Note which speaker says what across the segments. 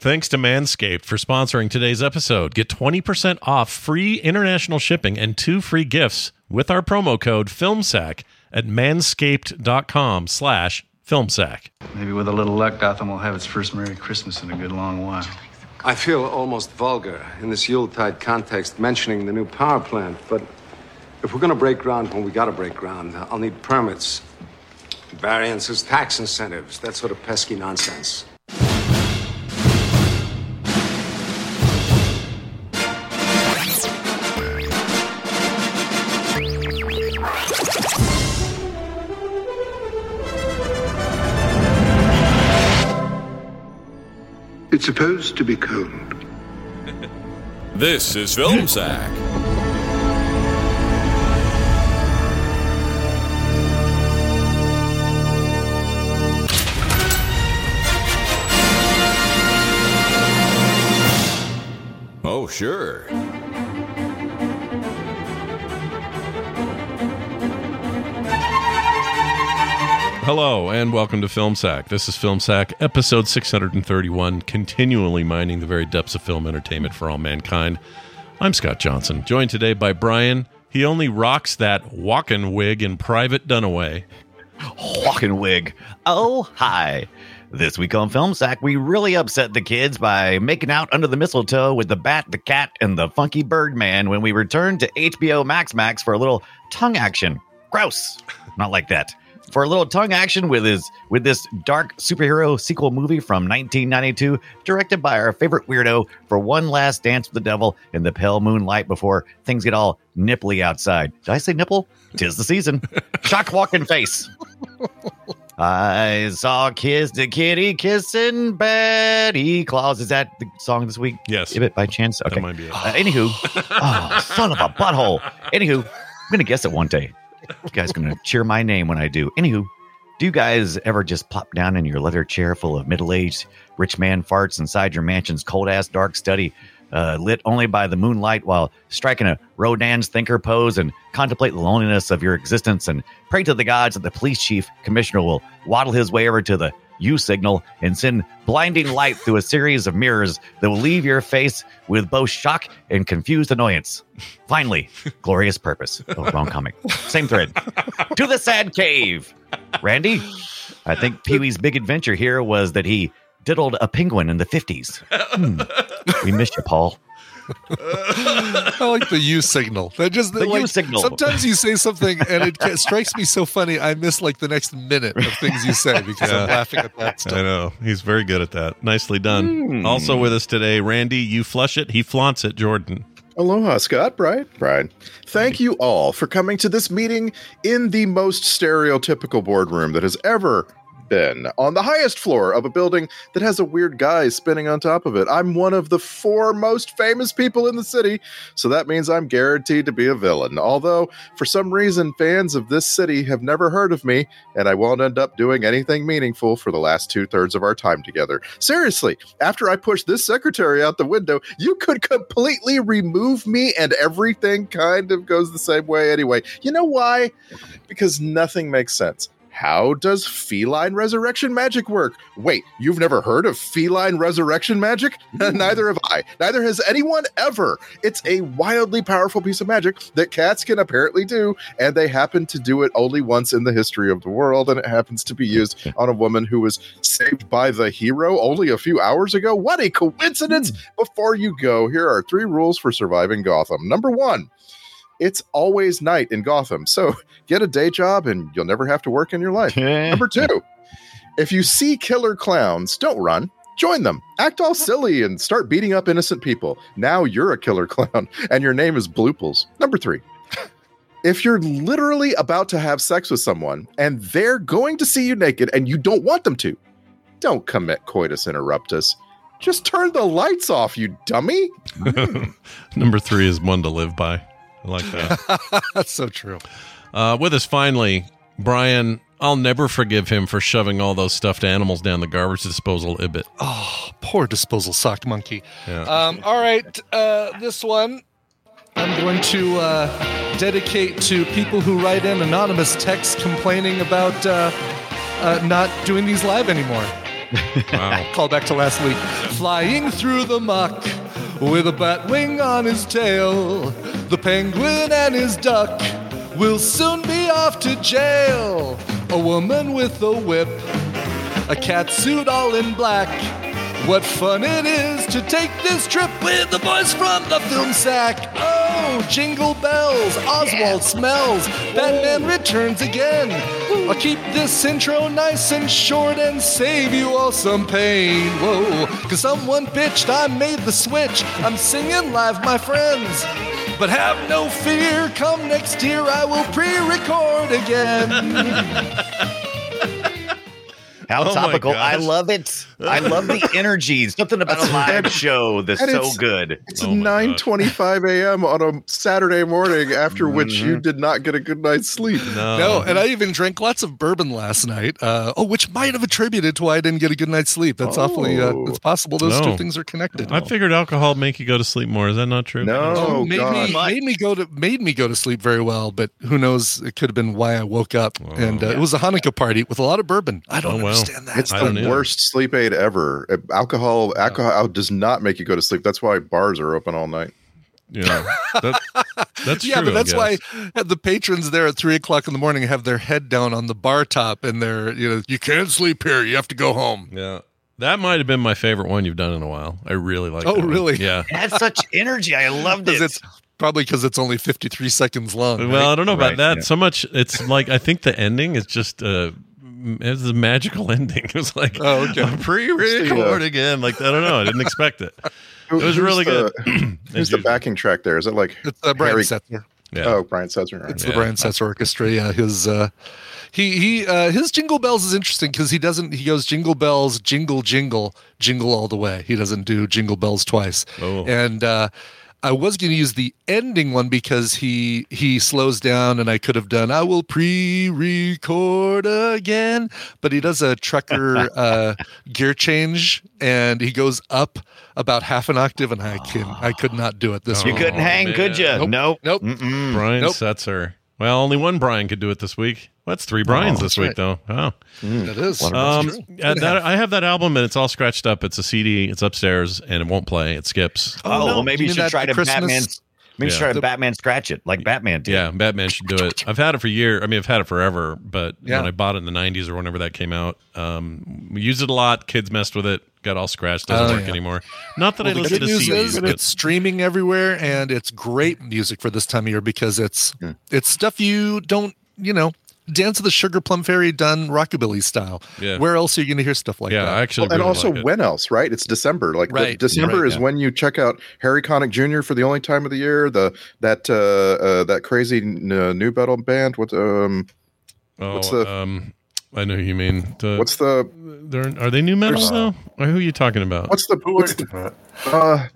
Speaker 1: Thanks to Manscaped for sponsoring today's episode. Get 20% off free international shipping and two free gifts with our promo code FILMSAC at manscaped.com slash FILMSAC.
Speaker 2: Maybe with a little luck, Gotham will have its first Merry Christmas in a good long while.
Speaker 3: I feel almost vulgar in this Yuletide context mentioning the new power plant, but if we're going to break ground when we got to break ground, I'll need permits, variances, tax incentives, that sort of pesky nonsense.
Speaker 4: It's supposed to be cold.
Speaker 5: This is Film Sack. Oh, sure.
Speaker 1: Hello and welcome to Film Sack. This is Film Sack, episode 631, continually mining the very depths of film entertainment for all mankind. I'm Scott Johnson, joined today by Brian. He only rocks that walkin' wig in Private Dunaway.
Speaker 6: Walking wig. Oh, hi. This week on Film Sack, we really upset the kids by making out under the mistletoe with the bat, the cat, and the funky birdman when we returned to HBO Max Max for a little tongue action. Gross. Not like that. For a little tongue action with his with this dark superhero sequel movie from 1992, directed by our favorite weirdo, for one last dance with the devil in the pale moonlight before things get all nipply outside. Did I say nipple? Tis the season. Shock walking face. I saw Kiss the Kitty kissing Betty Claus. Is that the song this week?
Speaker 1: Yes.
Speaker 6: If it by chance. Okay.
Speaker 1: That might be it.
Speaker 6: Uh, anywho, oh, son of a butthole. Anywho, I'm going to guess it one day. You guys going to cheer my name when I do. Anywho, do you guys ever just plop down in your leather chair full of middle aged rich man farts inside your mansion's cold ass dark study, uh, lit only by the moonlight, while striking a Rodin's thinker pose and contemplate the loneliness of your existence and pray to the gods that the police chief commissioner will waddle his way over to the U signal and send blinding light through a series of mirrors that will leave your face with both shock and confused annoyance. Finally, glorious purpose. Oh, wrong comic. Same thread. to the sad cave. Randy, I think Pee Wee's big adventure here was that he diddled a penguin in the 50s. Hmm. We missed you, Paul.
Speaker 7: I like the U signal. That just
Speaker 6: The U
Speaker 7: like,
Speaker 6: signal.
Speaker 7: Sometimes you say something and it ca- strikes me so funny. I miss like the next minute of things you say because I'm laughing at that
Speaker 1: I
Speaker 7: stuff.
Speaker 1: know. He's very good at that. Nicely done.
Speaker 5: Hmm.
Speaker 1: Also with us today, Randy, you flush it, he flaunts it, Jordan.
Speaker 5: Aloha, Scott, Brian, Brian. Thank you all for coming to this meeting in the most stereotypical boardroom that has ever been on the highest floor of a building that has a weird guy spinning on top of it. I'm one of the four most famous people in the city, so that means I'm guaranteed to be a villain. Although, for some reason, fans of this city have never heard of me, and I won't end up doing anything meaningful for the last two thirds of our time together. Seriously, after I push this secretary out the window, you could completely remove me, and everything kind of goes the same way anyway. You know why? Because nothing makes sense. How does feline resurrection magic work? Wait, you've never heard of feline resurrection magic? Neither have I. Neither has anyone ever. It's a wildly powerful piece of magic that cats can apparently do, and they happen to do it only once in the history of the world, and it happens to be used on a woman who was saved by the hero only a few hours ago. What a coincidence! Before you go, here are three rules for surviving Gotham. Number one, it's always night in Gotham. So get a day job and you'll never have to work in your life. Number two, if you see killer clowns, don't run. Join them. Act all silly and start beating up innocent people. Now you're a killer clown and your name is Blooples. Number three, if you're literally about to have sex with someone and they're going to see you naked and you don't want them to, don't commit coitus interruptus. Just turn the lights off, you dummy.
Speaker 1: Number three is one to live by. I like that.
Speaker 7: That's so true.
Speaker 1: Uh, with us finally, Brian. I'll never forgive him for shoving all those stuffed animals down the garbage disposal ibit.
Speaker 7: Oh, poor disposal socked monkey.
Speaker 1: Yeah.
Speaker 7: Um, all right, uh, this one I'm going to uh, dedicate to people who write in anonymous texts complaining about uh, uh, not doing these live anymore. Call back to last week. Flying through the muck with a bat wing on his tail, the penguin and his duck will soon be off to jail. A woman with a whip, a cat suit all in black. What fun it is to take this trip with the boys from the film sack. Oh, jingle bells, Oswald smells, Batman returns again. I'll keep this intro nice and short and save you all some pain. Whoa, cause someone bitched, I made the switch. I'm singing live, my friends. But have no fear, come next year, I will pre record again.
Speaker 6: How
Speaker 1: Oh my
Speaker 6: topical.
Speaker 1: gosh.
Speaker 6: I love it. I love the energy. Something about a live show that's
Speaker 5: and
Speaker 6: so
Speaker 5: it's-
Speaker 6: good.
Speaker 5: It's 9:25 a.m. on a Saturday morning, after which you did not get a good night's sleep.
Speaker 7: No, and I even drank lots of bourbon last night. Uh, oh, which might have attributed to why I didn't get a good night's sleep. That's awfully. Uh,
Speaker 5: Oh.
Speaker 7: it's possible those
Speaker 1: No.
Speaker 7: two things are connected.
Speaker 1: I figured alcohol would make you go to sleep more. Is that not true?
Speaker 5: No,
Speaker 7: Oh, made
Speaker 5: God.
Speaker 7: me made me go to made me go to sleep very well, but who knows? It could have been why I woke up, and uh, it was a Hanukkah party with a lot of bourbon. I don't
Speaker 1: Oh, wow.
Speaker 7: understand that.
Speaker 5: It's
Speaker 1: I
Speaker 5: the
Speaker 1: don't either.
Speaker 5: worst sleep aid ever. Uh, Alcohol, alcohol does not make you go to sleep. That's why bars are open all night.
Speaker 1: Yeah, that, that's
Speaker 7: yeah,
Speaker 1: true, I
Speaker 7: but that's
Speaker 1: guess.
Speaker 7: why the patrons there at three o'clock in the morning have their head down on the bar top, and they're you know you can't sleep here. You have to go home.
Speaker 1: Yeah, that might have been my favorite one you've done in a while. I really like.
Speaker 7: Oh,
Speaker 1: that one.
Speaker 7: really?
Speaker 1: Yeah.
Speaker 6: That's such energy. I loved
Speaker 7: Because
Speaker 6: it.
Speaker 7: it's probably because it's only fifty three seconds long. right?
Speaker 1: Well, I don't know about
Speaker 6: Right,
Speaker 1: that
Speaker 6: yeah.
Speaker 1: so much. It's like I think the ending is just uh, m- it's a magical ending. It was like
Speaker 7: Oh, okay.
Speaker 1: a pre-record again. Like I don't know. I didn't expect it.
Speaker 5: Who-
Speaker 1: It was
Speaker 5: who's
Speaker 1: really
Speaker 5: the-
Speaker 1: good.
Speaker 5: Who's the backing track there? Is it like
Speaker 7: It's uh, Brian
Speaker 5: Harry-
Speaker 7: Setzer.
Speaker 1: Yeah.
Speaker 5: Oh, Brian Setzer. all right.
Speaker 7: It's
Speaker 1: Yeah.
Speaker 7: the Brian Setzer Orchestra. Yeah, his uh, he he uh, his Jingle Bells is interesting because he doesn't he goes Jingle Bells, Jingle Jingle, Jingle all the way. He doesn't do Jingle Bells twice.
Speaker 1: Oh.
Speaker 7: And uh, I was going to use the ending one because he he slows down, and I could have done I will pre-record again, but he does a trucker uh, gear change, and he goes up about half an octave, and I can I could
Speaker 6: Ah.
Speaker 7: not do it this
Speaker 6: you
Speaker 7: week.
Speaker 6: couldn't
Speaker 1: Oh,
Speaker 6: hang, could you?
Speaker 1: man.
Speaker 6: Nope. Nope.
Speaker 7: Nope.
Speaker 6: Mm-mm.
Speaker 1: Brian
Speaker 7: Nope.
Speaker 1: Setzer. Well, only one Brian could do it this week. That's three Brian's this week,
Speaker 7: Oh, right.
Speaker 1: though. Wow.
Speaker 5: Hmm.
Speaker 7: That is
Speaker 1: Um,
Speaker 7: That's true.
Speaker 1: uh, that, I have that album and it's all scratched up. It's a CD. It's upstairs and it won't play. It skips.
Speaker 6: Oh, well, maybe you
Speaker 7: mean
Speaker 6: should
Speaker 7: that
Speaker 6: try to
Speaker 7: Christmas-
Speaker 6: Batman. Maybe you should
Speaker 1: Yeah.
Speaker 6: try to Batman scratch it like Batman did.
Speaker 1: Yeah, Batman should do it. I've had it for years. I mean, I've had it forever, but
Speaker 7: Yeah.
Speaker 1: when I bought it in the 90s or whenever that came out, um, we used it a lot. Kids messed with it, got all scratched, doesn't
Speaker 7: Oh,
Speaker 1: work
Speaker 7: yeah.
Speaker 1: anymore. Not that I
Speaker 7: Well, the
Speaker 1: listen
Speaker 7: good
Speaker 1: to
Speaker 7: news
Speaker 1: CDs,
Speaker 7: is
Speaker 1: but
Speaker 7: it's streaming everywhere, and it's great music for this time of year because it's it's stuff you don't you know dance of the sugar plum fairy done rockabilly style.
Speaker 1: Yeah.
Speaker 7: Where else are you going to hear stuff like
Speaker 1: yeah,
Speaker 7: that?
Speaker 1: I actually
Speaker 5: and
Speaker 1: really
Speaker 5: also,
Speaker 1: like it.
Speaker 5: when else, right? It's December. Like the-
Speaker 7: Right.
Speaker 5: December
Speaker 7: Right,
Speaker 5: is when you check out Harry Connick Jr. for the only time of the year. The that uh, uh, that crazy uh, new metal band. What um,
Speaker 1: oh,
Speaker 5: what's the-
Speaker 1: um, I know who you mean
Speaker 7: Uh,
Speaker 1: the,
Speaker 5: what's the
Speaker 1: they're- are they new metal though? Or who are you talking about?
Speaker 5: what's the what's the uh,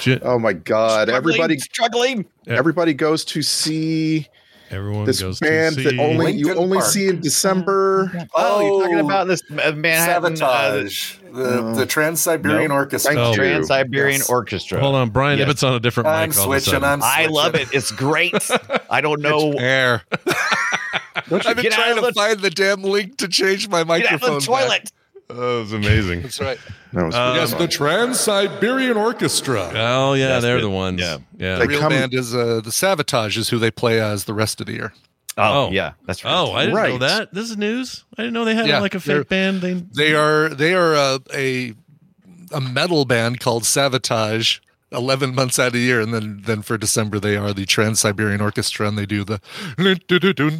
Speaker 1: J-
Speaker 5: oh my god!
Speaker 6: Struggling,
Speaker 5: Everybody
Speaker 6: struggling.
Speaker 5: everybody goes to see
Speaker 1: everyone
Speaker 5: this
Speaker 1: goes
Speaker 5: band
Speaker 1: to see.
Speaker 5: that only you
Speaker 8: Linkin
Speaker 5: only
Speaker 8: Park.
Speaker 5: see in December.
Speaker 6: Oh, you're talking about this uh, Manhattan uh,
Speaker 8: sabotage the, the Trans Siberian
Speaker 6: Nope.
Speaker 8: Orchestra.
Speaker 5: Thank
Speaker 7: Oh,
Speaker 5: you.
Speaker 6: Trans Siberian
Speaker 8: Yes.
Speaker 6: Orchestra.
Speaker 1: Hold on, Brian
Speaker 6: Yes.
Speaker 1: Ibbett's on a different
Speaker 8: I'm
Speaker 1: mic. all of a
Speaker 8: switching.
Speaker 1: sudden.
Speaker 8: I'm
Speaker 6: I
Speaker 8: switching.
Speaker 6: love it. It's great. I don't know.
Speaker 7: Air. I've been
Speaker 8: Get out
Speaker 7: trying
Speaker 8: of
Speaker 7: to
Speaker 8: the-
Speaker 7: find the damn link to change my
Speaker 8: Get out of the
Speaker 7: microphone. Oh,
Speaker 8: toilet.
Speaker 1: That was amazing.
Speaker 7: That's right.
Speaker 5: That was
Speaker 7: yes, the Trans Siberian Orchestra.
Speaker 1: Oh yeah, they're the ones. Yeah, yeah.
Speaker 7: The real band is uh, the Savatage, is who they play as the rest of the year.
Speaker 6: Oh, yeah, that's
Speaker 1: right. Oh, I didn't know
Speaker 7: Right.
Speaker 1: that. This is news. I didn't know they had
Speaker 7: Yeah,
Speaker 1: like a
Speaker 7: they're-
Speaker 1: fake band. They
Speaker 7: They are they are a a, a metal band called Savatage. Eleven months out of the year, and then then for December they are the Trans Siberian Orchestra, and they do the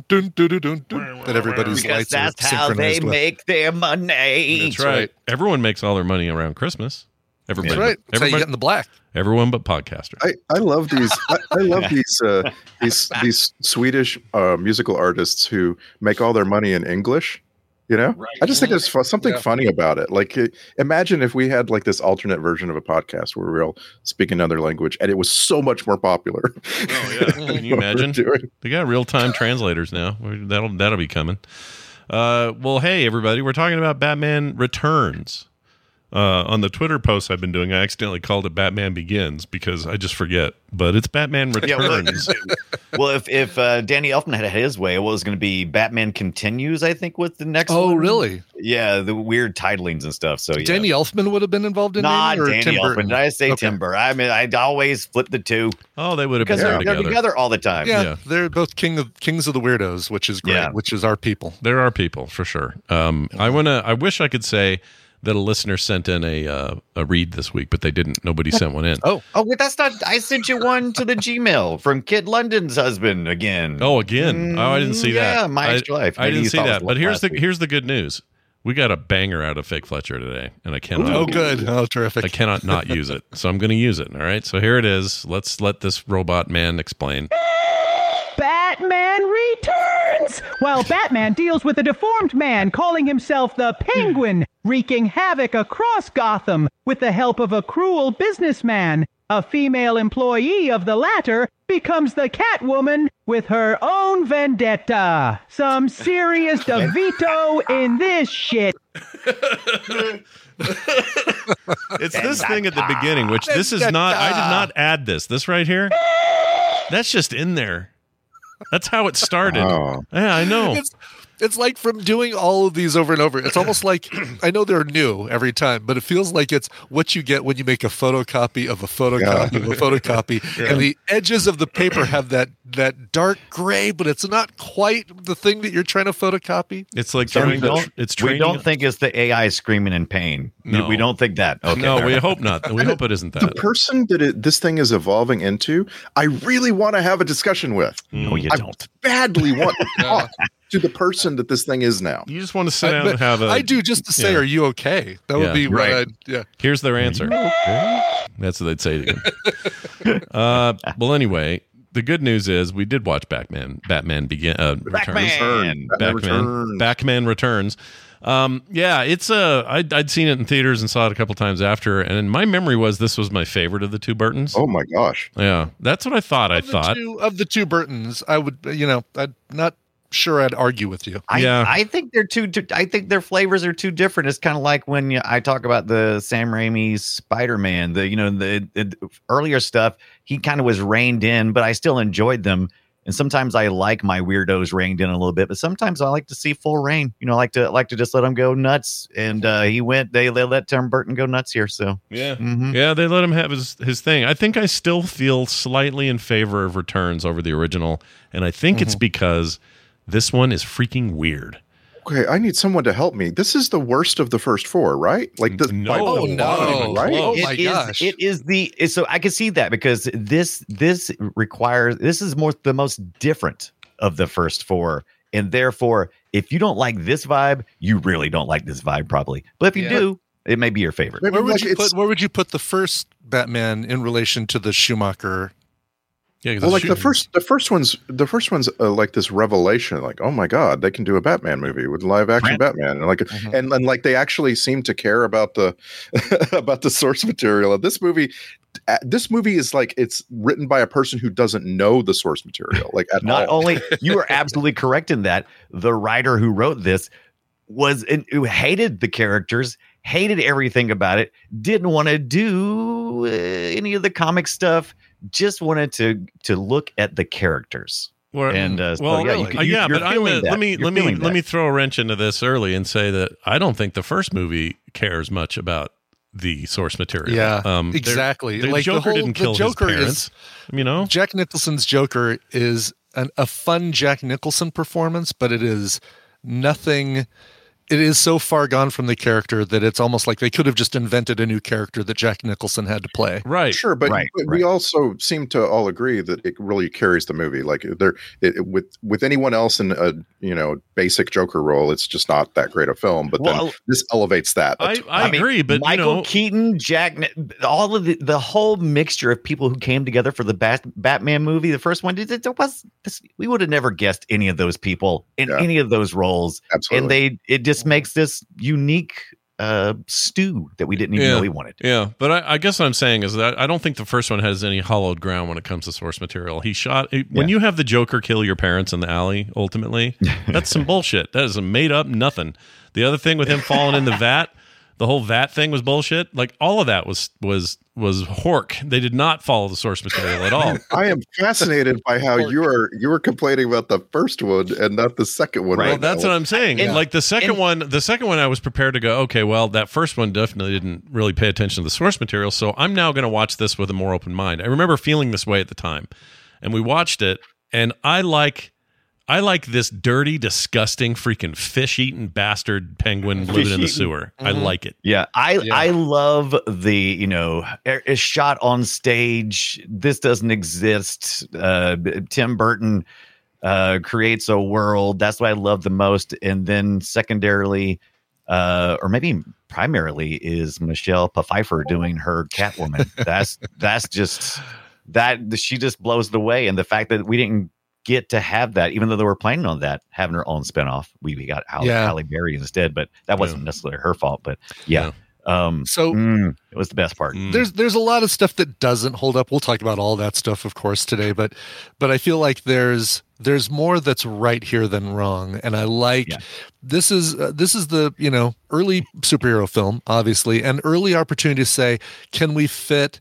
Speaker 7: that everybody's
Speaker 6: because
Speaker 7: lights are
Speaker 6: that's how they
Speaker 7: synchronized with.
Speaker 6: make their money.
Speaker 1: That's right. Everyone makes all their money around Christmas. Everybody.
Speaker 5: That's right. That's how you
Speaker 1: Everybody
Speaker 5: get in the black.
Speaker 1: Everyone but podcaster.
Speaker 5: I, I love these I, I love these uh, these these Swedish uh, musical artists who make all their money in English. You know, I just think there's fu- something
Speaker 7: Yeah.
Speaker 5: funny about it. Like, uh, imagine if we had like this alternate version of a podcast where we we're all speaking another language, and it was so much more popular.
Speaker 1: Can you imagine? They got real time translators now. We- That'll that'll be coming. Uh, well, hey everybody, we're talking about Batman Returns. Uh, on the Twitter post I've been doing, I accidentally called it Batman Begins because I just forget. But it's Batman
Speaker 6: Yeah, well,
Speaker 1: Returns.
Speaker 6: well, if if uh, Danny Elfman had his way, it was going to be Batman Continues. I think with the next.
Speaker 7: Oh,
Speaker 6: one.
Speaker 7: really?
Speaker 6: Yeah, the weird titlings and stuff. So yeah.
Speaker 7: Danny Elfman would have been involved in
Speaker 6: Nah,
Speaker 7: naming, or
Speaker 6: Danny
Speaker 7: Tim
Speaker 6: Elfman.
Speaker 7: Burton?
Speaker 6: Did I say
Speaker 7: Okay.
Speaker 6: Tim Burton? I mean, I always flip the two.
Speaker 1: Oh, they would have
Speaker 6: because
Speaker 7: been
Speaker 6: they're,
Speaker 7: together.
Speaker 6: they're together all the time.
Speaker 7: Yeah, they're both king of kings of the weirdos, which is great, which is our people.
Speaker 1: There are people for sure. Um, I wanna. I wish I could say that a listener sent in a uh, a read this week, but they didn't. Nobody sent one in.
Speaker 7: Oh,
Speaker 6: Oh, wait, that's not. I sent you one to the Gmail from Kid London's husband again.
Speaker 1: Oh, again. Oh, I didn't see that.
Speaker 6: Mm, Yeah, my
Speaker 1: I-
Speaker 6: extra life.
Speaker 1: I,
Speaker 6: Maybe
Speaker 1: didn't
Speaker 6: you
Speaker 1: see
Speaker 6: thought it
Speaker 1: that.
Speaker 6: was
Speaker 1: But here's
Speaker 6: last
Speaker 1: the
Speaker 6: week.
Speaker 1: here's the good news. We got a banger out of Fake Fletcher today, and I cannot.
Speaker 7: Oh, good. Oh, terrific.
Speaker 1: I cannot not use it, so I'm going to use it. All right. So here it is. Let's let this robot man explain.
Speaker 9: Batman returns! While Batman deals with a deformed man calling himself the Penguin, wreaking havoc across Gotham with the help of a cruel businessman. A female employee of the latter becomes the Catwoman with her own vendetta. Some serious DeVito in this shit.
Speaker 1: It's this thing at the beginning, which this is not. I did not add this. This right here. That's just in there. That's how it started.
Speaker 6: Oh.
Speaker 1: Yeah, I know.
Speaker 7: It's, it's like from doing all of these over and over. It's almost like I know they're new every time, but it feels like it's what you get when you make a photocopy of a photocopy of a photocopy,
Speaker 1: Yeah.
Speaker 7: and the edges of the paper have that that dark gray, but it's not quite the thing that you're trying to photocopy.
Speaker 1: It's like
Speaker 6: So we
Speaker 1: trying to.
Speaker 6: don't-
Speaker 1: tr- It's
Speaker 6: we
Speaker 1: training.
Speaker 6: don't think it's the AI screaming in pain.
Speaker 1: No.
Speaker 6: We don't think that. Okay,
Speaker 1: no,
Speaker 6: fair
Speaker 1: we
Speaker 6: enough.
Speaker 1: hope not. We hope it isn't
Speaker 5: the
Speaker 1: that.
Speaker 5: person that it, this thing is evolving into, I really want to have a discussion with.
Speaker 6: No, you
Speaker 5: I
Speaker 6: don't.
Speaker 5: Badly want to talk to the person that this thing is now.
Speaker 1: You just want to sit
Speaker 7: I-
Speaker 1: down
Speaker 7: but
Speaker 1: and have a.
Speaker 7: I do just to say,
Speaker 1: yeah.
Speaker 7: are you okay? That
Speaker 1: Yeah.
Speaker 7: would be right.
Speaker 1: Right.
Speaker 7: What I'd, yeah.
Speaker 1: Here's their answer. That's what they'd say to him. uh, well, anyway, the good news is we did watch Batman. Batman begin. Uh,
Speaker 6: Batman.
Speaker 1: returns. Batman. Batman returns. Um, yeah, it's uh, I'd, I'd seen it in theaters and saw it a couple times after, and my memory was this was my favorite of the two Burtons.
Speaker 5: Oh my gosh!
Speaker 1: Yeah, that's what I thought. I
Speaker 7: the
Speaker 1: thought.
Speaker 7: two, of the two Burtons, I would, you know, I'm not sure I'd argue with you.
Speaker 6: I,
Speaker 1: Yeah.
Speaker 6: I think they're too, too. I think their flavors are too different. It's kind of like when you, I talk about the Sam Raimi Spider-Man. The you know the, the earlier stuff he kind of was reined in, but I still enjoyed them. And sometimes I like my weirdos reined in a little bit, but sometimes I like to see full reign. You know, I like to like to just let them go nuts. And uh, he went. They, they let Tim Burton go nuts here. So
Speaker 1: Yeah.
Speaker 6: Mhm.
Speaker 1: Yeah, they let him have his, his thing. I think I still feel slightly in favor of returns over the original, and I think
Speaker 6: Mm-hmm.
Speaker 1: it's because this one is freaking weird.
Speaker 5: Okay, I need someone to help me. This is the worst of the first four, right? Like the
Speaker 1: No.
Speaker 5: by-
Speaker 1: Oh,
Speaker 5: by
Speaker 1: no.
Speaker 5: volume, right?
Speaker 7: Oh,
Speaker 6: It
Speaker 7: my
Speaker 6: is-
Speaker 7: gosh.
Speaker 6: It is the it- so I can see that because this this requires this is more the most different of the first four, and therefore, if you don't like this vibe, you really don't like this vibe probably. But if you
Speaker 7: Yeah.
Speaker 6: do, it may be your favorite.
Speaker 7: Where would
Speaker 5: like,
Speaker 7: you
Speaker 5: it's-
Speaker 7: put where would you put the first Batman in relation to the Schumacher?
Speaker 1: Yeah, 'cause
Speaker 5: Well,
Speaker 1: it's
Speaker 5: like the
Speaker 1: shooting-
Speaker 5: first, the first one's the first one's uh, like this revelation, like oh my god, they can do a Batman movie with live action Batman, and like
Speaker 7: Mm-hmm.
Speaker 5: and, and like they actually seem to care about the about the source material of this movie. Uh, This movie is like it's written by a person who doesn't know the source material, like at
Speaker 6: Not
Speaker 5: all.
Speaker 6: only you are absolutely correct in that the writer who wrote this was in, who hated the characters, hated everything about it, didn't want to do uh, any of the comic stuff, just wanted to to look at the characters.
Speaker 1: Well,
Speaker 6: and uh, so,
Speaker 1: well,
Speaker 6: yeah, you
Speaker 1: really?
Speaker 6: can-
Speaker 1: Uh,
Speaker 6: you-
Speaker 1: yeah,
Speaker 6: you're
Speaker 1: but I'm
Speaker 6: feeling
Speaker 1: a,
Speaker 6: that.
Speaker 1: let me
Speaker 6: You're
Speaker 1: let me
Speaker 6: feeling
Speaker 1: let
Speaker 6: that.
Speaker 1: me throw a wrench into this early and say that I don't think the first movie cares much about the source material. Um,
Speaker 7: Yeah,
Speaker 1: they're-
Speaker 7: exactly.
Speaker 1: The
Speaker 7: Like, the
Speaker 1: Joker
Speaker 7: whole-
Speaker 1: didn't
Speaker 7: the
Speaker 1: kill
Speaker 7: Joker
Speaker 1: his
Speaker 7: is-
Speaker 1: parents. you know,
Speaker 7: Jack Nicholson's Joker is an, a fun Jack Nicholson performance, but it is nothing. It is so far gone from the character that it's almost like they could have just invented a new character that Jack Nicholson had to play.
Speaker 1: Right.
Speaker 5: Sure, but, but we also seem to all agree that it really carries the movie. Like there, it, it- with with anyone else in a you know basic Joker role, it's just not that great a film. But then
Speaker 6: Well,
Speaker 5: this elevates that. a ton.
Speaker 6: mean, Michael Keaton, Jack, Ni- all of the, the whole mixture of people who came together for the Bat- Batman movie, the first one, it, it was this, we would have never guessed any of those people in any of those roles, and
Speaker 1: Absolutely.
Speaker 6: they it just makes this unique uh, stew that we didn't even know we wanted.
Speaker 1: Yeah, but I, I guess what I'm saying is that I don't think the first one has any hollowed ground when it comes to source material. He shot it- when you have the Joker kill your parents in the alley. Ultimately, that's some bullshit. That is a made up nothing. The other thing with him falling in the vat, the whole vat thing was bullshit. Like all of that was was was hork. They did not follow the source material at all.
Speaker 5: I am fascinated by how you are you were complaining about the first one and not the second one.
Speaker 1: Well,
Speaker 5: right
Speaker 1: that's
Speaker 5: now.
Speaker 1: what I'm saying.
Speaker 5: Yeah.
Speaker 1: Like the second
Speaker 5: And-
Speaker 1: one, the second one, I was prepared to go. Okay, well, that first one definitely didn't really pay attention to the source material, so I'm now going to watch this with a more open mind. I remember feeling this way at the time, and we watched it, and I like. I like this dirty, disgusting, freaking fish-eating bastard penguin living in the
Speaker 6: Fish-eating.
Speaker 1: sewer. I
Speaker 5: Mm-hmm.
Speaker 6: Mhm.
Speaker 1: like it.
Speaker 6: Yeah, I I love the you know it- it's shot on stage. This doesn't exist. Uh, Tim Burton uh, creates a world. That's what I love the most. And then secondarily, uh, or maybe primarily, is Michelle Pfeiffer doing her Catwoman. that's that's just that she just blows it away. And the fact that we didn't get to have that, even though they were planning on that having her own spinoff, we, we got Halle,
Speaker 7: Yeah.
Speaker 6: Halle Berry instead. But that wasn't necessarily her fault. But yeah. Um,
Speaker 7: so
Speaker 6: it was the best part.
Speaker 7: there's there's a lot of stuff that doesn't hold up. We'll talk about all that stuff, of course, today. But but I feel like there's there's more that's right here than wrong, and I like this is uh, this is the you know early superhero film, obviously, and early opportunity to say, can we fit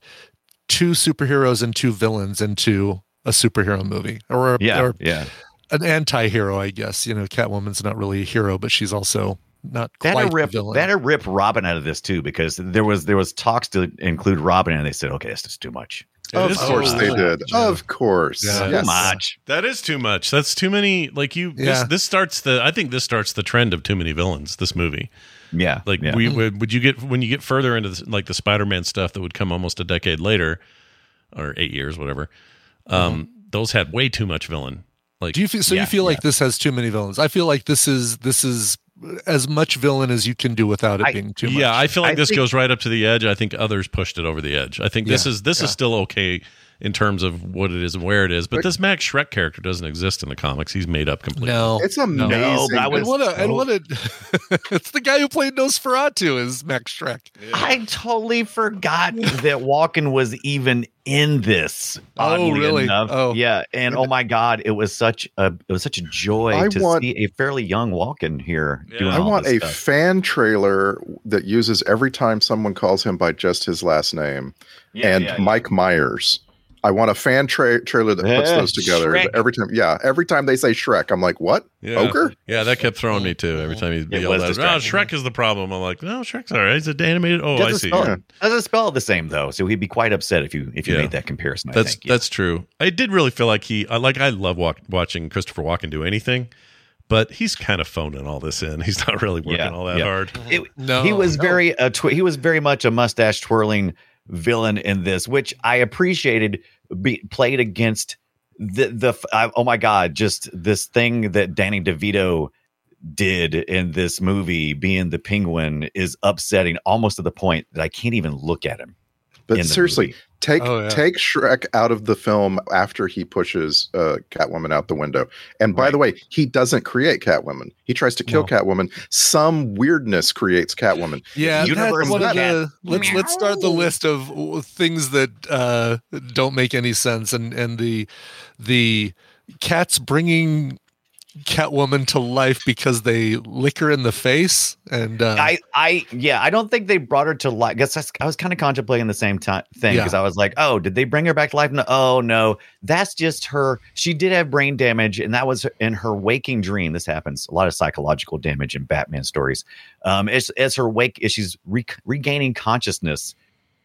Speaker 7: two superheroes and two villains into a superhero movie or a-
Speaker 6: Yeah,
Speaker 7: or
Speaker 6: yeah.
Speaker 7: an anti-hero, I guess. You know, Catwoman's not really a hero, but she's also not
Speaker 6: That'd
Speaker 7: quite a
Speaker 6: rip
Speaker 7: villain.
Speaker 6: that'd rip Robin out of this too, because there was there was talks to include Robin, and they said, okay, this is too much.
Speaker 5: Of course they did. Of course.
Speaker 6: Yeah.
Speaker 5: Yes.
Speaker 6: much.
Speaker 1: That is too much. That's too many. Like you,
Speaker 6: Yeah.
Speaker 1: this, this starts the. I think this starts the trend of too many villains. This movie.
Speaker 6: Yeah.
Speaker 1: Like
Speaker 6: yeah.
Speaker 1: we would. Would you get when you get further into this, like the Spider-Man stuff that would come almost a decade later, or eight years, whatever. Um, those had way too much villain. Like,
Speaker 7: Do you feel so? you feel like this has too many villains. I feel like this is this is as much villain as you can do without it being too much.
Speaker 1: Yeah, I feel like
Speaker 7: I
Speaker 1: this
Speaker 7: think-
Speaker 1: goes right up to the edge. I think others pushed it over the edge. I think this
Speaker 7: Yeah,
Speaker 1: is this
Speaker 7: yeah.
Speaker 1: is still okay in terms of what it is and where it is. But this Max Shrek character doesn't exist in the comics. He's made up completely.
Speaker 7: No,
Speaker 5: It's amazing.
Speaker 1: No, but I
Speaker 7: and
Speaker 1: would-
Speaker 7: what a and what a it's the guy who played Nosferatu is Max Shrek.
Speaker 6: I totally forgot that Walken was even in this.
Speaker 7: Oh,
Speaker 6: oddly
Speaker 7: really?
Speaker 6: Enough.
Speaker 7: Oh.
Speaker 6: yeah. And oh my God, it was such a it was such a joy
Speaker 5: I
Speaker 6: to
Speaker 5: want-
Speaker 6: see a fairly young Walken here. Doing
Speaker 5: I
Speaker 6: all
Speaker 5: want
Speaker 6: this
Speaker 5: a
Speaker 6: stuff.
Speaker 5: fan trailer that uses every time someone calls him by just his last name
Speaker 6: Yeah,
Speaker 5: and
Speaker 6: yeah, yeah.
Speaker 5: Mike Myers. I want a fan tra- trailer that puts
Speaker 1: Yeah,
Speaker 5: those together
Speaker 1: Shrek.
Speaker 5: every time. Yeah, every time they say Shrek, I'm like, what?
Speaker 1: Yeah.
Speaker 5: Poker?
Speaker 1: Yeah, that kept throwing me too. Every time he'd be
Speaker 6: It
Speaker 1: yelled
Speaker 6: was
Speaker 1: at, oh,
Speaker 6: distracting.
Speaker 1: Shrek is the problem. I'm like, no, Shrek's all right. It's an animated. Oh, I
Speaker 6: doesn't
Speaker 1: see.
Speaker 6: Spell, Doesn't spell the same though, so he'd be quite upset if you if you
Speaker 1: Yeah.
Speaker 6: made that comparison. I
Speaker 1: That's
Speaker 6: think.
Speaker 1: that's true. I did really feel like he. I like. I love walk, watching Christopher Walken do anything, but he's kind of phoning all this in. He's not really working all that
Speaker 6: yeah.
Speaker 1: hard.
Speaker 6: It- he was very a tw- he was very much a mustache twirling villain in this, which I appreciated. Be- played against the the f- I, oh my god, just this thing that Danny DeVito did in this movie, being the penguin, is upsetting almost to the point that I can't even look at him. in
Speaker 5: But
Speaker 6: the
Speaker 5: seriously,
Speaker 6: movie.
Speaker 5: take
Speaker 6: Oh, yeah.
Speaker 5: take Shrek out of the film after he pushes uh, Catwoman out the window. And by the way, he doesn't create Catwoman. He tries to kill Catwoman. Some weirdness creates Catwoman.
Speaker 7: Yeah,
Speaker 5: Universe
Speaker 7: that's one of
Speaker 5: cat.
Speaker 7: the, let's let's start
Speaker 6: Oh.
Speaker 7: the list of w- things that uh, don't make any sense, and and the the cats bringing Catwoman to life because they lick her in the face. And uh,
Speaker 6: I, I, yeah, I don't think they brought her to life. Guess that's- I was kind of contemplating the same ti thing because
Speaker 7: Yeah.
Speaker 6: I was like, oh, did they bring her back to life? No, oh no, that's just her. She did have brain damage, and that was in her waking dream. This happens a lot of psychological damage in Batman stories. Um, as as her wake, as she's re- regaining consciousness,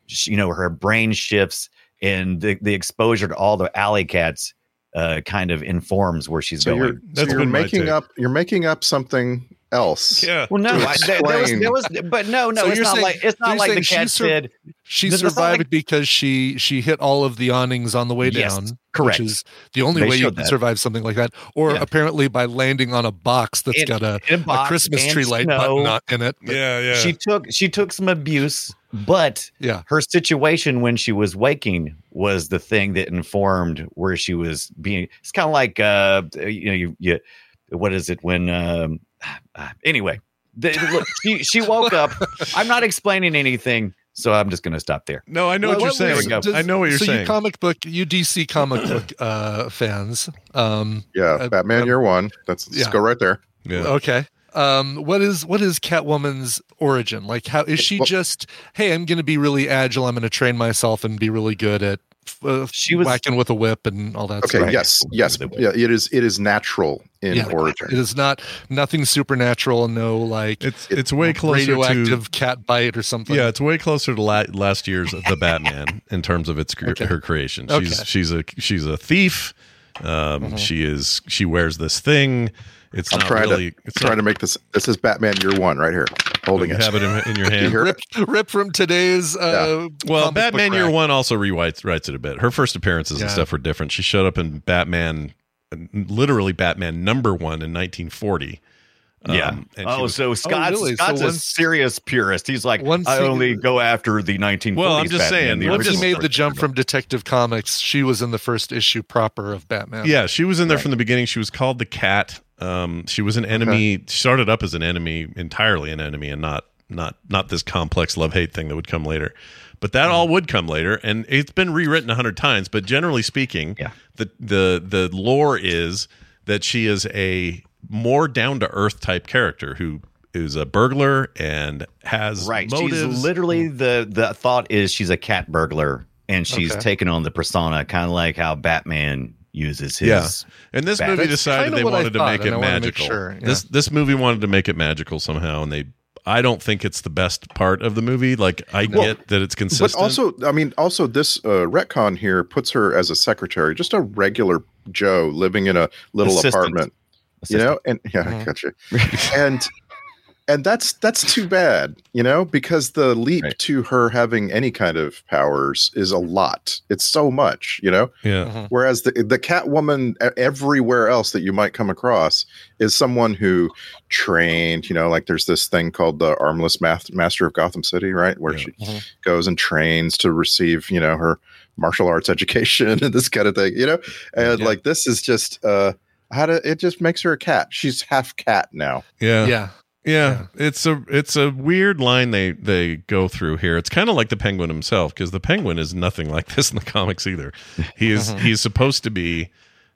Speaker 6: she, you know, her brain shifts, and the the exposure to all the alley cats. Uh, kind of informs where she's
Speaker 5: So
Speaker 6: going.
Speaker 5: you're, so you're making up you're making up something else.
Speaker 1: Yeah.
Speaker 6: Well, no,
Speaker 5: to
Speaker 6: I, there, there was,
Speaker 5: explain.
Speaker 6: there was, but no, Oh, no,
Speaker 7: So
Speaker 6: it's
Speaker 7: you're
Speaker 6: not
Speaker 7: saying-
Speaker 6: like it's not
Speaker 7: you're
Speaker 6: like the
Speaker 7: saying she
Speaker 6: cat
Speaker 7: sur-
Speaker 6: said
Speaker 7: she
Speaker 6: This is not
Speaker 7: survived
Speaker 6: like-
Speaker 7: because she she hit all of the awnings on the way
Speaker 6: Yes,
Speaker 7: down.
Speaker 6: correct.
Speaker 7: Which is the only
Speaker 6: They
Speaker 7: way you
Speaker 6: showed
Speaker 7: can
Speaker 6: that.
Speaker 7: survive something like that. Or
Speaker 6: Yeah.
Speaker 7: apparently by landing on a box that's
Speaker 6: In-
Speaker 7: got a,
Speaker 6: in a
Speaker 7: a
Speaker 6: box
Speaker 7: Christmas
Speaker 6: and
Speaker 7: tree light
Speaker 6: snow.
Speaker 7: button on- in it.
Speaker 1: Yeah, yeah.
Speaker 6: she took she took some abuse, but
Speaker 7: Yeah.
Speaker 6: her situation when she was waking was the thing that informed where she was being. It's kind of like uh, you know, you, you what is it when um, ah, anyway. The, look, she she woke up. I'm not explaining anything, so I'm just going to stop there.
Speaker 1: No, I know what, you're
Speaker 6: There we
Speaker 1: saying.
Speaker 6: go.
Speaker 1: I know what you're
Speaker 7: so
Speaker 1: saying.
Speaker 7: you comic book, you DC comic book uh, fans. Um,
Speaker 5: yeah, Batman Year One. That's let's
Speaker 7: yeah.
Speaker 5: go right there.
Speaker 7: Okay. Um, what is what is Catwoman's origin? Like, how is she just? Hey, I'm going to be really agile. I'm going to train myself and be really good at uh,
Speaker 6: she was-
Speaker 7: whacking with a whip and all that.
Speaker 5: Okay.
Speaker 7: stuff.
Speaker 5: Yes. Yes. Yeah. It is. It is natural in
Speaker 7: Yeah.
Speaker 5: origin.
Speaker 7: It is not nothing supernatural. No, like
Speaker 1: it's it's way closer to-
Speaker 7: radioactive cat bite or something.
Speaker 1: Yeah, it's way closer to la- last year's The Batman in terms of its cre- her creation. She's
Speaker 7: Okay. Mm-hmm.
Speaker 1: she's a she's a thief. Um, She is she wears this thing. It's
Speaker 5: I'm
Speaker 1: not
Speaker 5: trying
Speaker 1: really.
Speaker 5: to
Speaker 1: it's
Speaker 5: trying
Speaker 1: not-
Speaker 5: to make this. This is Batman Year One right here, holding
Speaker 1: you
Speaker 5: it.
Speaker 1: have it in, in your
Speaker 5: You
Speaker 1: hand.
Speaker 5: hear it?
Speaker 7: Rip, rip from today's. Uh,
Speaker 1: Well,
Speaker 7: comic book
Speaker 1: Batman Year
Speaker 7: rack.
Speaker 1: One also rewrites writes it a bit. Her first appearances and
Speaker 7: Yeah.
Speaker 1: stuff were different. She showed up in Batman, literally Batman number one in 1940.
Speaker 6: Yeah.
Speaker 1: Um, and she
Speaker 6: oh,
Speaker 1: was-
Speaker 6: so Scott's,
Speaker 7: really? So
Speaker 6: Scott's a
Speaker 7: one-
Speaker 6: serious purist. He's like,
Speaker 7: One
Speaker 6: I
Speaker 7: scene-
Speaker 6: only go after the 1940s.
Speaker 1: Well, I'm just
Speaker 6: Batman,
Speaker 1: saying,
Speaker 6: the
Speaker 1: I'm
Speaker 7: When
Speaker 1: just-
Speaker 7: she
Speaker 6: original
Speaker 7: made the
Speaker 6: story.
Speaker 7: jump from Detective Comics, she was in the first issue proper of Batman.
Speaker 1: Yeah, she was in there from the beginning. She was called the Cat. Um, she was an enemy. she Started up as an enemy, entirely an enemy, and not not not this complex love hate thing that would come later. But that
Speaker 6: Mm-hmm.
Speaker 1: all would come later, and it's been rewritten a hundred times. But generally speaking,
Speaker 6: Yeah.
Speaker 1: the the the lore is that she is a more down to earth type character who is a burglar and has
Speaker 6: Right.
Speaker 1: motives.
Speaker 6: She's literally the the thought is she's a cat burglar and she's
Speaker 7: Okay.
Speaker 6: taken on the persona, kind of like how Batman uses his.
Speaker 1: Yeah. And this
Speaker 6: Bat-
Speaker 1: movie
Speaker 7: That's
Speaker 1: decided
Speaker 7: kinda
Speaker 1: they
Speaker 7: what I
Speaker 1: wanted to
Speaker 7: thought,
Speaker 1: make
Speaker 7: and I
Speaker 1: it
Speaker 7: wanna make
Speaker 1: magical.
Speaker 7: sure, yeah.
Speaker 1: This this movie wanted to make it magical somehow, and they I don't think it's the best part of the movie. Like I
Speaker 5: Well,
Speaker 1: get that it's consistent.
Speaker 5: But also, I mean, also this uh, retcon here puts her as a secretary, just a regular Joe living in a little
Speaker 6: Assistant.
Speaker 5: apartment. You know, and yeah, I
Speaker 7: Mhm.
Speaker 5: gotcha. and and that's that's too bad, you know, because the leap
Speaker 6: Right.
Speaker 5: to her having any kind of powers is a lot. It's so much, you know.
Speaker 1: yeah.
Speaker 5: Whereas the the Catwoman e- everywhere else that you might come across is someone who trained, you know, like there's this thing called the Armless Math- Master of Gotham City, right, where she goes and trains to receive, you know, her martial arts education and this kind of thing, you know, and
Speaker 1: Yeah.
Speaker 5: like this is just uh how to it just makes her a cat. She's half cat now.
Speaker 1: yeah, yeah,
Speaker 7: Yeah.
Speaker 1: It's a it's a weird line they they go through here. It's kind of like the Penguin himself because the Penguin is nothing like this in the comics either. He is he's supposed to be,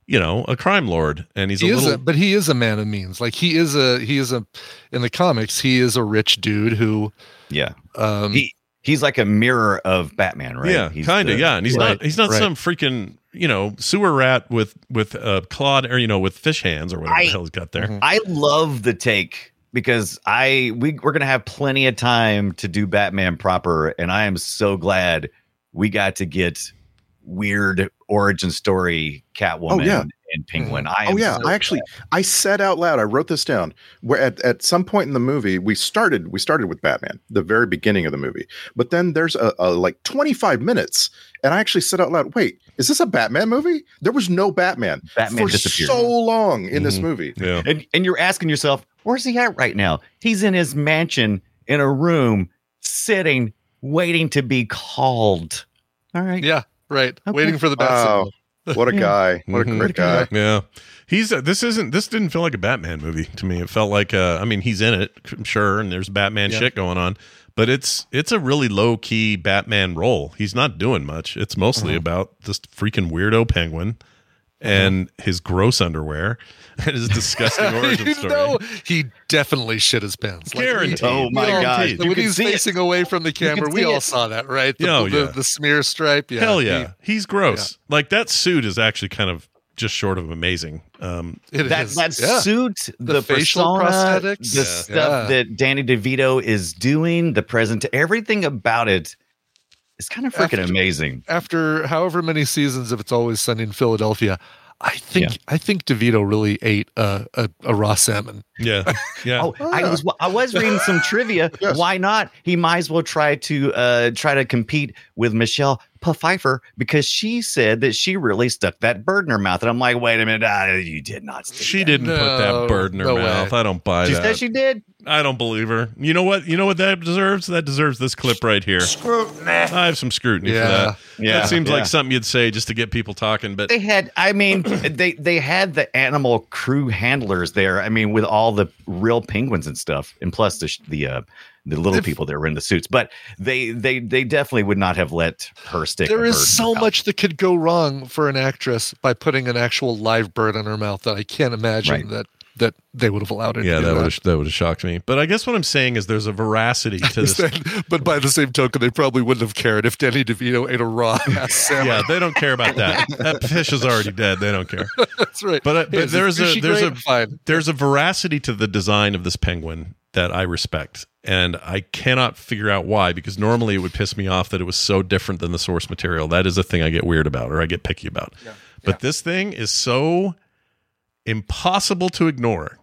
Speaker 1: you know, a crime lord, and he's
Speaker 7: he
Speaker 1: a
Speaker 7: is
Speaker 1: little.
Speaker 7: a, but he is a man of means. Like he is a he is a in the comics he is a rich dude who
Speaker 6: Yeah.
Speaker 7: um
Speaker 6: He, he's like a mirror of Batman, right?
Speaker 1: Yeah,
Speaker 6: He's
Speaker 1: kind of.
Speaker 6: the-
Speaker 1: Yeah, and he's
Speaker 7: Right,
Speaker 1: not he's not
Speaker 7: right.
Speaker 1: some freaking you know sewer rat with with uh, clawed or you know with fish hands or whatever
Speaker 6: I-
Speaker 1: the hell he's got there.
Speaker 6: I love the take because I we we're gonna have plenty of time to do Batman proper, and I am so glad we got to get weird origin story Catwoman
Speaker 5: Oh, yeah.
Speaker 6: and Penguin. I am
Speaker 5: Oh yeah,
Speaker 6: so
Speaker 5: I actually I said out loud. I wrote this down. Where at at some point in the movie we started we started with Batman, the very beginning of the movie. But then there's a, a like 25 minutes, and I actually said out loud, "Wait, is this a Batman movie? There was no Batman.
Speaker 6: Batman
Speaker 5: for
Speaker 6: disappeared.
Speaker 5: so long in this movie.
Speaker 1: Yeah,
Speaker 6: and and you're asking yourself, where's he at right now? He's in his mansion in a room, sitting, waiting to be called. All right.
Speaker 7: yeah right
Speaker 6: Okay.
Speaker 7: waiting for the best.
Speaker 5: Wow, Oh, what a guy!
Speaker 6: Mm-hmm.
Speaker 5: What a
Speaker 1: Mhm.
Speaker 5: great guy!
Speaker 1: yeah. He's uh, this isn't this didn't feel like a Batman movie to me. It felt like uh, I mean he's in it, I'm sure, and there's Batman
Speaker 7: Yeah.
Speaker 1: shit going on, but it's it's a really low key Batman role. He's not doing much. It's mostly about this freaking weirdo penguin and his gross underwear and his disgusting origin
Speaker 7: you
Speaker 1: story.
Speaker 7: know he definitely shit his pants. Like, we-
Speaker 1: Guaranteed.
Speaker 7: we
Speaker 1: Oh, my
Speaker 7: all-
Speaker 1: God. You
Speaker 7: When
Speaker 1: could
Speaker 7: he's
Speaker 1: see it.
Speaker 7: facing away from the
Speaker 1: could
Speaker 7: camera,
Speaker 1: see
Speaker 7: we all
Speaker 1: it.
Speaker 7: saw that, right? The,
Speaker 1: Oh,
Speaker 7: the,
Speaker 1: yeah.
Speaker 7: the smear stripe. Yeah,
Speaker 1: Hell
Speaker 7: he-
Speaker 1: yeah, he's gross. Like that suit is actually kind of just short of amazing. Um,
Speaker 6: that that suit, the, persona, the stuff that Danny DeVito is doing, the present, everything about it is kind of freaking amazing.
Speaker 7: After however many seasons of It's Always Sunny in Philadelphia, I think I think DeVito really ate a, a, a raw salmon.
Speaker 1: Yeah, yeah.
Speaker 6: Oh, I was I was reading some trivia. Why not? He might as well try to uh, try to compete with Michelle Pfeiffer because she said that she really stuck that bird in her mouth, and I'm like, wait a minute, ah, you did not. Stick
Speaker 1: She didn't put that bird in her mouth. I don't buy
Speaker 6: She
Speaker 1: that.
Speaker 6: said she did.
Speaker 1: I don't believe her. You know what? You know what that deserves? That deserves this clip right here.
Speaker 6: Scrutiny.
Speaker 1: I have some scrutiny
Speaker 6: Yeah.
Speaker 1: for that.
Speaker 6: Yeah.
Speaker 1: That seems
Speaker 6: Yeah.
Speaker 1: like something you'd say just to get people talking, but
Speaker 6: they had i mean they they had the animal crew handlers there i mean with all the real penguins and stuff and plus the sh- the uh the little people that were in the suits but they they they definitely would not have let her stick
Speaker 7: There
Speaker 6: a bird
Speaker 7: is
Speaker 6: in
Speaker 7: so
Speaker 6: her mouth.
Speaker 7: much that could go wrong for an actress by putting an actual live bird in her mouth that I can't imagine
Speaker 1: Right.
Speaker 7: that that they would have allowed her.
Speaker 1: yeah,
Speaker 7: to do
Speaker 1: that
Speaker 7: that.
Speaker 1: would that would have shocked me. But I guess what I'm saying is there's a veracity to this.
Speaker 7: but by the same token, they probably wouldn't have cared if Danny DeVito ate a raw ass salmon.
Speaker 1: Yeah, they don't care about that. That fish is already dead. They don't care.
Speaker 7: That's right.
Speaker 1: But, uh,
Speaker 7: Hey,
Speaker 1: but
Speaker 7: is
Speaker 1: there's
Speaker 7: this
Speaker 1: a
Speaker 7: sushi
Speaker 1: there's
Speaker 7: great?
Speaker 1: a there's a veracity to the design of this penguin that I respect, and I cannot figure out why. Because normally it would piss me off that it was so different than the source material. That is a thing I get weird about, or I get picky about. But this thing is so impossible to ignore,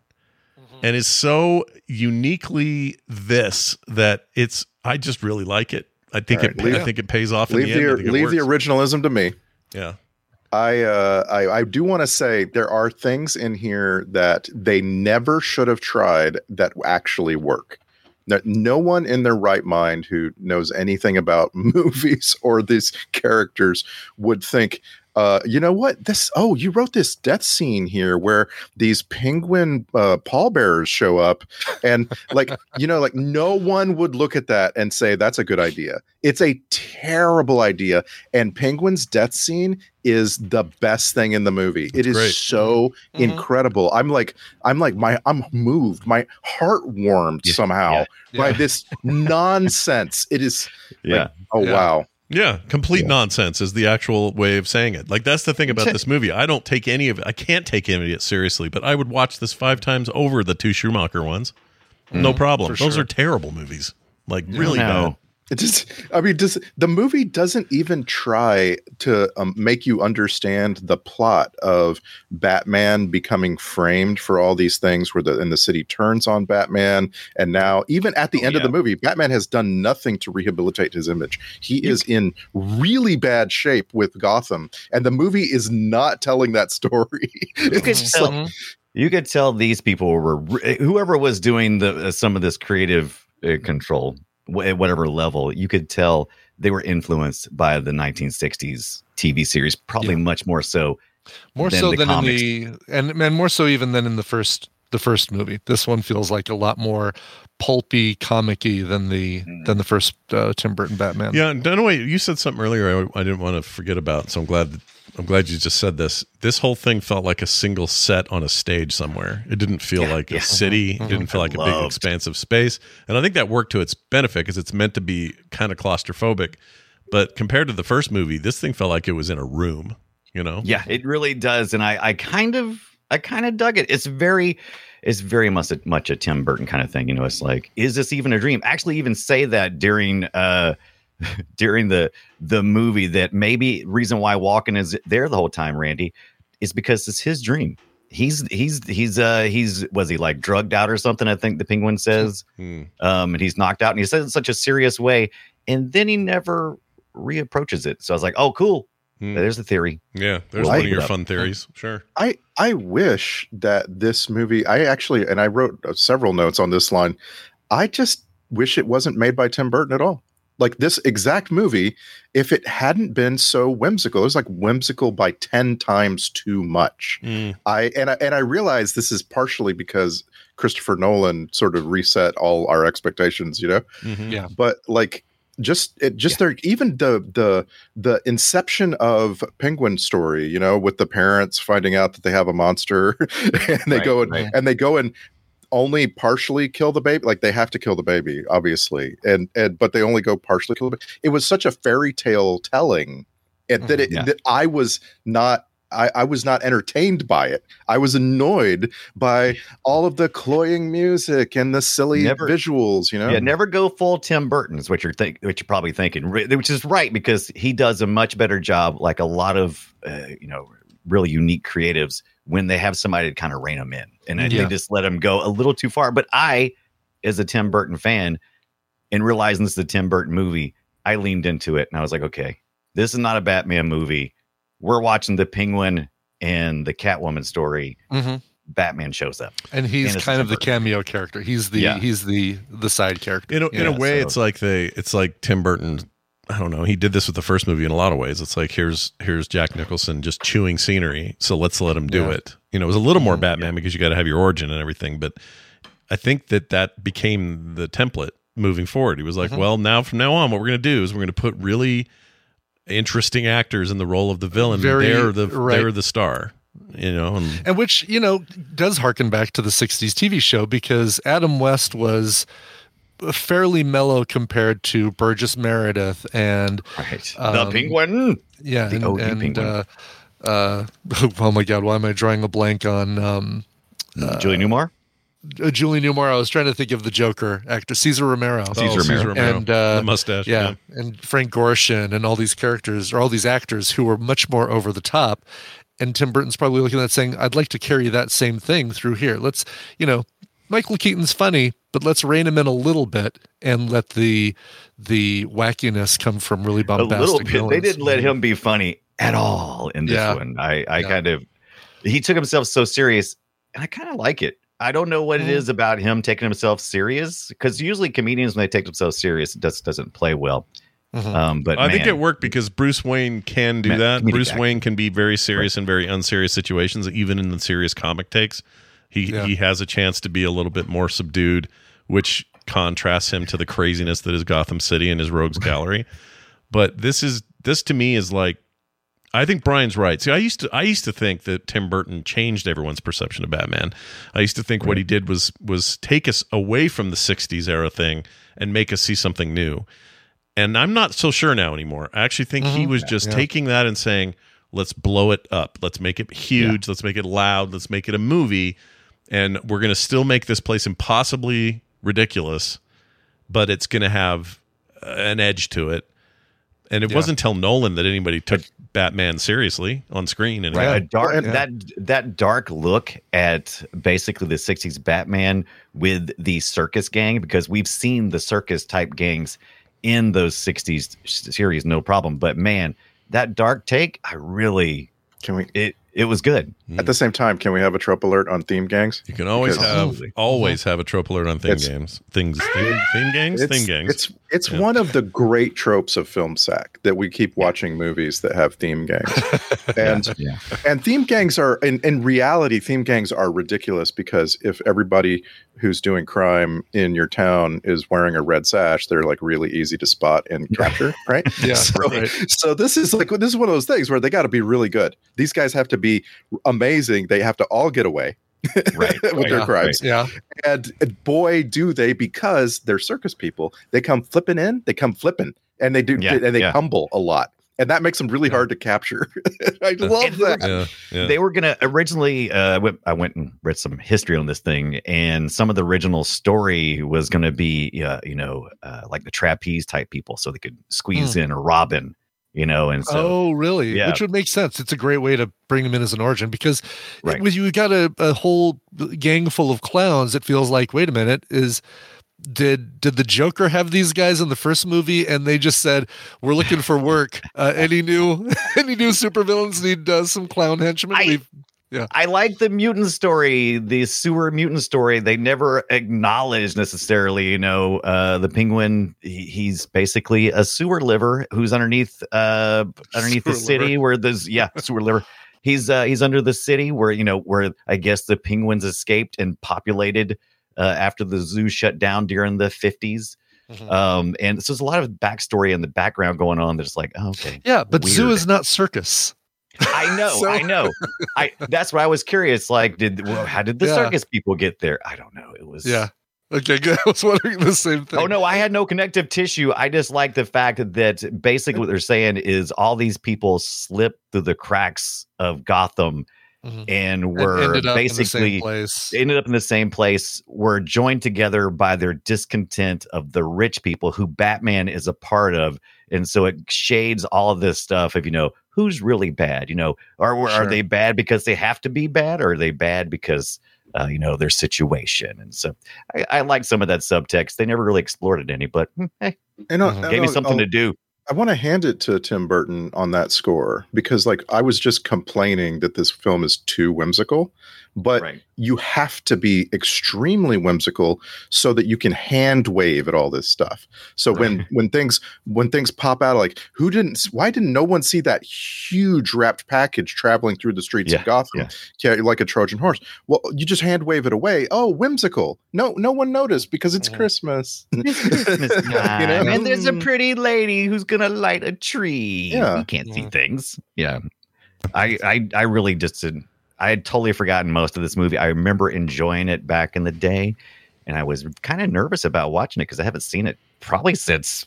Speaker 1: and is so uniquely this that it's. I just really like it. I think
Speaker 5: All right,
Speaker 1: it. pa-
Speaker 5: leave-
Speaker 1: I think it pays off in
Speaker 5: leave
Speaker 1: the end. I
Speaker 5: the,
Speaker 1: think it
Speaker 5: leave the
Speaker 1: works.
Speaker 5: originalism to me.
Speaker 1: Yeah.
Speaker 5: I uh, I, I do want to say there are things in here that they never should have tried that actually work. That no one in their right mind who knows anything about movies or these characters would think, uh, you know what? This oh, you wrote this death scene here where these penguin uh, pallbearers show up, and like you know, like no one would look at that and say that's a good idea. It's a terrible idea, and penguin's death scene is the best thing in the movie. It is
Speaker 1: great.
Speaker 5: so incredible. I'm like, I'm like, my, I'm moved. My heart warmed somehow by this nonsense. It is, yeah.
Speaker 1: Yeah.
Speaker 5: oh
Speaker 1: Yeah.
Speaker 5: wow.
Speaker 1: Yeah, complete nonsense is the actual way of saying it. Like that's the thing about this movie. I don't take any of it. I can't take any of it seriously, but I would watch this five times over the two Schumacher ones. No
Speaker 5: Mhm,
Speaker 1: problem.
Speaker 5: for
Speaker 1: Those
Speaker 5: sure.
Speaker 1: are terrible movies. Like really bad.
Speaker 5: It just, I mean, does the movie doesn't even try to um, make you understand the plot of Batman becoming framed for all these things, where the and the city turns on Batman, and now even at the end of the movie, Batman has done nothing to rehabilitate his image. He is in really bad shape with Gotham, and the movie is not telling that story. it's
Speaker 7: Mm-hmm.
Speaker 5: just like,
Speaker 1: Mm-hmm.
Speaker 6: you could tell these people were re- whoever was doing the uh, some of this creative uh, control wh- at whatever level you could tell they were influenced by the 1960s tv series probably much more so
Speaker 7: more so than in
Speaker 6: comics.
Speaker 7: the and and more so even than in the first the first movie. This one feels like a lot more pulpy, comic-y than the
Speaker 6: Hmm.
Speaker 7: than the first uh, Tim Burton Batman.
Speaker 1: Yeah, and Dunaway, you said something earlier I, I didn't want to forget about, so I'm glad that, I'm glad you just said this. This whole thing felt like a single set on a stage somewhere. It didn't feel like a city. It didn't feel like a big
Speaker 6: Mm-hmm. Loved.
Speaker 1: expansive space. And I think that worked to its benefit because it's meant to be kind of claustrophobic. But compared to the first movie, this thing felt like it was in a room. You know?
Speaker 6: Yeah, it really does, and I, I kind of, I kind of dug it. It's very, it's very much a, much a Tim Burton kind of thing. You know, it's like, is this even a dream? Actually, even say that during, uh, during the the movie that maybe reason why Walken is there the whole time, Randy, is because it's his dream. He's he's he's uh he's was he like drugged out or something? I think the penguin says,
Speaker 1: Hmm.
Speaker 6: um, and he's knocked out, and he says it in such a serious way, and then he never reapproaches it. So I was like, oh, cool. There's the theory.
Speaker 1: Yeah,
Speaker 6: We'll
Speaker 1: there's one
Speaker 6: look
Speaker 1: of
Speaker 6: it
Speaker 1: your
Speaker 6: up.
Speaker 1: fun theories. Sure.
Speaker 5: I I wish that this movie. I actually, and I wrote uh, several notes on this line. I just wish it wasn't made by Tim Burton at all. Like this exact movie, if it hadn't been so whimsical, it was like whimsical by ten times too much. I and I, and I realize this is partially because
Speaker 7: Mm-hmm.
Speaker 5: Christopher Nolan sort of reset all our expectations. You know,
Speaker 7: Yeah.
Speaker 5: but like just it just their even the the the inception of penguin story you know with the parents finding out that they have a monster and they
Speaker 10: Right,
Speaker 5: go and
Speaker 10: right.
Speaker 5: and they go and only partially kill the baby like they have to kill the baby obviously and and but they only go partially kill the baby. it was such a fairy tale telling and that it
Speaker 10: Mm-hmm, Yeah.
Speaker 5: that i was not I, I was not entertained by it. I was annoyed by all of the cloying music and the silly
Speaker 6: Never-
Speaker 5: visuals. You know,
Speaker 6: Yeah, never go full Tim Burton is what you're think, what you're probably thinking, re- which is right because he does a much better job. Like a lot of uh, you know really unique creatives when they have somebody to kind of rein them in, and I-
Speaker 10: Yeah.
Speaker 6: they just let them go a little too far. But I, as a Tim Burton fan, and realizing this is a Tim Burton movie, I leaned into it and I was like, okay, this is not a Batman movie. We're watching the Penguin and the Catwoman story.
Speaker 7: Mhm.
Speaker 6: Batman shows up,
Speaker 7: And he's
Speaker 6: it's
Speaker 7: kind
Speaker 6: Tim
Speaker 7: of the cameo character. He's the
Speaker 6: Yeah.
Speaker 7: he's the the side character.
Speaker 1: In a, in a way, it's like they, it's like Tim Burton. I don't know. He did this with the first movie in a lot of ways. It's like here's here's Jack Nicholson just chewing scenery, so let's let him do
Speaker 7: Yeah. Mm-hmm.
Speaker 1: it. You know, it was a little more Batman because you got to have your origin and everything. But I think that that became the template moving forward. He was like,
Speaker 7: Mm-hmm.
Speaker 10: Mhm.
Speaker 1: well, now from now on, what we're going to do is we're going to put really interesting actors in the role of the villain.
Speaker 7: Very-
Speaker 1: they're the
Speaker 7: right.
Speaker 1: they're the star. You know, and
Speaker 7: and which you know does harken back to the 60s tv show because adam west was fairly mellow compared to burgess meredith and
Speaker 6: the Penguin.
Speaker 7: yeah
Speaker 6: The
Speaker 7: and,
Speaker 6: OG
Speaker 7: and,
Speaker 6: Penguin.
Speaker 7: uh, uh, oh my god why am i drawing a blank on um
Speaker 6: Julie Mm, Newmar.
Speaker 7: uh, Julie Newmar. I was trying to think of the Joker actor, Cesar Romero.
Speaker 1: Cesar Oh, Cesar Romero. Romero.
Speaker 7: and uh,
Speaker 1: The mustache,
Speaker 7: yeah, and Frank Gorshin, and all these characters or all these actors who were much more over the top. And Tim Burton's probably looking at that saying, "I'd like to carry that same thing through here. Let's, you know, Michael Keaton's funny, but let's rein him in a little bit and let the the wackiness come from really
Speaker 6: a
Speaker 7: bombastic
Speaker 6: little bit. They
Speaker 7: villains."
Speaker 6: didn't let him be funny at all in this
Speaker 7: Yeah.
Speaker 6: one. I, I
Speaker 7: Yeah.
Speaker 6: kind of he took himself so serious, and I kind of like it. I don't know what it
Speaker 10: Mm.
Speaker 6: is about him taking himself serious because usually comedians when they take themselves serious, it just doesn't play well. Um, but
Speaker 1: I think
Speaker 6: man,
Speaker 1: it worked because Bruce Wayne can do
Speaker 6: Man,
Speaker 1: that.
Speaker 6: comedic
Speaker 1: Bruce
Speaker 6: acting.
Speaker 1: Wayne can be very serious in very unserious situations, even in the serious comic takes. He he has a chance to be a little bit more subdued, which contrasts him to the craziness that is Gotham City and his Rogues Gallery. But this is this to me is like I think Brian's right. See, I used to I used to think that Tim Burton changed everyone's perception of Batman. I used to think what he did was was take us away from the '60s era thing and make us see something new. And I'm not so sure now anymore. I actually think he
Speaker 10: Mhm.
Speaker 1: was just
Speaker 10: Yeah.
Speaker 1: taking that and saying, "Let's blow it up. Let's make it huge. Let's make it loud. Let's make it a movie." And we're going to still make this place impossibly ridiculous, but it's going to have uh, an edge to it. And it
Speaker 6: Yeah.
Speaker 1: wasn't until Nolan that anybody took Batman seriously on screen. And
Speaker 6: right, a dark that that dark look at basically the '60s Batman with the circus gang because we've seen the circus type gangs in those '60s series, no problem. But man, that dark take, I really
Speaker 5: can we
Speaker 6: it it was good.
Speaker 5: At the same time, can we have a trope alert on theme gangs?
Speaker 1: You can always have always have a trope alert on thing
Speaker 5: Uh-huh. It's-
Speaker 1: games. Things theme, theme gangs,
Speaker 5: It's,
Speaker 1: theme gangs.
Speaker 5: it's it's
Speaker 1: Yeah.
Speaker 5: one of the great tropes of film sack that we keep watching movies that have theme gangs, and and theme gangs are in, in reality theme gangs are ridiculous because if everybody who's doing crime in your town is wearing a red sash, they're like really easy to spot and capture, right?
Speaker 10: Yeah,
Speaker 5: So,
Speaker 10: right.
Speaker 5: so this is like this is one of those things where they got to be really good. These guys have to be amazing. They have to all get away.
Speaker 6: Right,
Speaker 5: with
Speaker 6: right,
Speaker 5: their
Speaker 6: yeah,
Speaker 5: crimes.
Speaker 6: right.
Speaker 7: Yeah.
Speaker 5: And and boy, do they because they're circus people. They come flipping in, they come flipping, and they do,
Speaker 6: Yeah,
Speaker 5: and they
Speaker 6: yeah.
Speaker 5: tumble a lot, and that makes them really hard to capture. I
Speaker 6: Uh,
Speaker 5: love that.
Speaker 6: They were gonna originally. Uh, I went- I went and read some history on this thing, and some of the original story was gonna be, uh, you know, uh, like the trapeze type people, so they could squeeze
Speaker 7: Hmm.
Speaker 6: in a Robin, you know, and so
Speaker 7: oh, really?
Speaker 6: Yeah.
Speaker 7: Which would make sense. It's a great way to bring them in as an origin because
Speaker 6: Right.
Speaker 7: when you got a, a whole gang full of clowns, it feels like, wait a minute, is did did the Joker have these guys in the first movie and they just said we're looking for work? Uh, any new any new supervillains need uh, some clown henchmen? We've- yeah.
Speaker 6: I like the mutant story, the sewer mutant story. They never acknowledge necessarily, you know, uh, the penguin. he- He's basically a sewer liver who's underneath, uh, underneath the
Speaker 10: Sewer
Speaker 6: city where there's yeah sewer liver. He's uh, he's under the city where you know where I guess the penguins escaped and populated uh, after the zoo shut down during the fifties. Mm-hmm. Um, and so there's a lot of backstory in the background going on that's like, oh, okay.
Speaker 7: Yeah, but weird. zoo is not circus.
Speaker 6: I know, so- I know. I that's why I was curious. Like, did well, how did the yeah. circus people get there? I don't know. It was
Speaker 7: yeah. Okay, good. I was wondering the same thing.
Speaker 6: Oh no, I had no connective tissue. I just like the fact that basically what they're saying is all these people slipped through the cracks of Gotham mm-hmm. and were and ended basically ended up in the same place. Were joined together by their discontent of the rich people who Batman is a part of, and so it shades all of this stuff of you know who's really bad. You know, are are sure. they bad because they have to be bad, or are they bad because uh, you know, their situation. And so I, I, like some of that subtext. They never really explored it any, but hey, and I'll, Uh-huh. gave I'll, me something I'll, to do.
Speaker 5: I want to hand it to Tim Burton on that score because, like, I was just complaining that this film is too whimsical, but right. you have to be extremely whimsical so that you can hand wave at all this stuff. So right. when when things when things pop out, like, who didn't? Why didn't no one see that huge wrapped package traveling through the streets yeah, of Gotham, yeah. like a Trojan horse? Well, you just hand wave it away. Oh, whimsical! No, no one noticed because it's yeah. Oh. Christmas.
Speaker 6: It's Christmas time, you know? and there's a pretty lady who's gonna light a tree. Yeah. You can't yeah. see things. Yeah. I, I I really just did I had totally forgotten most of this movie. I remember enjoying it back in the day, and I was kind of nervous about watching it because I haven't seen it probably since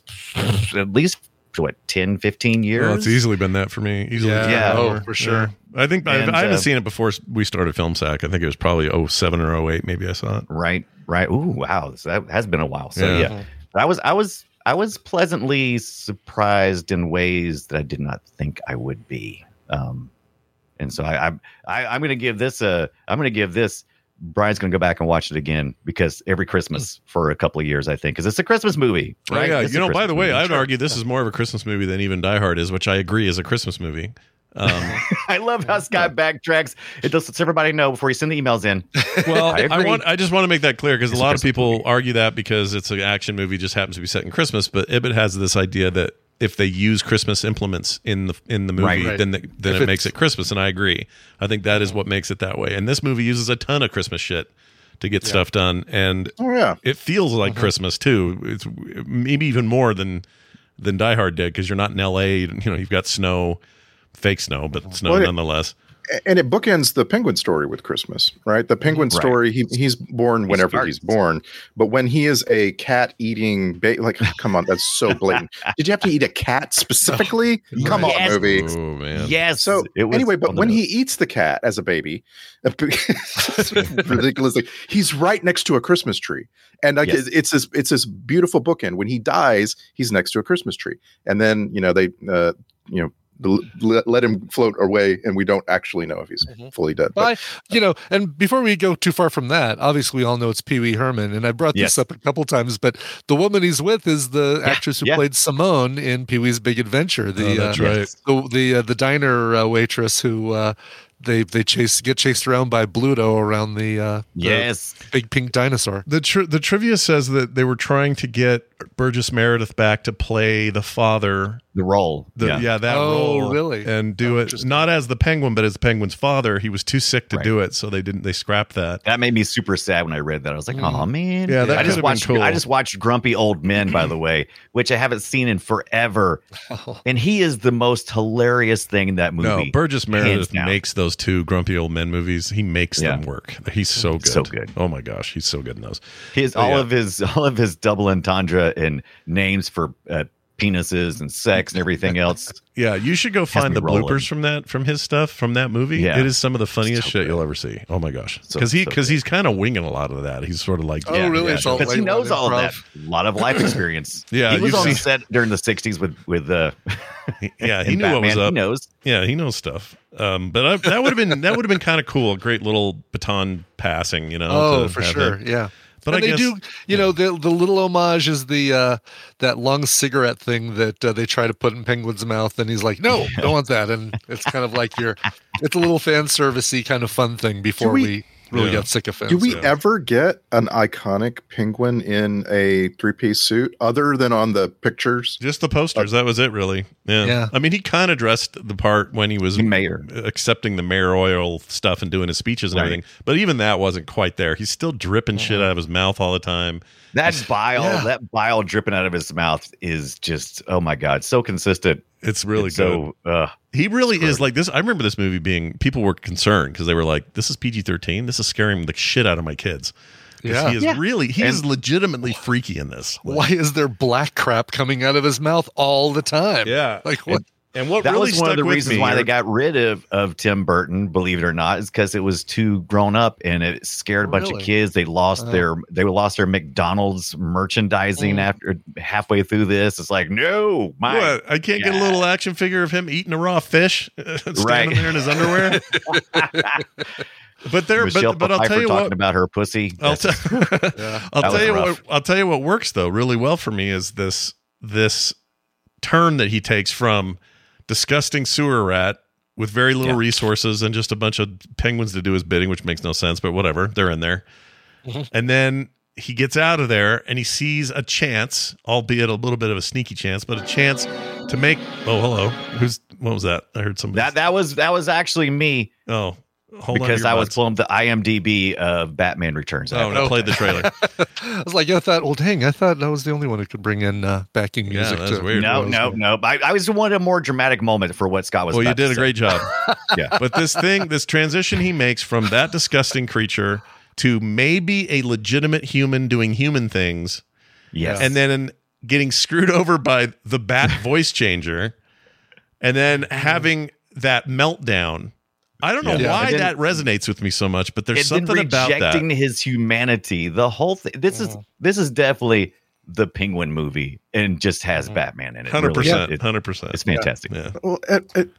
Speaker 6: at least what 10 15 years well,
Speaker 1: it's easily been that for me easily
Speaker 6: yeah, yeah.
Speaker 1: oh for sure i think and, I, I, haven't uh, seen it before we started film sack i think it was probably 07 or 08 maybe i saw it
Speaker 6: right right Ooh, wow so that has been a while so yeah, yeah. i was i was I was pleasantly surprised in ways that I did not think I would be. Um, and so I, I, I am going to give this a I'm going to give this. Brian's going to go back and watch it again because every Christmas for a couple of years, I think, because it's a Christmas movie, right?
Speaker 1: Oh, yeah,
Speaker 6: it's
Speaker 1: you know. Christmas by the way, movie. I'd argue this is more of a Christmas movie than even Die Hard is, which I agree is a Christmas movie.
Speaker 6: Um, I love how Scott backtracks. It just lets everybody know before you send the emails in.
Speaker 1: Well, I, I, want I just want to make that clear because a lot of people movie. argue that because it's an action movie just happens to be set in Christmas, but Ibbot has this idea that if they use Christmas implements in the in the movie, right, right. then the, then if it makes it Christmas, and I agree. I think that is what makes it that way. And this movie uses a ton of Christmas shit to get yeah. stuff done, and
Speaker 5: oh, yeah.
Speaker 1: it feels like mm-hmm. Christmas too. It's maybe even more than than Die Hard did because you're not in L.A. You know, you've got snow fake snow, but snow Uh-huh. well, nonetheless.
Speaker 5: It, and it bookends the penguin story with Christmas, right? The penguin right. story, he, he's born whenever he's, he's born, but when he is a cat eating, ba- like, oh, come on, that's so blatant. Did you have to eat a cat specifically? Oh, come right. on,
Speaker 6: yes.
Speaker 5: movie.
Speaker 6: Oh, man. Yes.
Speaker 5: So, anyway, but when he eats the cat as a baby, ridiculously, he's right next to a Christmas tree. And like, yes. it's this, it's this beautiful bookend. When he dies, he's next to a Christmas tree. And then, you know, they, uh, you know, let, him float away and we don't actually know if he's mm-hmm. fully dead
Speaker 7: well, but, I, you know and before we go too far from that obviously we all know it's pee-wee herman and i brought this yes. up a couple times but the woman he's with is the yeah, actress who yeah. played simone in pee-wee's big adventure the
Speaker 1: oh, uh, right.
Speaker 7: the the, uh, the diner uh, waitress who they they chase get chased around by Bluto around the uh,
Speaker 6: yes
Speaker 7: the big pink dinosaur.
Speaker 1: The tri- the trivia says that they were trying to get Burgess Meredith back to play the father,
Speaker 6: the role,
Speaker 1: the, yeah. yeah. that
Speaker 7: oh,
Speaker 1: role,
Speaker 7: really,
Speaker 1: and do oh, it not as the penguin, but as the penguin's father. He was too sick to right. do it, so they didn't. They scrapped that.
Speaker 6: That made me super sad when I read that. I was like, mm. oh man,
Speaker 1: yeah.
Speaker 6: I just watched cool. I just watched Grumpy Old Men, by the way, which I haven't seen in forever, oh. and he is the most hilarious thing in that movie. No,
Speaker 1: Burgess Meredith makes those those two grumpy old men movies, he makes yeah. them work. He's so good.
Speaker 6: So good.
Speaker 1: Oh my gosh, he's so good in those.
Speaker 6: His but all yeah. of his all of his double entendre and names for uh, penises and sex and everything else.
Speaker 1: yeah, you should go find the rolling. bloopers from that from his stuff from that movie. Yeah. It is some of the funniest so shit good. you'll ever see. Oh my gosh. Cuz so, he so cuz he's kind of winging a lot of that. He's sort of like
Speaker 7: Oh yeah, really?
Speaker 6: Yeah. Cuz he knows all of that. A lot of life experience.
Speaker 1: yeah,
Speaker 6: he was on seen... set during the 60s with with uh
Speaker 1: yeah, he knew Batman. what was up.
Speaker 6: He knows.
Speaker 1: Yeah, he knows stuff. Um, but I, that would have been that would have been kind of cool. A great little baton passing, you know.
Speaker 7: Oh, for sure. That. Yeah. But and I they guess, do, you yeah. know, the the little homage is the uh, that long cigarette thing that uh, they try to put in Penguin's mouth, and he's like, "No, don't want that." And it's kind of like your, it's a little fan servicey kind of fun thing before do we, we really got sick of
Speaker 5: Do we ever get an iconic penguin in a three piece suit other than on the pictures?
Speaker 1: Just the posters. that was it, really. Yeah.
Speaker 5: Yeah.
Speaker 1: I mean, he kind of dressed the part when he was mayor, accepting the mayoral stuff and doing his speeches and
Speaker 6: Right.
Speaker 1: everything. But even that wasn't quite there. He's still dripping shit out of his mouth all the time.
Speaker 6: That bile,
Speaker 1: Yeah.
Speaker 6: that bile dripping out of his mouth is just oh my god, so consistent.
Speaker 1: It's really
Speaker 6: So uh,
Speaker 1: He really is like this. I remember this movie being people were concerned because they were like, "This is PG thirteen. This is scaring the shit out of my kids." 'Cause
Speaker 7: Yeah.
Speaker 1: he is
Speaker 7: Yeah.
Speaker 1: really he is
Speaker 7: And-
Speaker 1: legitimately freaky in this.
Speaker 7: Why is there black crap coming out of his mouth all the time?
Speaker 1: Yeah.
Speaker 7: Like what?
Speaker 1: And, what
Speaker 6: that was one of the reasons why they got rid of of Tim Burton, believe it or not, is because it was too grown up and it scared a bunch
Speaker 7: Really?
Speaker 6: of kids. They lost
Speaker 1: Uh-huh.
Speaker 7: Oh.
Speaker 6: their they lost their McDonald's merchandising
Speaker 1: Mm.
Speaker 6: after halfway through this. It's like no, my
Speaker 1: What? I can't get a little action figure of him eating a raw fish, standing
Speaker 6: Right.
Speaker 1: there in his underwear. but there,
Speaker 6: Michelle
Speaker 1: but, but I'll
Speaker 6: Pfeiffer
Speaker 1: tell you
Speaker 6: talking
Speaker 1: what.
Speaker 6: about her pussy.
Speaker 1: I'll,
Speaker 6: That's-
Speaker 1: tell- I'll
Speaker 6: That was
Speaker 1: tell you
Speaker 6: rough.
Speaker 1: what. I'll tell you what works though really well for me is this this turn that he takes from disgusting sewer rat with very little resources and just a bunch of penguins to do his bidding, which makes no sense, but whatever, they're in there.
Speaker 6: Mm-hmm.
Speaker 1: And then he gets out of there and he sees a chance, albeit a little bit of a sneaky chance, but a chance to make. Oh, hello. Who's what was that? I heard somebody.
Speaker 6: that that was that was actually me.
Speaker 1: Oh, hold on to
Speaker 6: because
Speaker 1: your
Speaker 6: I was
Speaker 1: butts.
Speaker 6: pulling up the IMDb of Batman Returns.
Speaker 1: Oh, no, played the trailer.
Speaker 7: I was like, I thought, well, dang, I thought I was the only one who could bring in uh, backing music. to-
Speaker 6: No, no, no. I, I was wanted a more dramatic moment for what Scott was.
Speaker 1: well, you
Speaker 6: about to
Speaker 1: did a
Speaker 6: say.
Speaker 1: great job.
Speaker 6: yeah,
Speaker 1: But this thing, this transition he makes from that disgusting creature to maybe a legitimate human doing human things.
Speaker 6: Yes.
Speaker 1: And then getting screwed over by the bat voice changer and then having that meltdown. I don't know
Speaker 6: Yeah.
Speaker 1: why
Speaker 6: And then-
Speaker 1: that resonates with me so much, but there's
Speaker 6: and
Speaker 1: something
Speaker 6: then
Speaker 1: about that. Mm.
Speaker 6: rejecting his humanity. The whole thing. This is this is definitely the Penguin movie, and just has
Speaker 1: Mm.
Speaker 6: Batman in it. Really,
Speaker 1: 100%,
Speaker 6: it-
Speaker 1: 100%.
Speaker 6: It's fantastic.
Speaker 1: Yeah.
Speaker 5: Well, it, it,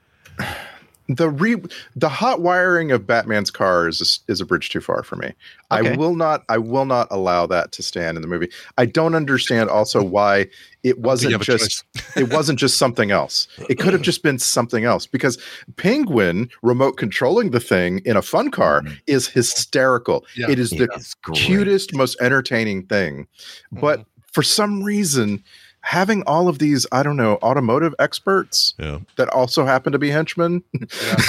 Speaker 5: the re the hot wiring of Batman's car is is a bridge too far for me. I
Speaker 6: Okay.
Speaker 5: will not I will not allow that to stand in the movie. I don't understand also why it
Speaker 7: you
Speaker 5: wasn't
Speaker 7: have a
Speaker 5: just it wasn't just something else. It could have just been something else because Penguin remote controlling the thing in a fun car is hysterical.
Speaker 7: Mm-hmm. Yeah.
Speaker 5: It is the
Speaker 7: It is great.
Speaker 5: cutest, most entertaining thing. But
Speaker 6: Mm-hmm.
Speaker 5: for some reason, having all of these, I don't know, automotive experts that also happen to be henchmen.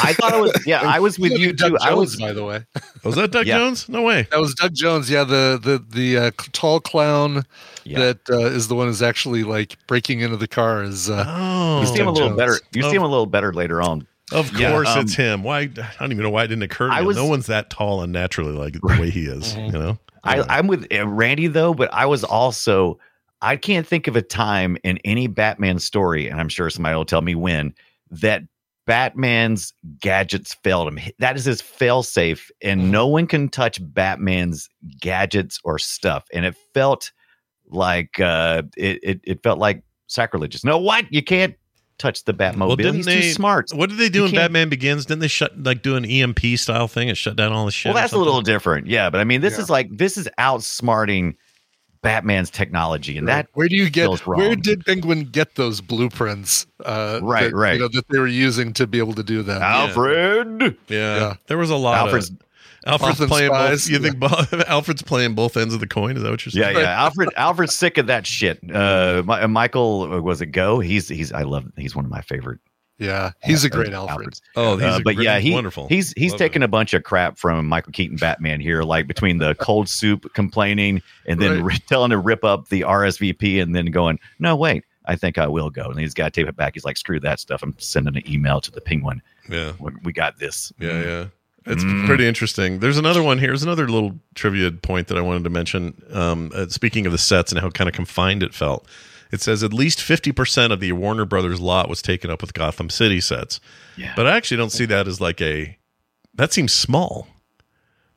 Speaker 6: I thought it was. Yeah, I was with you
Speaker 7: Doug
Speaker 6: too.
Speaker 7: Jones,
Speaker 6: I was.
Speaker 7: by the way.
Speaker 1: Was that Doug
Speaker 7: Yeah.
Speaker 1: Jones? No way.
Speaker 7: That was Doug Jones. Yeah, the the the uh, tall clown
Speaker 6: Yeah.
Speaker 7: that uh, is the one who's actually like breaking into the car is. Uh,
Speaker 1: Oh.
Speaker 6: You see him a
Speaker 7: Doug
Speaker 6: little
Speaker 7: Jones.
Speaker 6: better. You
Speaker 7: Oh.
Speaker 6: see him a little better later on.
Speaker 1: Of
Speaker 6: Yeah,
Speaker 1: course,
Speaker 6: um,
Speaker 1: it's him. Why? I don't even know why it didn't occur to
Speaker 6: I
Speaker 1: me.
Speaker 6: was- Mm-hmm.
Speaker 1: no one's that tall and naturally like the way he is. You know,
Speaker 6: I, I'm with uh, Randy though, but I was also I can't think of a time in any Batman story, and I'm sure somebody will tell me when that Batman's gadgets failed him. H- That is his failsafe, and no one can touch Batman's gadgets or stuff. And it felt like uh, it, it it felt like sacrilegious. No, what you can't touch the Batmobile. He's too smart.
Speaker 1: What did they do
Speaker 6: You
Speaker 1: in
Speaker 6: can't-
Speaker 1: Batman Begins? Didn't they shut like do an EMP style thing and shut down all the shit?
Speaker 6: Well,
Speaker 1: or
Speaker 6: that's a
Speaker 1: something?
Speaker 6: little different. Yeah, but I mean, this is like this is outsmarting Batman's technology, and that
Speaker 7: Where do you get?
Speaker 6: feels wrong.
Speaker 7: Where did Penguin get those blueprints? Uh,
Speaker 6: Right,
Speaker 7: that,
Speaker 6: right. Ah.
Speaker 7: You know that they were using to be able to do that.
Speaker 6: Alfred?
Speaker 1: Yeah,
Speaker 7: Yeah.
Speaker 1: there was a lot.
Speaker 6: Alfred's-
Speaker 1: of, Alfred's
Speaker 7: Often
Speaker 1: playing.
Speaker 7: spies.
Speaker 1: Both, you think bo- Alfred's playing both ends of the coin? Is that what you're
Speaker 6: Yeah,
Speaker 1: saying?
Speaker 6: yeah. Alfred, Alfred's sick of that shit. Uh, Mi- uh, Michael uh, was it Go? He's he's. I love. He's one of my favorite.
Speaker 7: Yeah, he's a
Speaker 6: uh,
Speaker 7: great Alfred.
Speaker 1: Oh, he's
Speaker 6: Uh,
Speaker 1: a
Speaker 6: but
Speaker 1: great-
Speaker 6: yeah, he,
Speaker 1: wonderful.
Speaker 6: He's he's
Speaker 1: Love
Speaker 6: taking a bunch of crap from Michael Keaton Batman here, like between the cold soup complaining and then
Speaker 7: Right.
Speaker 6: ri- telling to rip up the RSVP and then going, no wait, I think I will go. And he's got to tape it back. He's like, screw that stuff. I'm sending an email to the Penguin.
Speaker 1: Yeah.
Speaker 6: we, we got this.
Speaker 1: Yeah, yeah. It's
Speaker 6: Mm.
Speaker 1: pretty interesting. There's another one here. There's another little trivia point that I wanted to mention. Um, uh, speaking of the sets and how kind of confined it felt, it says at least 50% of the Warner Brothers lot was taken up with Gotham City sets.
Speaker 6: Yeah.
Speaker 1: But I actually don't see that as like a. That seems small.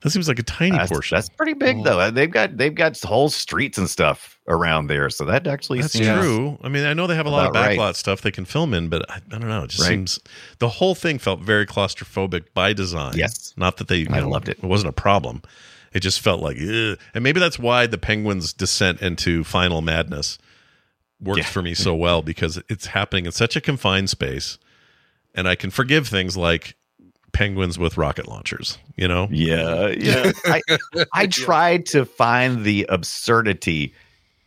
Speaker 1: That seems like a tiny
Speaker 6: That's,
Speaker 1: portion.
Speaker 6: that's pretty big though. They've got they've got whole streets and stuff around there, so that actually
Speaker 1: That's
Speaker 6: seems
Speaker 1: true. I mean, I know they have a lot of
Speaker 6: About right.
Speaker 1: backlot stuff they can film in, but I, I don't know. It just
Speaker 6: Right.
Speaker 1: seems the whole thing felt very claustrophobic by design.
Speaker 6: Yes.
Speaker 1: not that they. you
Speaker 6: I loved it.
Speaker 1: It wasn't a problem. It just felt like, Ugh. and maybe that's why the Penguins' descent into final madness works for me so well because it's happening in such a confined space, and I can forgive things like penguins with rocket launchers, you know?
Speaker 6: Yeah, yeah. I, I tried to find the absurdity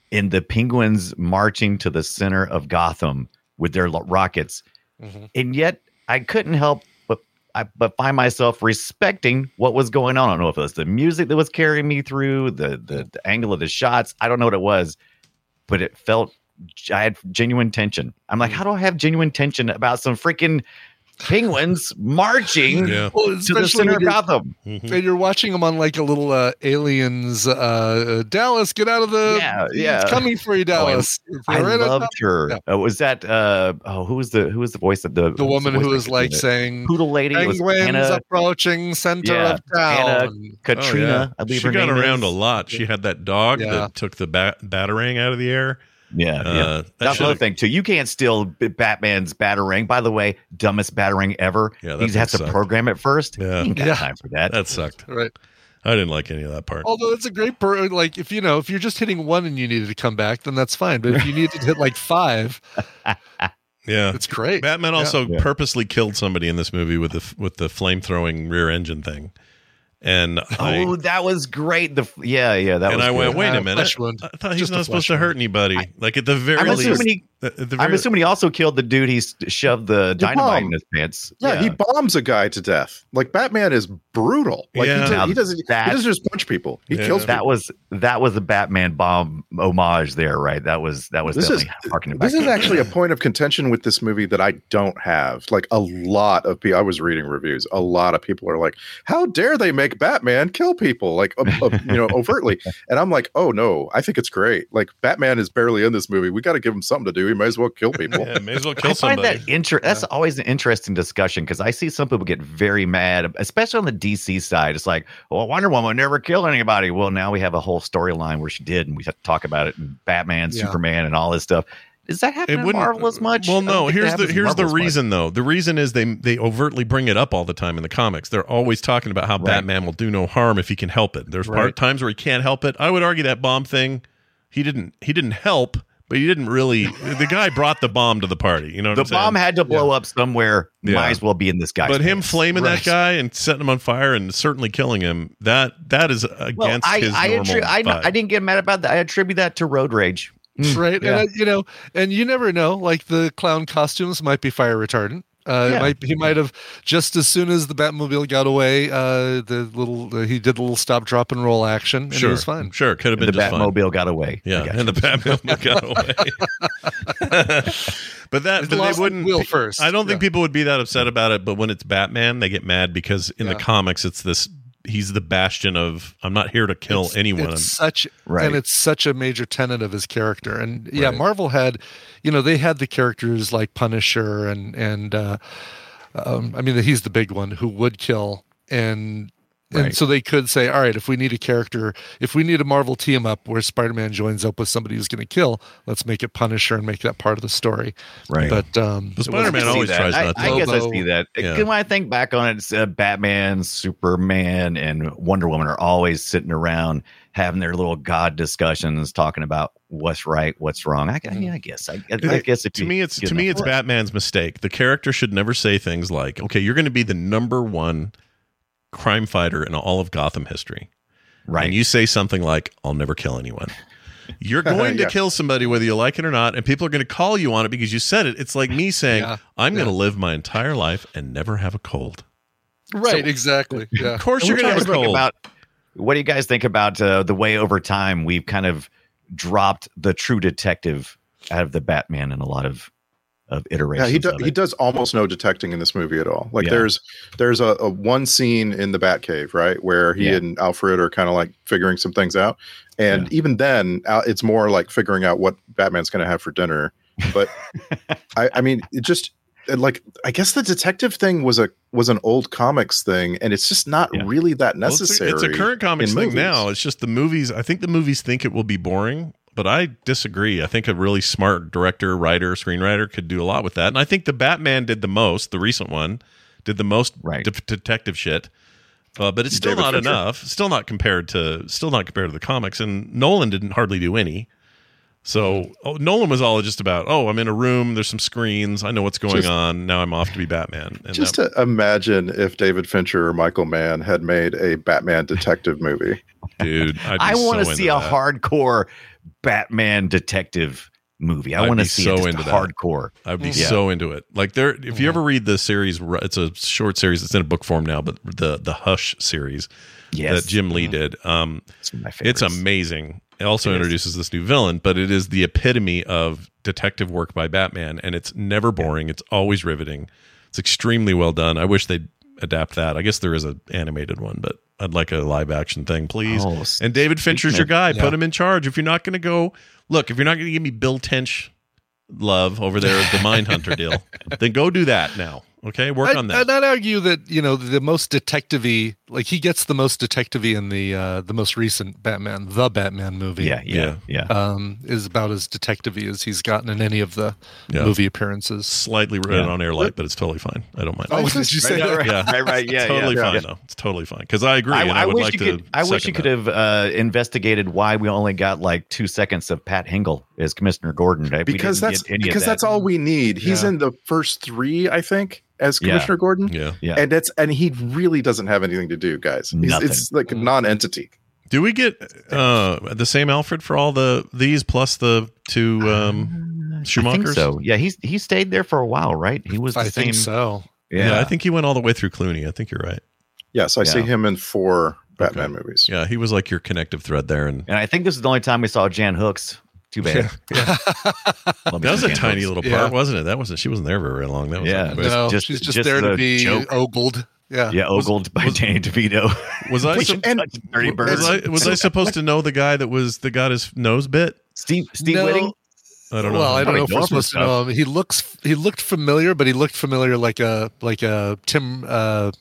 Speaker 6: in the penguins marching to the center of Gotham with their lo- rockets,
Speaker 1: Mm-hmm.
Speaker 6: and yet I couldn't help but I, but find myself respecting what was going on. I don't know if it was the music that was carrying me through the the, the angle of the shots. I don't know what it was, but it felt I had genuine tension. I'm
Speaker 1: Mm.
Speaker 6: like, how do I have genuine tension about some freaking penguins marching to the
Speaker 7: especially
Speaker 6: center
Speaker 7: when
Speaker 6: of
Speaker 7: you're-
Speaker 6: Gotham?
Speaker 1: Mm-hmm.
Speaker 7: And you're watching them on like a little uh, aliens. Uh, uh, Dallas, get out of the.
Speaker 6: Yeah, yeah.
Speaker 7: It's coming for you,
Speaker 6: Oh, I-
Speaker 7: Dallas.
Speaker 6: I,
Speaker 7: Right on
Speaker 6: loved
Speaker 7: top-
Speaker 6: her. Uh, was that uh oh who was the who was the voice of the
Speaker 7: The woman
Speaker 6: voice
Speaker 7: who
Speaker 6: that
Speaker 7: was like
Speaker 6: did it?
Speaker 7: saying,
Speaker 6: poodle lady was
Speaker 7: Penguins
Speaker 6: Anna,
Speaker 7: approaching center
Speaker 6: Yeah,
Speaker 7: of town.
Speaker 6: Anna Katrina, I believe
Speaker 1: Oh, she
Speaker 6: her
Speaker 1: got
Speaker 6: name
Speaker 1: around
Speaker 6: is.
Speaker 1: a lot. She had that dog
Speaker 6: Yeah.
Speaker 1: that took the bat- batarang out of the air.
Speaker 6: Yeah,
Speaker 1: Uh,
Speaker 6: yeah.
Speaker 1: that
Speaker 6: That's another
Speaker 1: should've-
Speaker 6: thing too. You can't steal B- Batman's batarang. By the way, dumbest batarang ever.
Speaker 1: Yeah, that
Speaker 6: he has
Speaker 1: thing
Speaker 6: to
Speaker 1: sucked.
Speaker 6: program it first.
Speaker 1: Yeah.
Speaker 6: He ain't got
Speaker 1: Yeah.
Speaker 6: time for that.
Speaker 1: That sucked.
Speaker 7: Right.
Speaker 1: I didn't like any of that part.
Speaker 7: Although that's a great per like if you know if you're just hitting one and you needed to come back, then that's fine. But if you needed to hit like five,
Speaker 1: Yeah,
Speaker 7: it's great.
Speaker 1: Uh, Batman
Speaker 7: Yeah.
Speaker 1: also
Speaker 7: Yeah.
Speaker 1: purposely killed somebody in this movie with the f- with the flame throwing rear engine thing, and I,
Speaker 6: Oh, that was great. The f- yeah, yeah, that
Speaker 1: and
Speaker 6: was.
Speaker 1: I went,
Speaker 6: good.
Speaker 1: wait a minute, I thought he's
Speaker 6: Just a
Speaker 1: not supposed
Speaker 6: flesh
Speaker 1: to
Speaker 6: wound.
Speaker 1: hurt anybody. like at the very
Speaker 6: I'm
Speaker 1: least,
Speaker 6: assuming he-
Speaker 1: at- at the
Speaker 6: I'm
Speaker 1: very-
Speaker 6: assuming he also killed the dude he s- shoved the dynamite in
Speaker 5: bomb.
Speaker 6: his pants.
Speaker 5: Yeah, he bombs a guy to death. Like Batman is brutal. Like
Speaker 6: Yeah.
Speaker 5: he,
Speaker 6: Now
Speaker 5: does, he doesn't.
Speaker 6: that-
Speaker 5: he doesn't just punch people. He
Speaker 6: Yeah.
Speaker 5: kills.
Speaker 6: That
Speaker 5: people.
Speaker 6: was that was a Batman bomb homage there, right? That was that was
Speaker 5: This is
Speaker 6: definitely harkening back.
Speaker 5: this is
Speaker 6: to-
Speaker 5: actually a point of contention with this movie that I don't have. Like a lot of people, I was reading reviews. A lot of people are like, "How dare they make Batman kill people?" Like, ob- ob- you know, overtly. And I'm like, "Oh no, I think it's great. Like Batman is barely in this movie. We got to give him something to do. He may as well kill people.
Speaker 1: yeah, may as well
Speaker 6: I
Speaker 1: kill
Speaker 6: find
Speaker 1: somebody.
Speaker 6: that inter- that's always an interesting discussion because I see some people get very mad, especially on the DC side. It's like, well, Wonder Woman never killed anybody. Well, now we have a whole storyline where she did, and we have to talk about it, and Batman,
Speaker 1: Yeah.
Speaker 6: Superman, and all this stuff. Does that happen
Speaker 1: It
Speaker 6: in
Speaker 1: wouldn't-
Speaker 6: Marvel as much?
Speaker 1: Well,
Speaker 6: I don't
Speaker 1: no.
Speaker 6: think that
Speaker 1: Here's the
Speaker 6: happens in
Speaker 1: here's
Speaker 6: Marvel
Speaker 1: the
Speaker 6: as much.
Speaker 1: reason though. The reason is they they overtly bring it up all the time in the comics. They're always talking about how Batman will do no harm if he can help it. There's part
Speaker 6: Right.
Speaker 1: times where he can't help it. I would argue that bomb thing. He didn't he didn't help, but he didn't really. the guy brought the bomb to the party. You know, what
Speaker 6: The
Speaker 1: I'm saying?
Speaker 6: bomb had to blow up somewhere.
Speaker 1: Yeah.
Speaker 6: Might as well be in this guy's.
Speaker 1: But him
Speaker 6: pants.
Speaker 1: flaming
Speaker 6: Right.
Speaker 1: that guy and setting him on fire and certainly killing him that that is against
Speaker 6: Well, I,
Speaker 1: his
Speaker 6: I,
Speaker 1: normal.
Speaker 6: attri- I,
Speaker 1: vibe.
Speaker 6: I didn't get mad about that. I attribute that to road rage.
Speaker 7: right?
Speaker 6: Mm, yeah.
Speaker 7: And uh, you know, and you never know. Like the clown costumes might be fire retardant. Uh,
Speaker 6: Yeah.
Speaker 7: it might, he might have just as soon as the Batmobile got away, uh, the little uh, he did a little stop, drop, and roll action, and
Speaker 1: Sure.
Speaker 7: it was fine.
Speaker 1: Sure, could have been
Speaker 6: the
Speaker 1: just fine.
Speaker 6: Batmobile got away.
Speaker 1: Yeah, and the Batmobile got away. but that
Speaker 7: It
Speaker 1: but
Speaker 7: lost
Speaker 1: they wouldn't.
Speaker 7: will first.
Speaker 1: I don't think
Speaker 7: Yeah.
Speaker 1: people would be that upset about it. But when it's Batman, they get mad because in the
Speaker 7: Yeah.
Speaker 1: comics, it's this. He's the bastion of. I'm not here to kill
Speaker 7: It's-
Speaker 1: anyone.
Speaker 7: It's
Speaker 1: I'm-
Speaker 7: such
Speaker 1: Right.
Speaker 7: and it's such a major tenet of his character. And yeah, Marvel had, you know, they had the characters like Punisher and and uh, um, I mean he's the big one who would kill and. And
Speaker 6: Right.
Speaker 7: so they could say, all right, if we need a character, if we need a Marvel team up where Spider Man joins up with somebody who's going to kill, let's make it Punisher and make that part of the story.
Speaker 6: Right.
Speaker 7: But um,
Speaker 1: The
Speaker 7: it wasn't-
Speaker 1: Spider-Man
Speaker 6: I see
Speaker 1: always
Speaker 6: that.
Speaker 1: tries
Speaker 6: I,
Speaker 1: not to.
Speaker 6: I guess I
Speaker 7: Lobo.
Speaker 6: see that.
Speaker 1: Yeah.
Speaker 6: When I think back on it, it's, uh, Batman, Superman, and Wonder Woman are always sitting around having their little god discussions, talking about what's right, what's wrong. I, I, mean, I guess. I, I, I
Speaker 1: It-
Speaker 6: guess if
Speaker 1: to
Speaker 6: you
Speaker 1: me it's
Speaker 6: give
Speaker 1: to me
Speaker 6: them-
Speaker 1: it's Batman's mistake. The character should never say things like, "Okay, you're going to be the number one crime fighter in all of Gotham history."
Speaker 6: Right.
Speaker 1: And you say something like, "I'll never kill anyone." You're going
Speaker 5: Yeah.
Speaker 1: to kill somebody whether you like it or not, and people are going to call you on it because you said it. It's like me saying,
Speaker 7: Yeah.
Speaker 1: "I'm going
Speaker 7: Yeah.
Speaker 1: to live my entire life and never have a cold."
Speaker 7: right, exactly. Yeah.
Speaker 1: Of course,
Speaker 6: And
Speaker 1: you're
Speaker 6: what
Speaker 1: going to
Speaker 6: do
Speaker 1: have
Speaker 6: you
Speaker 1: a
Speaker 6: guys
Speaker 1: cold.
Speaker 6: think About, what do you guys think about uh, the way over time we've kind of dropped the true detective out of the Batman in a lot of of iterations?
Speaker 5: Yeah, he, do,
Speaker 6: of
Speaker 5: he
Speaker 6: it?
Speaker 5: does almost no detecting in this movie at all. Like
Speaker 6: Yeah.
Speaker 5: there's there's a, a one scene in the Batcave, right, where he
Speaker 6: Yeah.
Speaker 5: and Alfred are kind of like figuring some things out, and even then, uh, it's more like figuring out what Batman's going to have for dinner. But I, I mean, it just like I guess the detective thing was a was an old comics thing, and it's just not really that
Speaker 1: Well, it's a-
Speaker 5: necessary.
Speaker 1: it's, a, current comics
Speaker 5: in
Speaker 1: thing
Speaker 5: movies.
Speaker 1: now. It's just the movies. I think the movies think it will be boring, but I disagree. I think a really smart director, writer, screenwriter could do a lot with that. And I think the Batman did the most. The recent one did the most de- detective shit. Uh, but it's still
Speaker 5: David
Speaker 1: not
Speaker 5: Fincher.
Speaker 1: enough. Still not compared to. Still not compared to the comics. And Nolan didn't hardly do any. So oh, Nolan was all just about, oh, I'm in a room. There's some screens. I know what's going
Speaker 5: Just-
Speaker 1: on. Now I'm off to be Batman. And
Speaker 5: Just
Speaker 1: that-
Speaker 5: to imagine if David Fincher or Michael Mann had made a Batman detective movie.
Speaker 1: Dude, I'd
Speaker 6: I want to see a hardcore Batman detective movie. I
Speaker 1: I'd
Speaker 6: want to
Speaker 1: be
Speaker 6: see
Speaker 1: so
Speaker 6: it just
Speaker 1: into that.
Speaker 6: hardcore.
Speaker 1: I'd be
Speaker 6: Yeah.
Speaker 1: so into it. Like there, if you ever read the series, it's a short series. It's in a book form now, but the the Hush series
Speaker 6: Yes.
Speaker 1: that Jim Lee did. Um,
Speaker 6: it's, my
Speaker 1: it's amazing. It also introduces this new villain, but it is the epitome of detective work by Batman, and it's never boring. It's always riveting. It's extremely well done. I wish they'd adapt that. I guess there is an animated one, but I'd like a live action thing, please.
Speaker 6: Oh,
Speaker 1: and David Fincher's
Speaker 6: speaking
Speaker 1: your
Speaker 6: of-
Speaker 1: guy.
Speaker 6: yeah.
Speaker 1: Put him in charge. If you're not going to go, look, if you're not going to give me Bill Tench love over there, the Mindhunter deal, then go do that now. Okay, work
Speaker 7: I'd,
Speaker 1: on that.
Speaker 7: I'd not argue that you know the most detective-y, like he gets the most detective-y in the uh, the most recent Batman, the Batman movie.
Speaker 6: Yeah, yeah, yeah.
Speaker 7: Um, is about as detective-y as he's gotten in any of the
Speaker 1: Yeah.
Speaker 7: movie appearances.
Speaker 1: Slightly red on air light, but it's totally fine. I don't mind.
Speaker 7: Oh, did you say
Speaker 6: Right,
Speaker 7: that?
Speaker 6: right, right, right, yeah,
Speaker 1: it's totally
Speaker 6: yeah.
Speaker 1: fine
Speaker 6: Yeah.
Speaker 1: though. It's totally fine because I agree, and I, would
Speaker 6: wish
Speaker 1: like
Speaker 6: you
Speaker 1: to.
Speaker 6: could. I wish
Speaker 1: second
Speaker 6: you could
Speaker 1: that.
Speaker 6: have uh, investigated why we only got like two seconds of Pat Hingle as Commissioner Gordon. Right? We
Speaker 5: because
Speaker 6: didn't
Speaker 5: that's
Speaker 6: get any of
Speaker 5: because
Speaker 6: that.
Speaker 5: that's all we need. He's
Speaker 6: Yeah.
Speaker 5: in the first three, I think, as
Speaker 6: Yeah.
Speaker 5: Commissioner Gordon.
Speaker 1: Yeah.
Speaker 6: Yeah.
Speaker 5: and that's and he really doesn't have anything to do, guys. He's,
Speaker 6: Nothing.
Speaker 5: it's like a non-entity.
Speaker 1: Do we get uh, the same Alfred for all the these plus the two um,
Speaker 6: I think
Speaker 1: Schumachers?
Speaker 6: so. Yeah, he's he stayed there for a while, right? He was. The
Speaker 7: I
Speaker 6: same,
Speaker 7: think so.
Speaker 1: Yeah.
Speaker 6: Yeah.
Speaker 1: I think he went all the way through Clooney. I think you're right.
Speaker 5: Yeah, so I see
Speaker 6: Yeah.
Speaker 5: him in four Batman movies.
Speaker 1: Yeah, he was like your connective thread there, and
Speaker 6: And I think this is the only time we saw Jan Hooks. Too bad. Love
Speaker 1: that
Speaker 6: me
Speaker 1: was
Speaker 6: some
Speaker 1: a
Speaker 6: Jan
Speaker 1: tiny
Speaker 6: Hooks.
Speaker 1: little part,
Speaker 7: Yeah.
Speaker 1: wasn't it? That wasn't. She wasn't there very long. That was
Speaker 6: Yeah.
Speaker 1: like-
Speaker 6: It's
Speaker 7: No,
Speaker 6: just-
Speaker 7: she's just,
Speaker 6: just
Speaker 7: there to
Speaker 6: the
Speaker 7: be
Speaker 6: joke.
Speaker 7: ogled. Yeah.
Speaker 6: Yeah, ogled by Danny DeVito.
Speaker 1: was I
Speaker 6: Which-
Speaker 1: sup-
Speaker 6: and- Dirty
Speaker 1: was
Speaker 6: Bird.
Speaker 1: I was I supposed to know the guy that was that got his nose bit?
Speaker 6: Steve Steve
Speaker 7: No.
Speaker 6: Whitting?
Speaker 1: I don't know.
Speaker 7: Well, I don't
Speaker 6: Probably
Speaker 7: know if we're
Speaker 6: knows some
Speaker 7: supposed to know him. He looks he looked familiar, but he looked familiar like a like a Tim uh,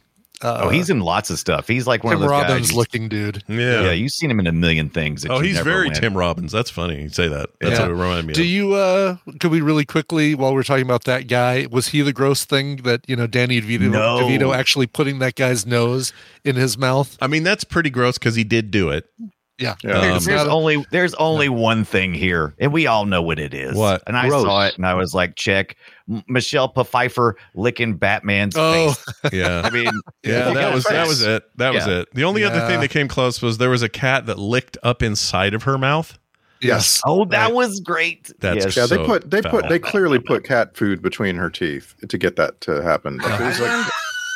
Speaker 7: uh
Speaker 6: Oh, he's in lots of stuff. He's like one
Speaker 7: Tim
Speaker 6: of those
Speaker 7: Robbins
Speaker 6: guys.
Speaker 7: looking dude.
Speaker 1: yeah.
Speaker 6: yeah, you've seen him in a million things. that
Speaker 1: oh,
Speaker 6: you
Speaker 1: he's
Speaker 6: never
Speaker 1: very
Speaker 6: went.
Speaker 1: Tim Robbins. That's funny. You say that. That's
Speaker 7: Yeah.
Speaker 1: what it reminded me.
Speaker 7: Do
Speaker 1: of.
Speaker 7: you uh could we really quickly while we're talking about that guy, was he the gross thing that, you know, Danny DeVito,
Speaker 6: No.
Speaker 7: DeVito actually putting that guy's nose in his mouth?
Speaker 1: I mean, that's pretty gross because he did do it.
Speaker 7: Yeah.
Speaker 5: Yeah.
Speaker 6: There's,
Speaker 7: Um,
Speaker 6: there's
Speaker 7: not a-
Speaker 6: only there's only one thing here, and we all know what it is.
Speaker 1: What?
Speaker 6: And I
Speaker 1: Gross.
Speaker 6: saw it, and I was like, check M- Michelle Pfeiffer licking Batman's
Speaker 7: Oh,
Speaker 6: face.
Speaker 1: Yeah.
Speaker 6: I mean,
Speaker 1: Yeah, that was that
Speaker 6: face.
Speaker 1: was it. That was
Speaker 6: Yeah.
Speaker 1: it. The only other thing
Speaker 7: Yeah.
Speaker 1: that came close was there was a cat that licked up inside of her mouth.
Speaker 7: yes.
Speaker 6: Oh, that
Speaker 7: Right.
Speaker 6: was great.
Speaker 1: That's
Speaker 6: yes.
Speaker 5: Yeah, they
Speaker 1: So
Speaker 5: put they put
Speaker 1: foul.
Speaker 5: they clearly put cat food between her teeth to get that to happen. Like, there's like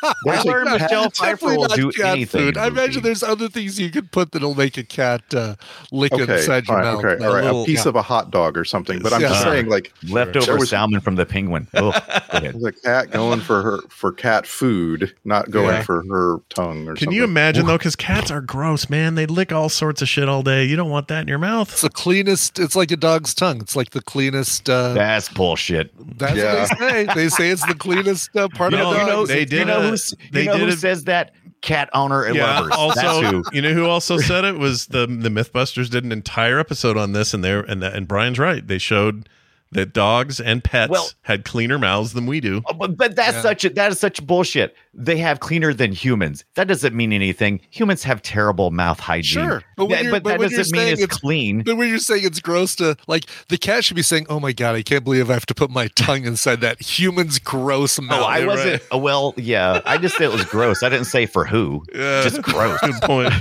Speaker 6: I learned Michelle Pfeiffer
Speaker 7: Definitely
Speaker 6: will
Speaker 7: not
Speaker 6: do
Speaker 7: cat
Speaker 6: anything.
Speaker 7: Food. I
Speaker 6: in a
Speaker 7: imagine
Speaker 6: movie.
Speaker 7: there's other things you could put that'll make a cat uh, lick
Speaker 5: okay,
Speaker 7: inside your
Speaker 5: fine,
Speaker 7: mouth.
Speaker 5: okay,
Speaker 7: A
Speaker 5: all right,
Speaker 7: little-
Speaker 5: a piece
Speaker 7: yeah.
Speaker 5: of a hot dog or something. But I'm just
Speaker 7: Yeah.
Speaker 5: saying, like
Speaker 6: leftover
Speaker 5: There was-
Speaker 6: salmon from the penguin. Oh, go ahead.
Speaker 5: there's a cat going for her for cat food, not going
Speaker 7: Yeah.
Speaker 5: for her tongue or
Speaker 1: Can
Speaker 5: something.
Speaker 1: you imagine though? Because cats are gross, man. They lick all sorts of shit all day. You don't want that in your
Speaker 7: It's
Speaker 1: mouth.
Speaker 7: the cleanest. It's like a dog's tongue. It's like the cleanest. Uh,
Speaker 6: That's bullshit.
Speaker 7: that's
Speaker 5: Yeah.
Speaker 7: what they say. They say it's the cleanest uh, part
Speaker 1: No,
Speaker 7: of the dog.
Speaker 1: you know- they
Speaker 6: You
Speaker 1: did
Speaker 6: know
Speaker 1: a-
Speaker 6: who, s- you
Speaker 1: they
Speaker 6: know
Speaker 1: did
Speaker 6: who
Speaker 1: a-
Speaker 6: says that? Cat owner and lovers. That's
Speaker 1: Also,
Speaker 6: who.
Speaker 1: you know who also said it was the the MythBusters did an entire episode on this, and there and that, and Brian's right. They showed that dogs and pets
Speaker 6: Well-
Speaker 1: had cleaner mouths than we do.
Speaker 6: Oh, But, but that's
Speaker 7: Yeah.
Speaker 6: such a, that is such bullshit. They have cleaner than humans. That doesn't mean anything. Humans have terrible mouth hygiene.
Speaker 7: Sure, but when
Speaker 6: That-
Speaker 7: you're-
Speaker 6: but
Speaker 7: but
Speaker 6: that
Speaker 7: when you're
Speaker 6: doesn't mean
Speaker 7: saying
Speaker 6: it's,
Speaker 7: it's-
Speaker 6: clean.
Speaker 7: But when you're saying it's gross to like the cat should be saying, "Oh my god, I can't believe I have to put my tongue inside that human's gross mouth."
Speaker 6: Oh, I
Speaker 1: you're
Speaker 6: wasn't.
Speaker 1: right.
Speaker 6: oh, Well, yeah, I just said it was gross. I didn't say for who.
Speaker 1: Yeah.
Speaker 6: Just gross.
Speaker 1: Good point.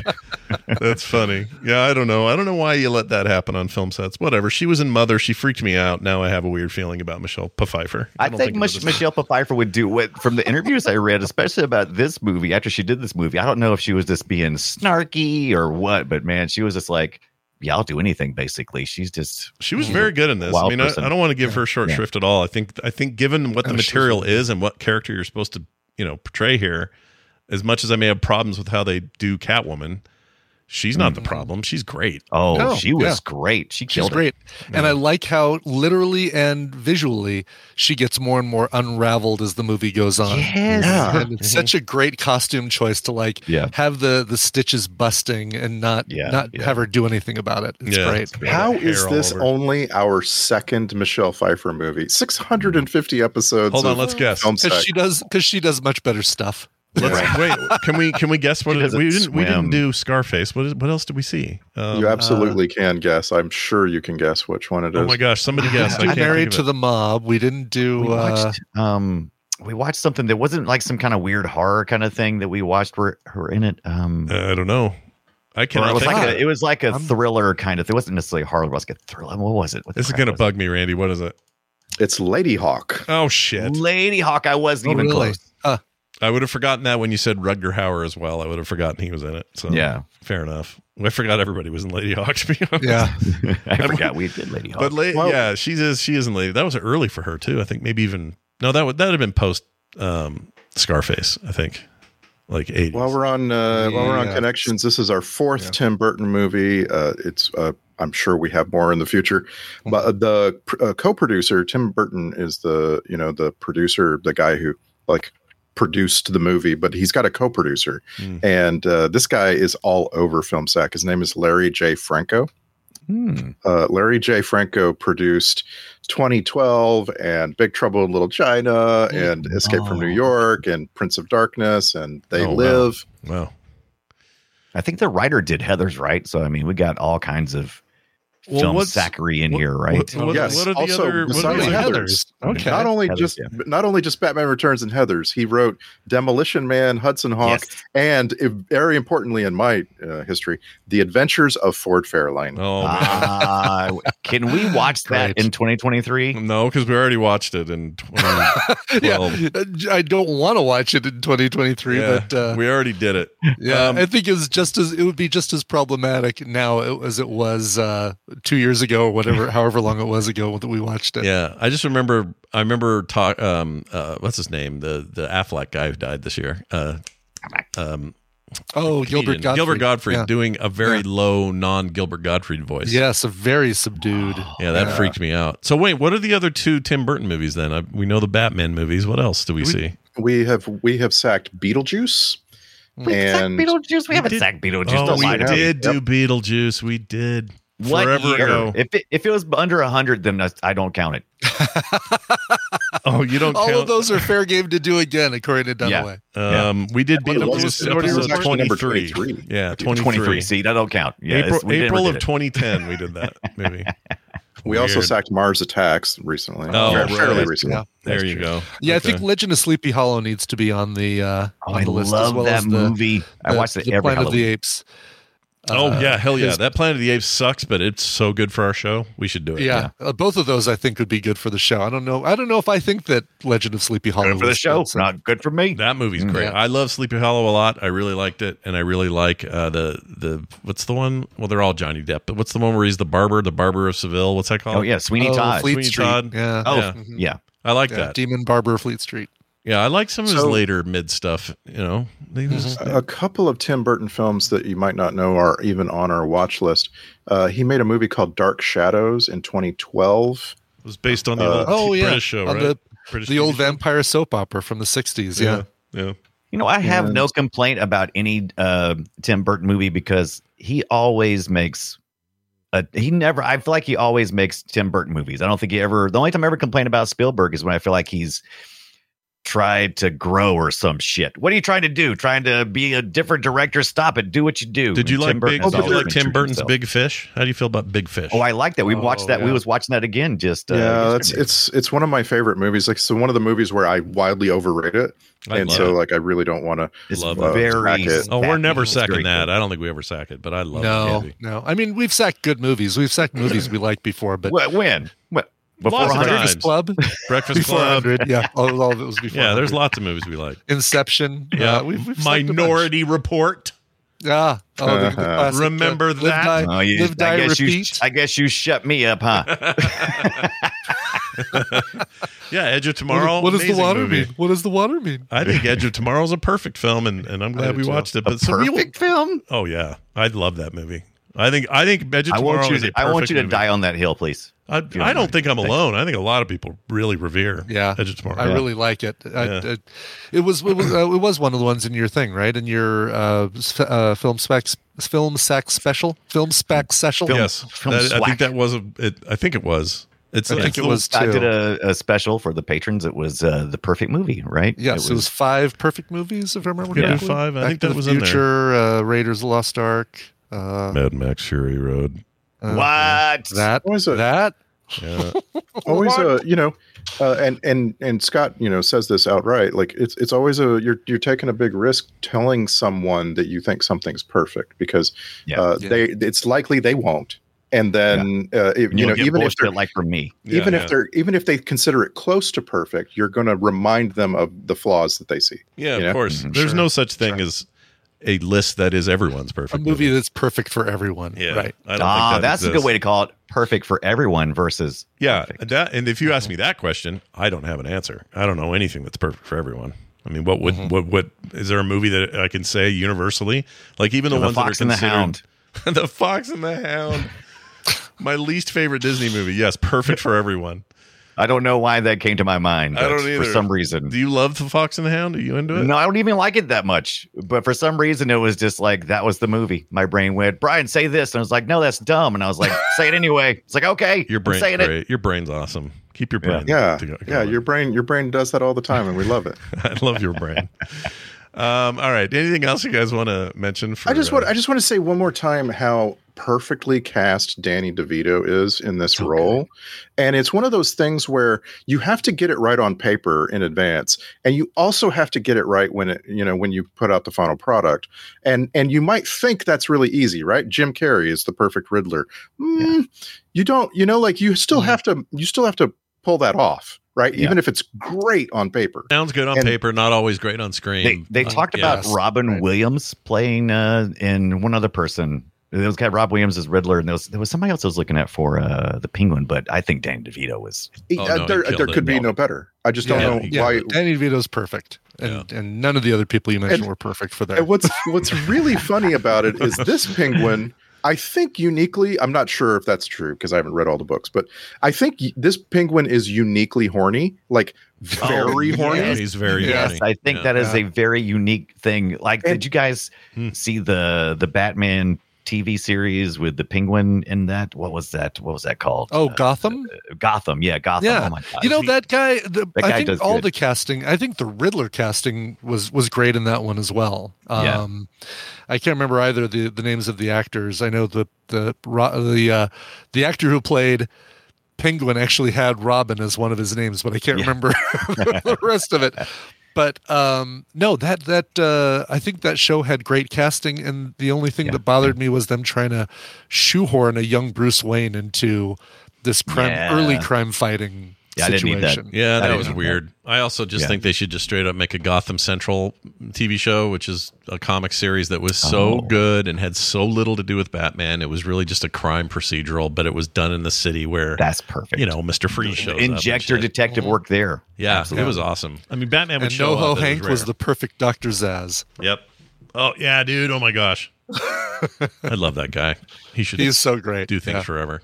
Speaker 1: That's funny. Yeah, I don't know. I don't know why you let that happen on film sets. Whatever. She was in Mother. She freaked me out. Now I have a weird feeling about Michelle Pfeiffer.
Speaker 6: I,
Speaker 1: don't
Speaker 6: think,
Speaker 1: it was
Speaker 6: Mich-
Speaker 1: a-
Speaker 6: Michelle Pfeiffer would do what from the interviews I read, especially about this movie. After she did this movie, I don't know if she was just being snarky or what, but man, she was just like, "Yeah, I'll do anything." Basically, she's just
Speaker 1: She was
Speaker 6: she's
Speaker 1: very
Speaker 6: a
Speaker 1: good in this. I
Speaker 6: wild
Speaker 1: mean, I,
Speaker 6: person.
Speaker 1: I don't want to give her short
Speaker 6: Yeah.
Speaker 1: shrift at all. I think I think given what the
Speaker 7: Oh, she's-
Speaker 1: material is and what character you're supposed to you know portray here, as much as I may have problems with how they do Catwoman, she's not the problem. She's great.
Speaker 6: Hmm. Oh,
Speaker 7: No,
Speaker 6: she was
Speaker 7: yeah.
Speaker 6: great. She
Speaker 7: She's
Speaker 6: killed it.
Speaker 7: great. And I like how literally and visually she gets more and more unraveled as the movie goes on.
Speaker 6: Yes. Mm-hmm.
Speaker 5: Yeah.
Speaker 7: And it's such a great costume choice to like
Speaker 6: Yeah.
Speaker 7: have the the stitches busting and not
Speaker 6: Yeah,
Speaker 7: not
Speaker 6: yeah.
Speaker 7: have her do anything about it. It's
Speaker 1: Yeah.
Speaker 7: great.
Speaker 5: How
Speaker 1: hair
Speaker 5: is
Speaker 1: all
Speaker 5: this
Speaker 1: over.
Speaker 5: only our second Michelle Pfeiffer movie? 650 episodes.
Speaker 1: Hold on,
Speaker 5: of
Speaker 1: let's guess.
Speaker 5: film
Speaker 7: Because
Speaker 5: sec.
Speaker 7: she does because she does much better stuff.
Speaker 1: Let's,
Speaker 5: Right.
Speaker 1: Wait, can we can we guess what
Speaker 5: He
Speaker 1: it is? We didn't
Speaker 5: doesn't
Speaker 1: we didn't
Speaker 5: swim.
Speaker 1: do Scarface. What is, what else did we see? Um,
Speaker 5: you absolutely can guess. I'm sure you can guess which one it is.
Speaker 1: Oh my gosh, somebody guess.
Speaker 7: didn't
Speaker 1: I can't
Speaker 7: do
Speaker 1: think
Speaker 7: Married
Speaker 1: of
Speaker 7: to
Speaker 1: it.
Speaker 7: the Mob. We didn't do.
Speaker 6: We
Speaker 7: uh,
Speaker 6: watched um we watched something that wasn't like some kind of weird horror kind of thing that we watched where her in it. Um
Speaker 1: I don't know. I cannot
Speaker 6: it was
Speaker 1: think
Speaker 6: like
Speaker 1: of
Speaker 6: a,
Speaker 1: it.
Speaker 6: it was like a thriller kind of thing. It wasn't necessarily horror, it was like a thriller. What was it? What the
Speaker 1: This is
Speaker 6: crap
Speaker 1: gonna
Speaker 6: was
Speaker 1: bug me, Randy. What is it?
Speaker 5: It's Lady Hawk.
Speaker 1: Oh shit.
Speaker 6: Lady Hawk, I wasn't
Speaker 1: Oh,
Speaker 6: even
Speaker 1: really?
Speaker 6: close.
Speaker 1: I would have forgotten that when you said Rudger Hauer as well. I would have forgotten he was in it. So
Speaker 6: Yeah.
Speaker 1: fair enough. I forgot everybody was in Lady Hawk. To be honest,
Speaker 7: Yeah.
Speaker 6: I forgot we did Lady Hawk.
Speaker 1: But la- yeah, she is. She is in Lady. That was early for her too. I think maybe even no. That would that would have been post um, Scarface. I think like eighty.
Speaker 5: While we're on uh, while we're on
Speaker 1: Yeah.
Speaker 5: connections, this is our fourth Tim Burton movie. Uh, it's uh, I'm sure we have more in the future, but the pr- uh, co-producer Tim Burton is the you know the producer, the guy who like produced the movie, but he's got a co-producer,
Speaker 6: Hmm.
Speaker 1: Mm.
Speaker 5: and uh, this guy is all over film sack. His name is Larry J. Franco.
Speaker 6: Hmm.
Speaker 5: Uh, Larry J. Franco produced 2012 and Big Trouble in Little China and Escape from New York and Prince of Darkness and They
Speaker 6: Oh, wow.
Speaker 5: Live.
Speaker 1: Wow.
Speaker 6: I think the writer did Heather's right. So I mean we got all kinds of
Speaker 5: Well,
Speaker 6: film
Speaker 5: what's-
Speaker 6: sackery in here, right?
Speaker 5: yes. also, besides Heather's, not only
Speaker 6: Heathers,
Speaker 5: just
Speaker 6: yeah.
Speaker 5: not only just Batman Returns and Heather's, he wrote Demolition Man, Hudson Hawk, and if, very importantly in my uh, history, The Adventures of Ford Fairlane.
Speaker 1: Oh,
Speaker 6: Ah, can we watch that in 2023?
Speaker 1: No, because we already watched it in 2012.
Speaker 7: yeah, I don't want to watch it in 2023,
Speaker 1: Yeah,
Speaker 7: but uh,
Speaker 1: we already did it.
Speaker 7: yeah,
Speaker 1: Um,
Speaker 7: I think it was just as it would be just as problematic now as it was uh, two years ago or whatever, however long it was ago that we watched it.
Speaker 1: Yeah, I just remember. I remember talk. Um, uh, what's his name? The the Affleck guy who died this year. Uh, um,
Speaker 7: Oh, Gilbert
Speaker 1: comedian.
Speaker 7: Godfrey.
Speaker 1: Gilbert Gottfried
Speaker 7: Yeah.
Speaker 1: doing a very low non Gilbert Gottfried voice.
Speaker 7: Yes, a very subdued.
Speaker 1: Yeah, that freaked me out. So wait, what are the other two Tim Burton movies then? I, we know the Batman movies. What else do we, see?
Speaker 5: We have we have sacked Beetlejuice. and
Speaker 6: Beetlejuice. We haven't
Speaker 1: did-
Speaker 6: sacked Beetlejuice.
Speaker 1: Oh,
Speaker 6: Don't
Speaker 1: we
Speaker 6: lie to me.
Speaker 1: did do
Speaker 6: Yep.
Speaker 1: Beetlejuice. We did
Speaker 7: Oh,
Speaker 6: What
Speaker 1: forever
Speaker 6: year?
Speaker 1: ago.
Speaker 6: If it, if it was under hundred, then that's- I don't count it.
Speaker 1: oh, you don't
Speaker 7: All
Speaker 1: count.
Speaker 7: of those are fair game to do again, according to Dunaway.
Speaker 1: Um, we did
Speaker 5: Yeah, what
Speaker 1: Beetlejuice
Speaker 5: was- what year was
Speaker 1: episode
Speaker 5: actually number
Speaker 1: 23.
Speaker 5: 23?
Speaker 1: Yeah, 23.
Speaker 6: 23. See, that don't count. Yeah, it's-
Speaker 1: April,
Speaker 6: we did-
Speaker 1: April
Speaker 6: we
Speaker 1: of
Speaker 6: did it.
Speaker 1: 2010, we did that movie.
Speaker 5: We also
Speaker 1: Weird.
Speaker 5: sacked Mars Attacks recently.
Speaker 1: Oh,
Speaker 5: Fair- fairly
Speaker 1: right.
Speaker 5: recently.
Speaker 7: Yeah.
Speaker 1: There you go.
Speaker 7: Yeah,
Speaker 1: Okay.
Speaker 7: I think Legend of Sleepy Hollow needs to be on the uh,
Speaker 6: Oh,
Speaker 7: on
Speaker 6: I
Speaker 7: the list as
Speaker 6: love
Speaker 7: well
Speaker 6: that
Speaker 7: as the,
Speaker 6: movie. I
Speaker 7: the-
Speaker 6: watched it
Speaker 7: the
Speaker 6: every
Speaker 7: Planet of the
Speaker 6: Halloween.
Speaker 7: Apes.
Speaker 1: Oh
Speaker 7: Uh,
Speaker 1: yeah, hell yeah!
Speaker 7: his-
Speaker 1: That Planet of the Apes sucks, but it's so good for our show. We should do it.
Speaker 7: Yeah, Uh, both of those I think would be good for the show. I don't know. I don't know if I think that Legend of Sleepy Hollow
Speaker 6: Good for the
Speaker 7: was
Speaker 6: show.
Speaker 7: good, so-
Speaker 6: Not good for me.
Speaker 1: That movie's great.
Speaker 7: Yeah.
Speaker 1: I love Sleepy Hollow a lot. I really liked it, and I really like uh, the the what's the one? Well, they're all Johnny Depp, but what's the one where he's the barber, the barber of Seville? What's that called?
Speaker 6: Oh yeah, Sweeney
Speaker 7: Oh,
Speaker 6: Todd.
Speaker 7: Fleet
Speaker 1: Sweeney
Speaker 7: Street.
Speaker 1: Todd.
Speaker 7: Yeah. Mm-hmm.
Speaker 6: oh
Speaker 1: yeah.
Speaker 6: yeah.
Speaker 1: I like
Speaker 7: Yeah,
Speaker 1: that.
Speaker 7: Demon Barber Fleet Street.
Speaker 1: Yeah, I like some of his
Speaker 5: So- Mm-hmm.
Speaker 1: later mid stuff. You know, He was-
Speaker 5: A couple of Tim Burton films that you might not know are even on our watch list. Uh, he made a movie called Dark Shadows in 2012.
Speaker 1: it was based on the old
Speaker 7: Oh yeah,
Speaker 1: British show,
Speaker 7: on
Speaker 1: right?
Speaker 7: the,
Speaker 1: British
Speaker 7: the
Speaker 1: TV
Speaker 7: old
Speaker 1: show?
Speaker 7: vampire soap opera from the '60s. Yeah,
Speaker 1: yeah. yeah.
Speaker 6: You know, I have
Speaker 5: And-
Speaker 6: no complaint about any uh, Tim Burton movie because he always makes. A, he never. I feel like he always makes Tim Burton movies. I don't think he ever. The only time I ever complain about Spielberg is when I feel like he's tried to grow or some shit. What are you trying to do? Trying to be a different director? Stop it. Do what you do.
Speaker 1: Did you
Speaker 6: And
Speaker 1: like
Speaker 6: Burton
Speaker 1: Big?
Speaker 6: has
Speaker 1: Did you
Speaker 6: always
Speaker 1: like
Speaker 6: been
Speaker 1: Tim
Speaker 6: true to
Speaker 1: Burton's
Speaker 6: himself.
Speaker 1: Big Fish? How do you feel about Big Fish?
Speaker 6: Oh, I like that. We watched
Speaker 7: Oh,
Speaker 6: that. We
Speaker 7: yeah.
Speaker 6: was watching that again. Just uh,
Speaker 5: yeah, that's
Speaker 6: yesterday.
Speaker 5: it's it's one of my favorite movies. Like, so one of the movies where I wildly overrate it,
Speaker 1: I
Speaker 5: and
Speaker 1: love
Speaker 5: so
Speaker 1: it.
Speaker 5: like I really don't want to.
Speaker 6: It's
Speaker 1: love
Speaker 5: that.
Speaker 6: very.
Speaker 5: Smack it.
Speaker 1: Oh, we're
Speaker 6: sappy.
Speaker 1: never
Speaker 6: It's very
Speaker 1: sacking
Speaker 6: good.
Speaker 1: that. I don't think we ever sack it, but I love that
Speaker 7: no,
Speaker 1: movie.
Speaker 7: no. I mean, we've sacked good movies. We've sacked movies we liked before, but
Speaker 6: Wh- when? When? Before
Speaker 1: Lots of
Speaker 6: 100?
Speaker 1: times.
Speaker 7: Breakfast Club,
Speaker 1: Breakfast
Speaker 7: before
Speaker 1: Club.
Speaker 7: 100. Yeah, all, all of it was before.
Speaker 1: Yeah, there's
Speaker 7: 100.
Speaker 1: lots of movies we like.
Speaker 7: Inception.
Speaker 1: Yeah,
Speaker 7: uh, we've, we've sacked a bunch.
Speaker 1: Minority Report.
Speaker 7: Yeah. Oh, the, the
Speaker 5: Uh-huh.
Speaker 7: classic, uh,
Speaker 1: Remember
Speaker 7: live,
Speaker 1: that?
Speaker 7: Die,
Speaker 6: Oh, you,
Speaker 7: live, die,
Speaker 6: I guess you.
Speaker 7: repeat.
Speaker 6: I guess you shut me up, huh?
Speaker 1: Yeah, Edge of Tomorrow.
Speaker 7: what does the
Speaker 1: amazing
Speaker 7: water
Speaker 1: movie.
Speaker 7: mean? What does the water mean?
Speaker 1: I think Edge of Tomorrow's a perfect film, and, and I'm glad
Speaker 7: do
Speaker 1: we
Speaker 7: too.
Speaker 1: watched it. But so we,
Speaker 6: perfect film.
Speaker 1: oh yeah, I love that movie. I think I think Edge of
Speaker 6: I
Speaker 1: Tomorrow
Speaker 6: want you.
Speaker 1: is a
Speaker 6: To,
Speaker 1: perfect
Speaker 6: I want you to
Speaker 1: movie.
Speaker 6: die on that hill, please.
Speaker 1: I,
Speaker 6: don't
Speaker 1: I don't
Speaker 6: mind.
Speaker 1: think I'm
Speaker 6: Thanks.
Speaker 1: alone. I think a lot of people really revere
Speaker 7: Yeah,
Speaker 1: Edge of Tomorrow.
Speaker 7: I
Speaker 1: Yeah.
Speaker 7: really like it. I,
Speaker 1: Yeah.
Speaker 7: I, it was it was, uh, it was one of the ones in your thing, right? In your uh, s- uh, film specs film sack special, film spec special.
Speaker 1: yes,
Speaker 6: film
Speaker 1: That- I
Speaker 6: slack.
Speaker 1: think that was a. It, I think it was. It's
Speaker 6: I
Speaker 1: yeah.
Speaker 6: think it was. I did a, a special for the patrons. It was uh, the perfect movie, right?
Speaker 7: Yes, it was, five perfect movies, if I remember
Speaker 1: Yeah.
Speaker 7: correctly.
Speaker 1: Five, I
Speaker 7: Back
Speaker 1: think
Speaker 7: to
Speaker 1: that
Speaker 7: the
Speaker 1: was in there.
Speaker 7: Future, uh, Raiders of the Lost Ark. Uh,
Speaker 1: Mad Max Fury Road.
Speaker 7: uh,
Speaker 6: What?
Speaker 7: That
Speaker 5: Always a,
Speaker 7: that
Speaker 1: Yeah.
Speaker 5: always a you know, uh, and and and Scott you know says this outright. Like it's it's always a you're you're taking a big risk telling someone that you think something's perfect because
Speaker 6: Yeah.
Speaker 5: uh,
Speaker 6: Yeah.
Speaker 5: they it's likely they won't. And then uh, if, you know even if they're
Speaker 6: like from me,
Speaker 5: even if they're even if they consider it close to perfect, you're going to remind them of the flaws that they see.
Speaker 1: Yeah,
Speaker 5: you
Speaker 1: of
Speaker 5: know?
Speaker 1: course. There's no such thing as a list that is everyone's
Speaker 7: a
Speaker 1: perfect.
Speaker 7: movie that's perfect for everyone. Yeah. Right.
Speaker 1: I don't
Speaker 6: ah,
Speaker 1: think that
Speaker 6: that's a
Speaker 1: exists.
Speaker 6: good way to call it. Perfect for everyone versus
Speaker 1: Yeah, that, and if you
Speaker 6: Mm-hmm.
Speaker 1: ask me that question, I don't have an answer. I don't know anything that's perfect for everyone. I mean, what would
Speaker 6: Mm-hmm.
Speaker 1: what what is there a movie that I can say universally? Like even the,
Speaker 6: The
Speaker 1: ones
Speaker 6: Fox
Speaker 1: that
Speaker 6: and
Speaker 1: are
Speaker 6: the
Speaker 1: considered
Speaker 6: Hound.
Speaker 1: the Fox and the Hound. My least favorite Disney movie. Yes, perfect for everyone.
Speaker 6: I don't know why that came to my mind.
Speaker 1: I
Speaker 6: but
Speaker 1: don't either.
Speaker 6: For some reason.
Speaker 1: Do you love the Fox and the Hound? Are you into it?
Speaker 6: No, I don't even like it that much. But for some reason, it was just like that was the movie. My brain went, Brian, say this, and I was like, no, that's dumb. And I was like, say it anyway. It's like, okay,
Speaker 1: Your
Speaker 6: I'm
Speaker 1: brain's
Speaker 6: saying it.
Speaker 1: great. Your brain's awesome. Keep your brain.
Speaker 5: Yeah,
Speaker 1: to go-
Speaker 5: yeah.
Speaker 1: going.
Speaker 5: Your brain, your brain does that all the time, and we love it.
Speaker 1: I love your brain. um, all right. Anything else you guys want to mention? For,
Speaker 5: I just
Speaker 1: uh,
Speaker 5: want, I just want to say one more time how perfectly cast Danny DeVito is in this role, and it's one of those things where you have to get it right on paper in advance, and you also have to get it right when it, you know, when you put out the final product, and and you might think that's really easy, right? Jim Carrey is the perfect Riddler. Mm, You don't, you know, like you
Speaker 7: Mm-hmm.
Speaker 5: still have to, you still have to pull that off, right? Even if it's great on paper.
Speaker 1: sounds good on
Speaker 5: and-
Speaker 1: paper, not always great on screen.
Speaker 6: They, they
Speaker 1: Uh,
Speaker 6: talked about
Speaker 1: yes.
Speaker 6: Robin Williams playing uh, in one other person. There was guy Rob Williams as Riddler, and there was, there was somebody else I was looking at for uh, the Penguin, but I think Dan DeVito was.
Speaker 7: Oh,
Speaker 5: Uh,
Speaker 7: no, he
Speaker 5: there
Speaker 7: killed
Speaker 5: there
Speaker 7: it.
Speaker 5: could be
Speaker 7: Yeah.
Speaker 5: no better. I just don't
Speaker 7: Yeah,
Speaker 5: know
Speaker 7: he killed
Speaker 5: why.
Speaker 7: it. Danny DeVito's perfect, and and none of the other people you mentioned
Speaker 5: And-
Speaker 7: were perfect for that.
Speaker 5: And what's what's really funny about it is this penguin. I think uniquely, I'm not sure if that's true because I haven't read all the books, but I think y- this penguin is uniquely horny, like very
Speaker 6: yes.
Speaker 5: horny.
Speaker 1: Yeah, he's Oh, very
Speaker 6: Yes,
Speaker 1: horny.
Speaker 6: I think
Speaker 1: Yeah.
Speaker 6: that is
Speaker 7: Yeah.
Speaker 6: a very unique thing. Like, did you guys see the the Batman TV series with the Penguin in that? What was that? What was that called?
Speaker 7: Oh, Gotham.
Speaker 6: Uh, Gotham. Yeah, Gotham.
Speaker 7: Yeah,
Speaker 6: Oh my God.
Speaker 7: you know that guy. The,
Speaker 6: That guy
Speaker 7: I
Speaker 6: does
Speaker 7: think all
Speaker 6: good.
Speaker 7: the casting. I think the Riddler casting was was great in that one as well.
Speaker 6: Yeah.
Speaker 7: Um, I can't remember either the the names of the actors. I know the the Ro- the uh, the actor who played Penguin actually had Robin as one of his names, but I can't remember the rest of it. But um, no, that that uh, I think that show had great casting, and the only thing that bothered me was them trying to shoehorn a young Bruce Wayne into this crime,
Speaker 6: Yeah.
Speaker 7: early crime fighting
Speaker 6: Yeah, I didn't need
Speaker 7: situation.
Speaker 6: that.
Speaker 1: Yeah,
Speaker 6: I
Speaker 1: that
Speaker 6: didn't
Speaker 1: was
Speaker 6: know that.
Speaker 1: weird. I also just
Speaker 6: Yeah.
Speaker 1: think they should just straight up make a Gotham Central TV show, which is a comic series that was so
Speaker 6: Oh.
Speaker 1: good and had so little to do with Batman. It was really just a crime procedural, but it was done in the city where
Speaker 6: That's perfect.
Speaker 1: you know Mister Freeze shows up and
Speaker 6: injector
Speaker 1: shit.
Speaker 6: detective work there.
Speaker 1: Yeah, it
Speaker 6: Absolutely.
Speaker 1: was awesome. I mean, Batman would
Speaker 7: And
Speaker 1: show
Speaker 7: NoHo
Speaker 1: up.
Speaker 7: Hank was,
Speaker 1: rare.
Speaker 7: the perfect Doctor Zaz.
Speaker 1: yep. Oh yeah, dude. Oh my gosh, I love that guy. He should.
Speaker 7: He's so great.
Speaker 1: Do things
Speaker 7: Yeah.
Speaker 1: forever.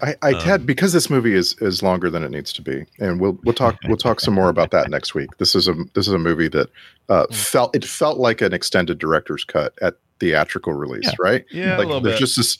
Speaker 5: I, I
Speaker 1: Um,
Speaker 5: had because this movie is is longer than it needs to be, and we'll we'll talk we'll talk some more about that next week. This is a this is a movie that uh,
Speaker 1: Hmm.
Speaker 5: felt it felt like an extended director's cut at theatrical release, right?
Speaker 1: Yeah, a
Speaker 5: like
Speaker 1: little
Speaker 5: there's
Speaker 1: bit.
Speaker 5: just this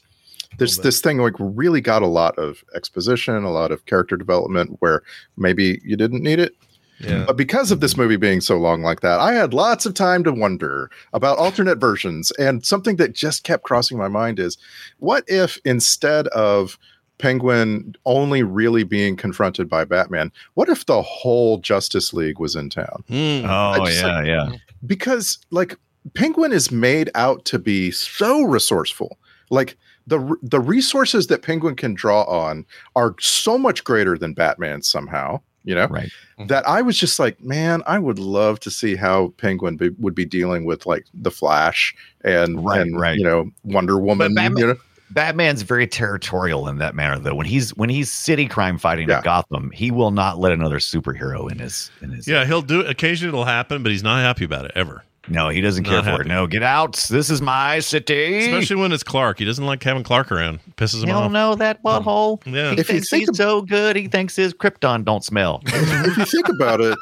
Speaker 5: this this thing like really got a lot of exposition, a lot of character development where maybe you didn't need it.
Speaker 1: Yeah.
Speaker 5: But because of this movie being so long like that, I had lots of time to wonder about alternate versions. And something that just kept crossing my mind is what if instead of Penguin only really being confronted by Batman, what if the whole Justice League was in town?
Speaker 6: Oh
Speaker 5: I just,
Speaker 6: yeah,
Speaker 5: like,
Speaker 6: yeah.
Speaker 5: Because, like, Penguin is made out to be so resourceful. Like, the, r- the resources that Penguin can draw on are so much greater than Batman somehow, you know?
Speaker 6: Right.
Speaker 5: that I was just like, man, I would love to see how Penguin be, would be dealing with like the Flash and
Speaker 6: Right,
Speaker 5: and,
Speaker 6: right.
Speaker 5: you know Wonder Woman.
Speaker 6: Batman-
Speaker 5: you know?
Speaker 6: Batman's very territorial in that manner, though. When he's when he's city crime fighting
Speaker 5: Yeah.
Speaker 6: at Gotham, he will not let another superhero in his in his.
Speaker 1: Yeah, he'll do it. Occasionally, it'll happen, but he's not happy about it ever.
Speaker 6: No, he doesn't care
Speaker 1: Not
Speaker 6: for
Speaker 1: happy.
Speaker 6: it. No, get out. This is my city.
Speaker 1: Especially when it's Clark. He doesn't like having Clark around. Pisses him
Speaker 6: Hell
Speaker 1: off.
Speaker 6: no, that butthole.
Speaker 1: Yeah.
Speaker 6: He
Speaker 5: If you
Speaker 6: thinks
Speaker 5: think
Speaker 6: he's so good, he thinks his Krypton don't smell.
Speaker 5: if you think about it,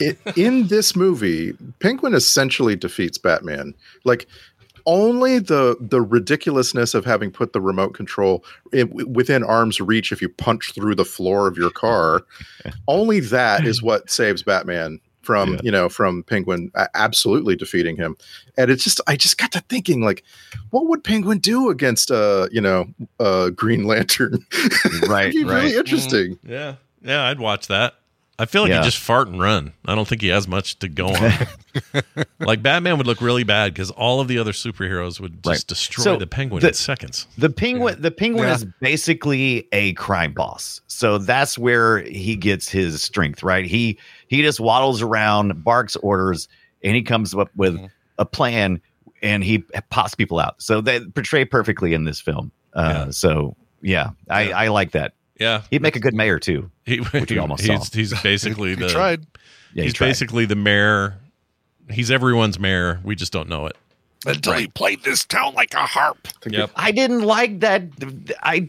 Speaker 5: it, in this movie, Penguin essentially defeats Batman. Like only the the ridiculousness of having put the remote control in, within arm's reach if you punch through the floor of your car only that is what saves batman from you know from penguin a- absolutely defeating him and it's just i just got to thinking like what would penguin do against uh you know uh green lantern
Speaker 6: right
Speaker 5: be really interesting
Speaker 1: Mhm. Yeah. Yeah, I'd watch that. I feel like
Speaker 6: Yeah.
Speaker 1: he just fart and run. I don't think he has much to go on. like Batman would look really bad because all of the other superheroes would just
Speaker 6: Right.
Speaker 1: destroy
Speaker 6: So
Speaker 1: the penguin in seconds.
Speaker 6: The penguin, the penguin
Speaker 1: Yeah.
Speaker 6: is basically a crime boss. So that's where he gets his strength, right? He he just waddles around, barks orders, and he comes up with
Speaker 5: Mm-hmm.
Speaker 6: a plan, and he pops people out. So they portray perfectly in this film. Uh, So yeah, I, I like that.
Speaker 1: Yeah.
Speaker 6: he'd make a good mayor too.
Speaker 1: He,
Speaker 6: which we almost
Speaker 1: he's,
Speaker 6: saw.
Speaker 1: he's basically the
Speaker 6: Yeah, he
Speaker 1: he's
Speaker 6: tried.
Speaker 1: basically the mayor. He's everyone's mayor. We just don't know it.
Speaker 10: Until he played this town like a harp.
Speaker 1: Yep.
Speaker 6: I didn't like that. I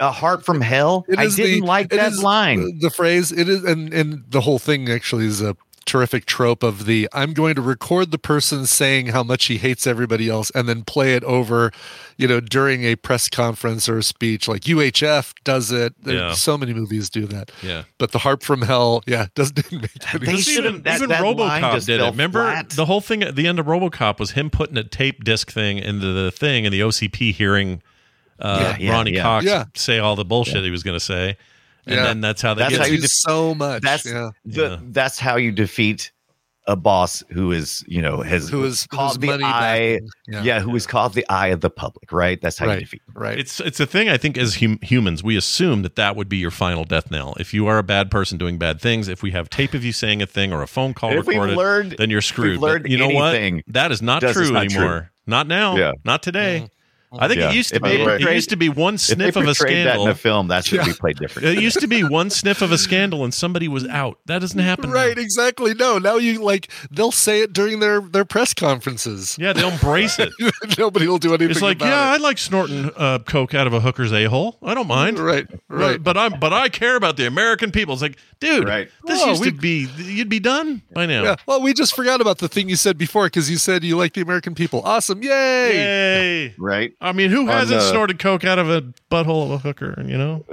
Speaker 6: a heart from hell. I
Speaker 7: is
Speaker 6: didn't
Speaker 7: the-
Speaker 6: like
Speaker 7: it
Speaker 6: that
Speaker 7: is
Speaker 6: line.
Speaker 7: The, the phrase it is, and and the whole thing actually is a terrific trope of the I'm going to record the person saying how much he hates everybody else, and then play it over, you know, during a press conference or a speech. Like UHF does it. There,
Speaker 1: Yeah.
Speaker 7: So many movies do that.
Speaker 1: Yeah.
Speaker 7: But the harp from hell, yeah, does didn't make any
Speaker 6: They
Speaker 7: sense.
Speaker 6: should have-
Speaker 1: even,
Speaker 6: that-
Speaker 1: even
Speaker 6: that line
Speaker 1: RoboCop
Speaker 6: just
Speaker 1: did it.
Speaker 6: fell
Speaker 1: Remember
Speaker 6: flat.
Speaker 1: the whole thing at the end of RoboCop was him putting a tape disc thing into the thing and the OCP hearing uh,
Speaker 6: Yeah, yeah,
Speaker 1: Ronnie
Speaker 6: yeah.
Speaker 1: Cox
Speaker 6: Yeah.
Speaker 1: say all the bullshit he was going to say, and
Speaker 6: Yeah.
Speaker 1: then that's how they
Speaker 6: That's
Speaker 1: get
Speaker 6: how you
Speaker 1: it.
Speaker 6: def-
Speaker 7: so much.
Speaker 6: That's
Speaker 7: yeah.
Speaker 6: the, that's how you defeat a boss who is you know has
Speaker 7: Who is-
Speaker 6: caught
Speaker 7: who's
Speaker 6: the
Speaker 7: money
Speaker 6: eye
Speaker 7: backing.
Speaker 6: yeah,
Speaker 7: Yeah.
Speaker 6: who has caught the eye of the public right that's how you
Speaker 7: Right.
Speaker 6: defeat
Speaker 7: Right.
Speaker 1: It's it's a thing. I think as hum- humans, we assume that that would be your final death knell. If you are a bad person doing bad things, if we have tape of you saying a thing or a phone call
Speaker 6: If we've
Speaker 1: recorded,
Speaker 6: learned-
Speaker 1: then you're
Speaker 6: if we've
Speaker 1: screwed. But
Speaker 6: learned
Speaker 1: you know
Speaker 6: anything,
Speaker 1: what? That is not
Speaker 6: Dust is
Speaker 1: true
Speaker 6: not true.
Speaker 1: anymore. Not now.
Speaker 6: Yeah.
Speaker 1: Not today. I think
Speaker 6: Yeah.
Speaker 1: it used to
Speaker 6: If
Speaker 1: be.
Speaker 6: they
Speaker 1: It
Speaker 6: portrayed-
Speaker 1: used to be one
Speaker 6: if they
Speaker 1: sniff of a
Speaker 6: portrayed
Speaker 1: scandal.
Speaker 6: that in a film that's what
Speaker 7: Yeah.
Speaker 6: we played different
Speaker 1: It used to be one sniff of a scandal and somebody was out. That doesn't happen.
Speaker 7: Right, exactly. No, now you like they'll say it during their their press conferences.
Speaker 1: Yeah, they'll embrace it.
Speaker 7: Nobody will do anything.
Speaker 1: It's like,
Speaker 7: about
Speaker 1: yeah,
Speaker 7: it.
Speaker 1: I like snorting uh, coke out of a hooker's a hole. I don't mind.
Speaker 7: Right, right.
Speaker 1: But, I'm but I care about the American people. It's like, dude,
Speaker 6: Right.
Speaker 1: this
Speaker 7: Oh,
Speaker 1: used
Speaker 7: we-
Speaker 1: to be you'd be done by now.
Speaker 7: Yeah. Well, we just forgot about the thing you said before because you said you like the American people. Awesome. Yay.
Speaker 1: Yay!
Speaker 6: right
Speaker 1: I mean,
Speaker 7: On,
Speaker 1: who hasn't
Speaker 7: uh,
Speaker 1: snorted coke out of a butthole of a hooker? You know,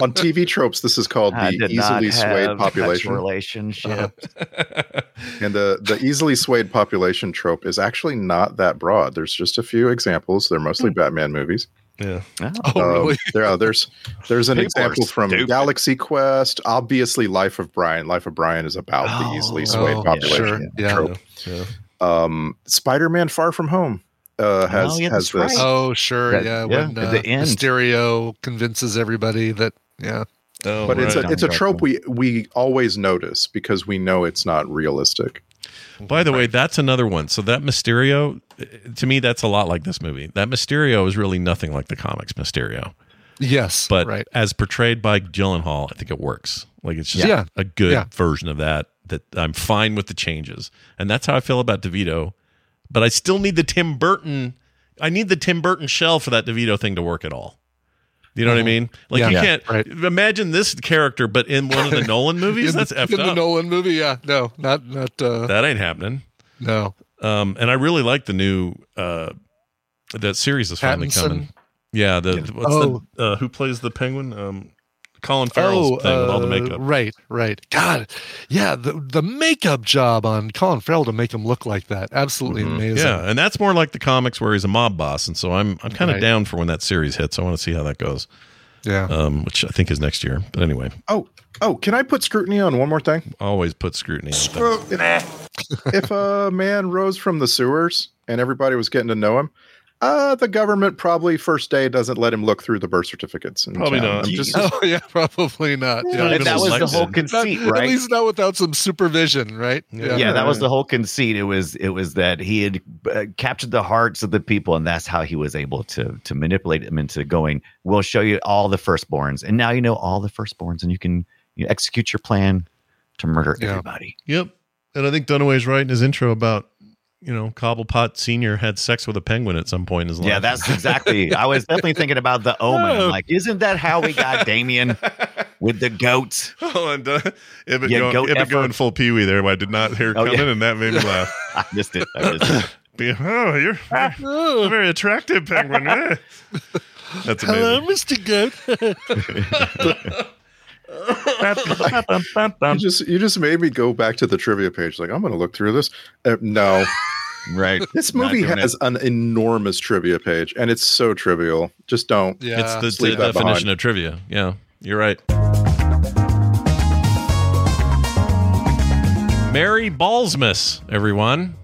Speaker 5: on tv tropes this is called
Speaker 6: I
Speaker 5: the
Speaker 6: did not
Speaker 5: easily swayed
Speaker 6: have
Speaker 5: population
Speaker 6: such relationships.
Speaker 5: And the the easily swayed population trope is actually not that broad. There's just a few examples. They're mostly Batman movies.
Speaker 1: yeah
Speaker 5: Um,
Speaker 7: Oh, really?
Speaker 5: there are- there's there's an
Speaker 6: People are
Speaker 5: example from
Speaker 6: stupid.
Speaker 5: Galaxy Quest. Obviously, Life of Brian. Life of Brian is about the easily swayed
Speaker 7: oh,
Speaker 5: population
Speaker 7: sure. Yeah.
Speaker 5: trope. Um, Spider-Man: Far From Home uh, has
Speaker 6: yeah,
Speaker 5: has
Speaker 6: that's right.
Speaker 5: this.
Speaker 7: Oh, sure.
Speaker 6: That-
Speaker 7: yeah.
Speaker 6: yeah,
Speaker 7: When
Speaker 6: at
Speaker 7: uh,
Speaker 6: the end.
Speaker 7: Mysterio convinces everybody that, yeah.
Speaker 1: oh,
Speaker 5: but it's a
Speaker 1: right.
Speaker 5: it's a trope we we always notice because we know it's not realistic.
Speaker 1: By the way, that's another one. So that Mysterio, eh, to me, that's a lot like this movie. That Mysterio is really nothing like the comics Mysterio,
Speaker 7: Yes.
Speaker 1: but
Speaker 7: right.
Speaker 1: as portrayed by Gyllenhaal, I think it works. Like it's just
Speaker 7: Yeah.
Speaker 1: a good
Speaker 7: Yeah.
Speaker 1: version of that. That I'm fine with the changes, and that's how I feel about DeVito. But I still need the Tim Burton. I need the Tim Burton shell for that DeVito thing to work at all. You know what I mean? Like
Speaker 7: Mm-hmm. Yeah.
Speaker 1: you
Speaker 7: Yeah,
Speaker 1: can't imagine this character, but in one of the Nolan movies,
Speaker 7: in
Speaker 1: that's
Speaker 7: the,
Speaker 1: effed
Speaker 7: in the
Speaker 1: up.
Speaker 7: Nolan movie. Yeah. No, not, not, uh,
Speaker 1: that ain't happening.
Speaker 7: no.
Speaker 1: Um, and I really like the new uh, that series is finally
Speaker 7: Pattinson?
Speaker 1: coming. Yeah, the what's
Speaker 7: Oh.
Speaker 1: the uh, who plays the penguin? Um, Colin Farrell's thing with all the
Speaker 7: uh,
Speaker 1: makeup.
Speaker 7: Right, right. God, yeah, the the makeup job on Colin Farrell to make him look like that, absolutely amazing.
Speaker 1: Mm-hmm. Yeah, and that's more like the comics where he's a mob boss, and so I'm I'm kind of
Speaker 7: Right.
Speaker 1: down for when that series hits. I want to see how that goes.
Speaker 7: Yeah.
Speaker 1: um, which I think is next year. But anyway,
Speaker 5: Oh oh, can I put scrutiny on one more thing?
Speaker 1: always put scrutiny. on things.
Speaker 5: if a man rose from the sewers and everybody was getting to know him, uh, the government probably first day doesn't let him look through the birth certificates. And
Speaker 1: Probably not.
Speaker 5: I'm just,
Speaker 7: Oh yeah, probably not.
Speaker 1: He's
Speaker 7: Yeah.
Speaker 1: not
Speaker 6: And
Speaker 1: even
Speaker 6: that was the
Speaker 1: elected.
Speaker 6: whole conceit
Speaker 7: Not- At
Speaker 6: right
Speaker 7: least not without some supervision, right?
Speaker 6: yeah. that was the whole conceit it was it was that he had uh, captured the hearts of the people and that's how he was able to to manipulate them into going we'll show you all the firstborns and now you know all the firstborns and you can you execute your plan to murder
Speaker 7: Yeah.
Speaker 6: everybody
Speaker 1: Yep. And I think Dunaway's right in his intro about, you know, Cobblepot Sr. had sex with a penguin at some point in his life.
Speaker 6: yeah that's exactly i was definitely thinking about the omen I'm
Speaker 1: Oh.
Speaker 6: like isn't that how we got damien with the goat
Speaker 1: Oh, and uh, if it
Speaker 6: Yeah,
Speaker 1: go,
Speaker 6: goat
Speaker 1: if it
Speaker 6: effort.
Speaker 1: going full Pee Wee there, I did not hear it
Speaker 6: Oh,
Speaker 1: coming,
Speaker 6: yeah.
Speaker 1: and that made me laugh.
Speaker 6: i missed it, I missed it.
Speaker 1: Be, oh, you're a very attractive penguin. Eh. That's amazing.
Speaker 11: Hello, Mr. Goat.
Speaker 5: you just you just made me go back to the trivia page. Like I'm going to look through this. Uh, no,
Speaker 6: right.
Speaker 5: This movie has an enormous trivia page, and it's so trivial. Just don't.
Speaker 1: It's the, the definition of trivia. Yeah, you're right. Merry Ballsmas, everyone.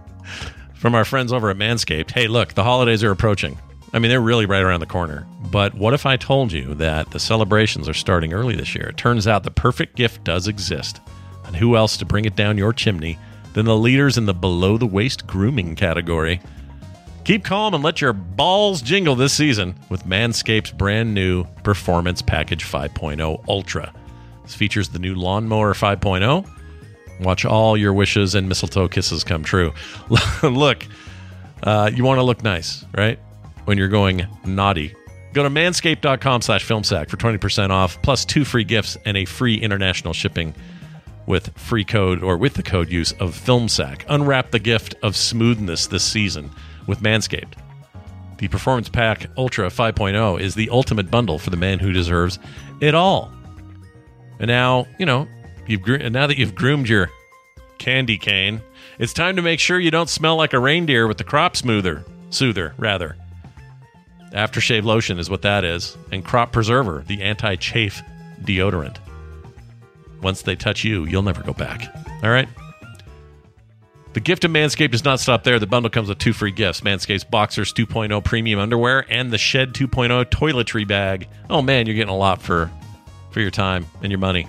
Speaker 1: From our friends over at Manscaped. Hey, look, the holidays are approaching. I mean, they're really right around the corner. But what if I told you that the celebrations are starting early this year? It turns out the perfect gift does exist. And who else to bring it down your chimney than the leaders in the below the waist grooming category? Keep calm and let your balls jingle this season with Manscaped's brand new Performance Package 5.0 Ultra. This features the new Lawnmower 5.0. Watch all your wishes and mistletoe kisses come true. look, uh, you want to look nice, right? When you're going naughty. Go to manscaped.com slash filmsack for 20% off, plus two free gifts and a free international shipping with free code or with the code use of FilmSack. Unwrap the gift of smoothness this season with Manscaped. The Performance Pack Ultra 5.0 is the ultimate bundle for the man who deserves it all. And now, you know, you've gro- and now that you've groomed your candy cane, it's time to make sure you don't smell like a reindeer with the crop smoother, soother rather. Aftershave lotion is what that is, and crop preserver, the anti-chafe deodorant. Once they touch you, you'll never go back. All right? The gift of Manscaped does not stop there. The bundle comes with two free gifts Manscaped's Boxers 2.0 premium underwear and the Shed 2.0 toiletry bag. Oh man, you're getting a lot for, for your time and your money.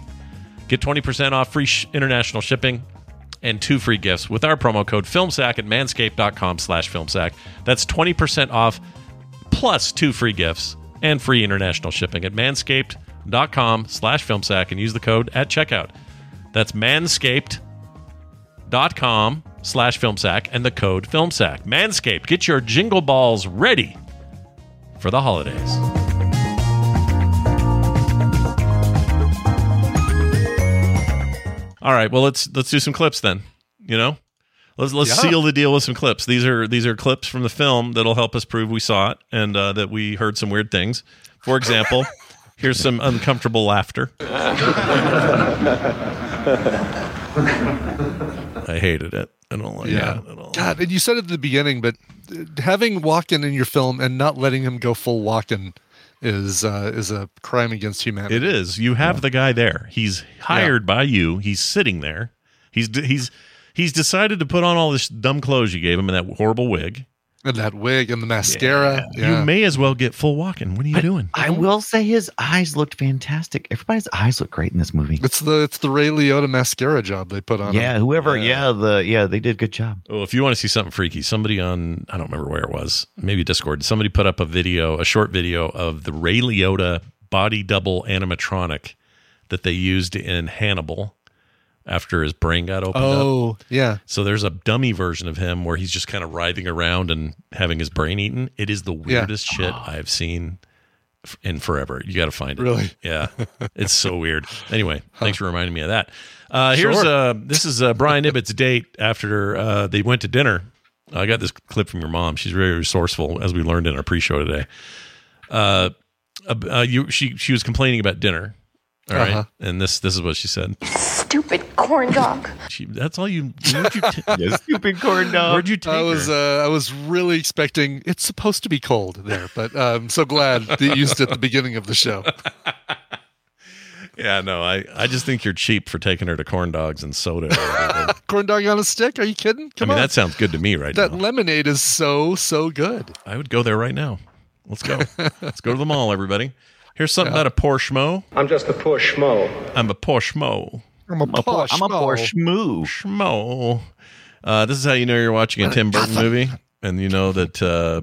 Speaker 1: Get 20% off free sh- international shipping and two free gifts with our promo code FILMSAC at manscaped.com slash FILMSAC. That's 20% off plus two free gifts and free international shipping at manscaped.com slash FilmSack and use the code at checkout. That's manscaped.com slash FilmSack and the code FilmSack. Manscaped, get your jingle balls ready for the holidays. All right. Well, let's let's do some clips then. You know, let's let's
Speaker 12: Yeah.
Speaker 1: seal the deal with some clips. These are these are clips from the film that'll help us prove we saw it and uh, that we heard some weird things. For example, here's some uncomfortable laughter. I hated it. I don't like
Speaker 7: Yeah.
Speaker 1: it.
Speaker 7: God, and you said it at the beginning, but uh, having Walken in your film and not letting him go full Walken is uh, is a crime against humanity.
Speaker 1: It is. You have the guy there. He's hired by you. He's sitting there. He's he's he's decided to put on all this dumb clothes you gave him and that horrible wig.
Speaker 7: And that wig and the mascara. Yeah.
Speaker 1: You may as well get full walking. What are you doing?
Speaker 6: I will say his eyes looked fantastic. Everybody's eyes look great in this movie.
Speaker 7: It's the it's the Ray Liotta mascara job they put on. him.
Speaker 6: Yeah, whoever. Yeah, the yeah they did good job.
Speaker 1: Oh, if you want to see something freaky, somebody on I don't remember where it was, maybe Discord. Somebody put up a video, a short video of the Ray Liotta body double animatronic that they used in Hannibal after his brain got opened up.
Speaker 7: Oh, yeah.
Speaker 1: So there's a dummy version of him where he's just kind of writhing around and having his brain eaten. It is the
Speaker 7: Yeah. Ah.
Speaker 1: weirdest shit I've seen f- in forever. You got to find it.
Speaker 7: Really?
Speaker 1: Yeah. it's so weird. Anyway, thanks for reminding me of that. Uh, here's
Speaker 7: Sure.
Speaker 1: uh, this is uh, Brian Ibbett's date after uh, they went to dinner. I got this clip from your mom. She's very resourceful, as we learned in our pre-show today. Uh, ab- uh, you, she she was complaining about dinner. All right,
Speaker 13: Uh-huh.
Speaker 1: and this this is what she said.
Speaker 13: Stupid corn dog.
Speaker 1: She, that's all you. Where'd you t-
Speaker 6: stupid corn dog.
Speaker 1: Where'd you take
Speaker 7: I was
Speaker 1: her?
Speaker 7: uh, I was really expecting it's supposed to be cold there, but uh, I'm so glad that you used it at the beginning of the show.
Speaker 1: Yeah, no, I, I just think you're cheap for taking her to corn dogs and soda. or whatever.
Speaker 7: Corn dog on a stick? Are you kidding?
Speaker 1: I
Speaker 7: Come
Speaker 1: mean,
Speaker 7: on.
Speaker 1: that sounds good to me right
Speaker 7: that
Speaker 1: now.
Speaker 7: lemonade is so so good.
Speaker 1: I would go there right now. Let's go. Let's go to the mall, everybody. Here's something
Speaker 7: Yeah.
Speaker 1: about a poor schmo.
Speaker 14: I'm just a poor schmo.
Speaker 1: I'm a poor schmo.
Speaker 7: I'm a poor
Speaker 6: I'm a poor
Speaker 1: schmoo. Schmo. Uh, this is how you know you're watching a
Speaker 7: Uh,
Speaker 1: Tim Burton movie, and you know that uh,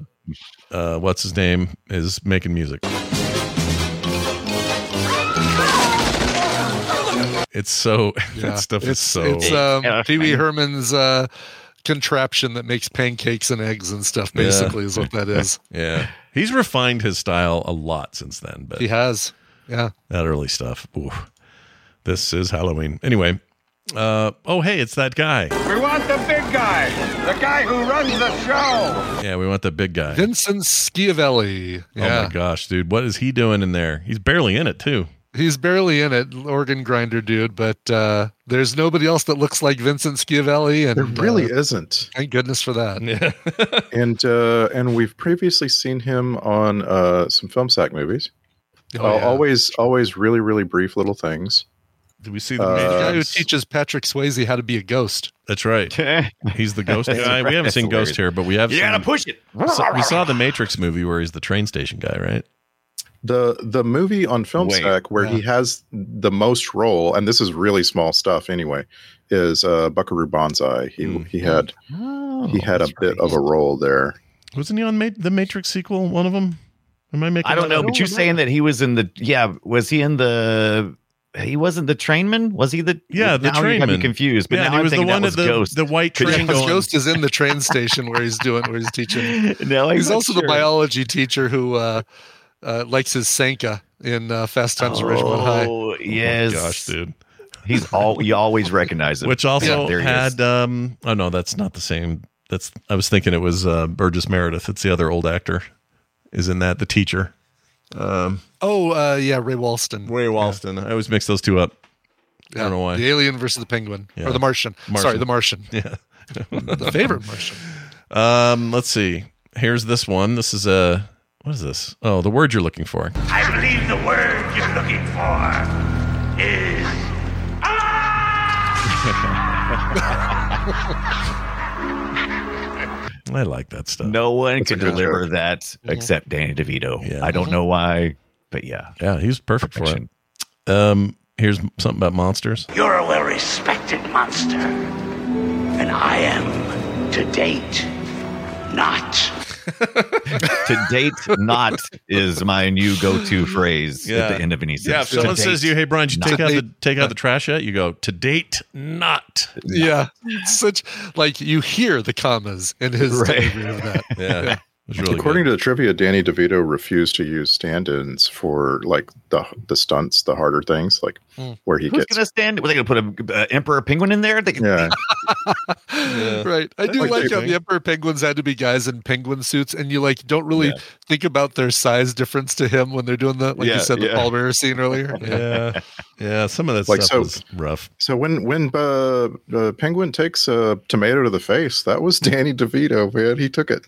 Speaker 1: uh, what's his name is making music. It's so that stuff is
Speaker 7: it's,
Speaker 1: so.
Speaker 7: It's um, Pee Wee Herman's uh, contraption that makes pancakes and eggs and stuff.
Speaker 1: Yeah.
Speaker 7: Basically, is what that is.
Speaker 1: Yeah, he's refined his style a lot since then. But
Speaker 7: He has. Yeah.
Speaker 1: that early stuff. Ooh, this is Halloween. Anyway, Uh, oh, hey, it's that guy.
Speaker 11: We want the big guy, the guy who runs the show.
Speaker 1: Yeah, we want the big guy.
Speaker 7: Vincent Schiavelli.
Speaker 1: Oh my gosh, dude, what is he doing in there? He's barely in it too.
Speaker 7: He's barely in it, organ grinder dude, but uh, there's nobody else that looks like Vincent Schiavelli. And
Speaker 5: There really
Speaker 7: uh,
Speaker 5: isn't.
Speaker 7: Thank goodness for that.
Speaker 5: and uh, and we've previously seen him on uh, some film sack movies.
Speaker 7: Oh,
Speaker 5: Uh,
Speaker 7: yeah.
Speaker 5: Always, always really, really brief little things.
Speaker 1: Do we see
Speaker 7: the guy who teaches Patrick Swayze how to be a ghost.
Speaker 1: That's right. He's the ghost guy.
Speaker 7: That's
Speaker 1: We
Speaker 7: right.
Speaker 1: haven't
Speaker 7: That's
Speaker 1: seen Ghost
Speaker 7: hilarious.
Speaker 1: here, but we have.
Speaker 7: You gotta
Speaker 1: seen-
Speaker 7: push it.
Speaker 1: We saw- we saw the Matrix movie where he's the train station guy, right?
Speaker 5: The the movie on film
Speaker 1: Wait,
Speaker 5: sack where he has the most role, and this is really small stuff anyway, is uh, Buckaroo Banzai. He he had
Speaker 6: Oh,
Speaker 5: he had a bit of a role there.
Speaker 1: Wasn't he on Ma- the Matrix sequel? One of them. Am I making?
Speaker 6: I don't
Speaker 1: that
Speaker 6: know,
Speaker 1: up?
Speaker 6: but you're saying that he was in the yeah. Was he in the? He wasn't the trainman. Was he the?
Speaker 1: Yeah, the
Speaker 6: now you got me
Speaker 1: trainman.
Speaker 6: confused. But
Speaker 1: Yeah,
Speaker 6: now
Speaker 1: he
Speaker 6: I'm
Speaker 1: was the
Speaker 6: thinking
Speaker 1: one at
Speaker 6: that was
Speaker 1: the-
Speaker 6: Ghost.
Speaker 1: the white
Speaker 6: Could-
Speaker 1: train
Speaker 7: Because
Speaker 1: going-
Speaker 7: Ghost is in the train station where he's doing where he's teaching.
Speaker 6: No, I'm
Speaker 7: he's
Speaker 6: not
Speaker 7: also
Speaker 6: sure.
Speaker 7: the biology teacher who uh, uh, likes his Senka in uh, Fast Times at Ridgemont High.
Speaker 6: Oh yes,
Speaker 1: gosh, dude.
Speaker 6: He's all you always recognize him.
Speaker 1: Which also
Speaker 6: Yeah, there he is.
Speaker 1: had. Um, oh no, that's not the same. That's I was thinking it was uh, Burgess Meredith. It's the other old actor. Is in that the teacher? Um,
Speaker 7: Oh uh, yeah, Ray Walston.
Speaker 1: Ray Walston. I always mix those two up. I don't know why.
Speaker 7: The Alien versus the Penguin
Speaker 1: Yeah.
Speaker 7: or the Martian. Sorry,
Speaker 1: Martian.
Speaker 7: the Martian.
Speaker 1: Yeah,
Speaker 7: the favorite Martian.
Speaker 1: Um, let's see. Here's this one. This is a what is this? Oh, the word you're looking for.
Speaker 11: I believe the word you're looking for is.
Speaker 1: I like that stuff.
Speaker 6: No one
Speaker 1: That's a
Speaker 6: could
Speaker 1: good
Speaker 6: deliver
Speaker 1: joke.
Speaker 6: that except Danny DeVito.
Speaker 1: Yeah.
Speaker 6: I don't know why, but yeah.
Speaker 1: Yeah, he was perfect for it. Um, here's something about monsters.
Speaker 11: You're a well respected monster. And I am, to date, not.
Speaker 6: to date not is my new go-to phrase at the end of any
Speaker 1: Yeah, if
Speaker 6: sentence.
Speaker 1: someone
Speaker 6: To
Speaker 1: says to you,
Speaker 6: date,
Speaker 1: "Hey, Brian, did you
Speaker 6: not."
Speaker 1: take out the take out the trash yet?" You go, "To date, not."
Speaker 7: Yeah, such like you hear the commas in his
Speaker 1: Right.
Speaker 7: delivery of that.
Speaker 1: Yeah.
Speaker 5: According to the trivia, Danny DeVito refused to use stand-ins for like the the stunts, the harder things, like
Speaker 6: Hmm.
Speaker 5: where he
Speaker 6: Who's
Speaker 5: gets.
Speaker 6: gonna stand? Were they gonna put a uh, emperor penguin in there? They can,
Speaker 5: Yeah,
Speaker 7: Right. I do
Speaker 6: Like
Speaker 7: like
Speaker 6: they
Speaker 7: how
Speaker 6: think.
Speaker 7: the Emperor Penguins had to be guys in penguin suits, and you like don't really think about their size difference to him when they're doing that. Like
Speaker 5: Yeah,
Speaker 7: you said,
Speaker 5: yeah.
Speaker 7: the Paul Bearer scene earlier.
Speaker 1: Yeah, yeah. Some of that
Speaker 5: Like,
Speaker 1: stuff
Speaker 5: so-
Speaker 1: was rough.
Speaker 5: So when when uh, uh, Penguin takes a tomato to the face, that was Danny DeVito, man. He took it.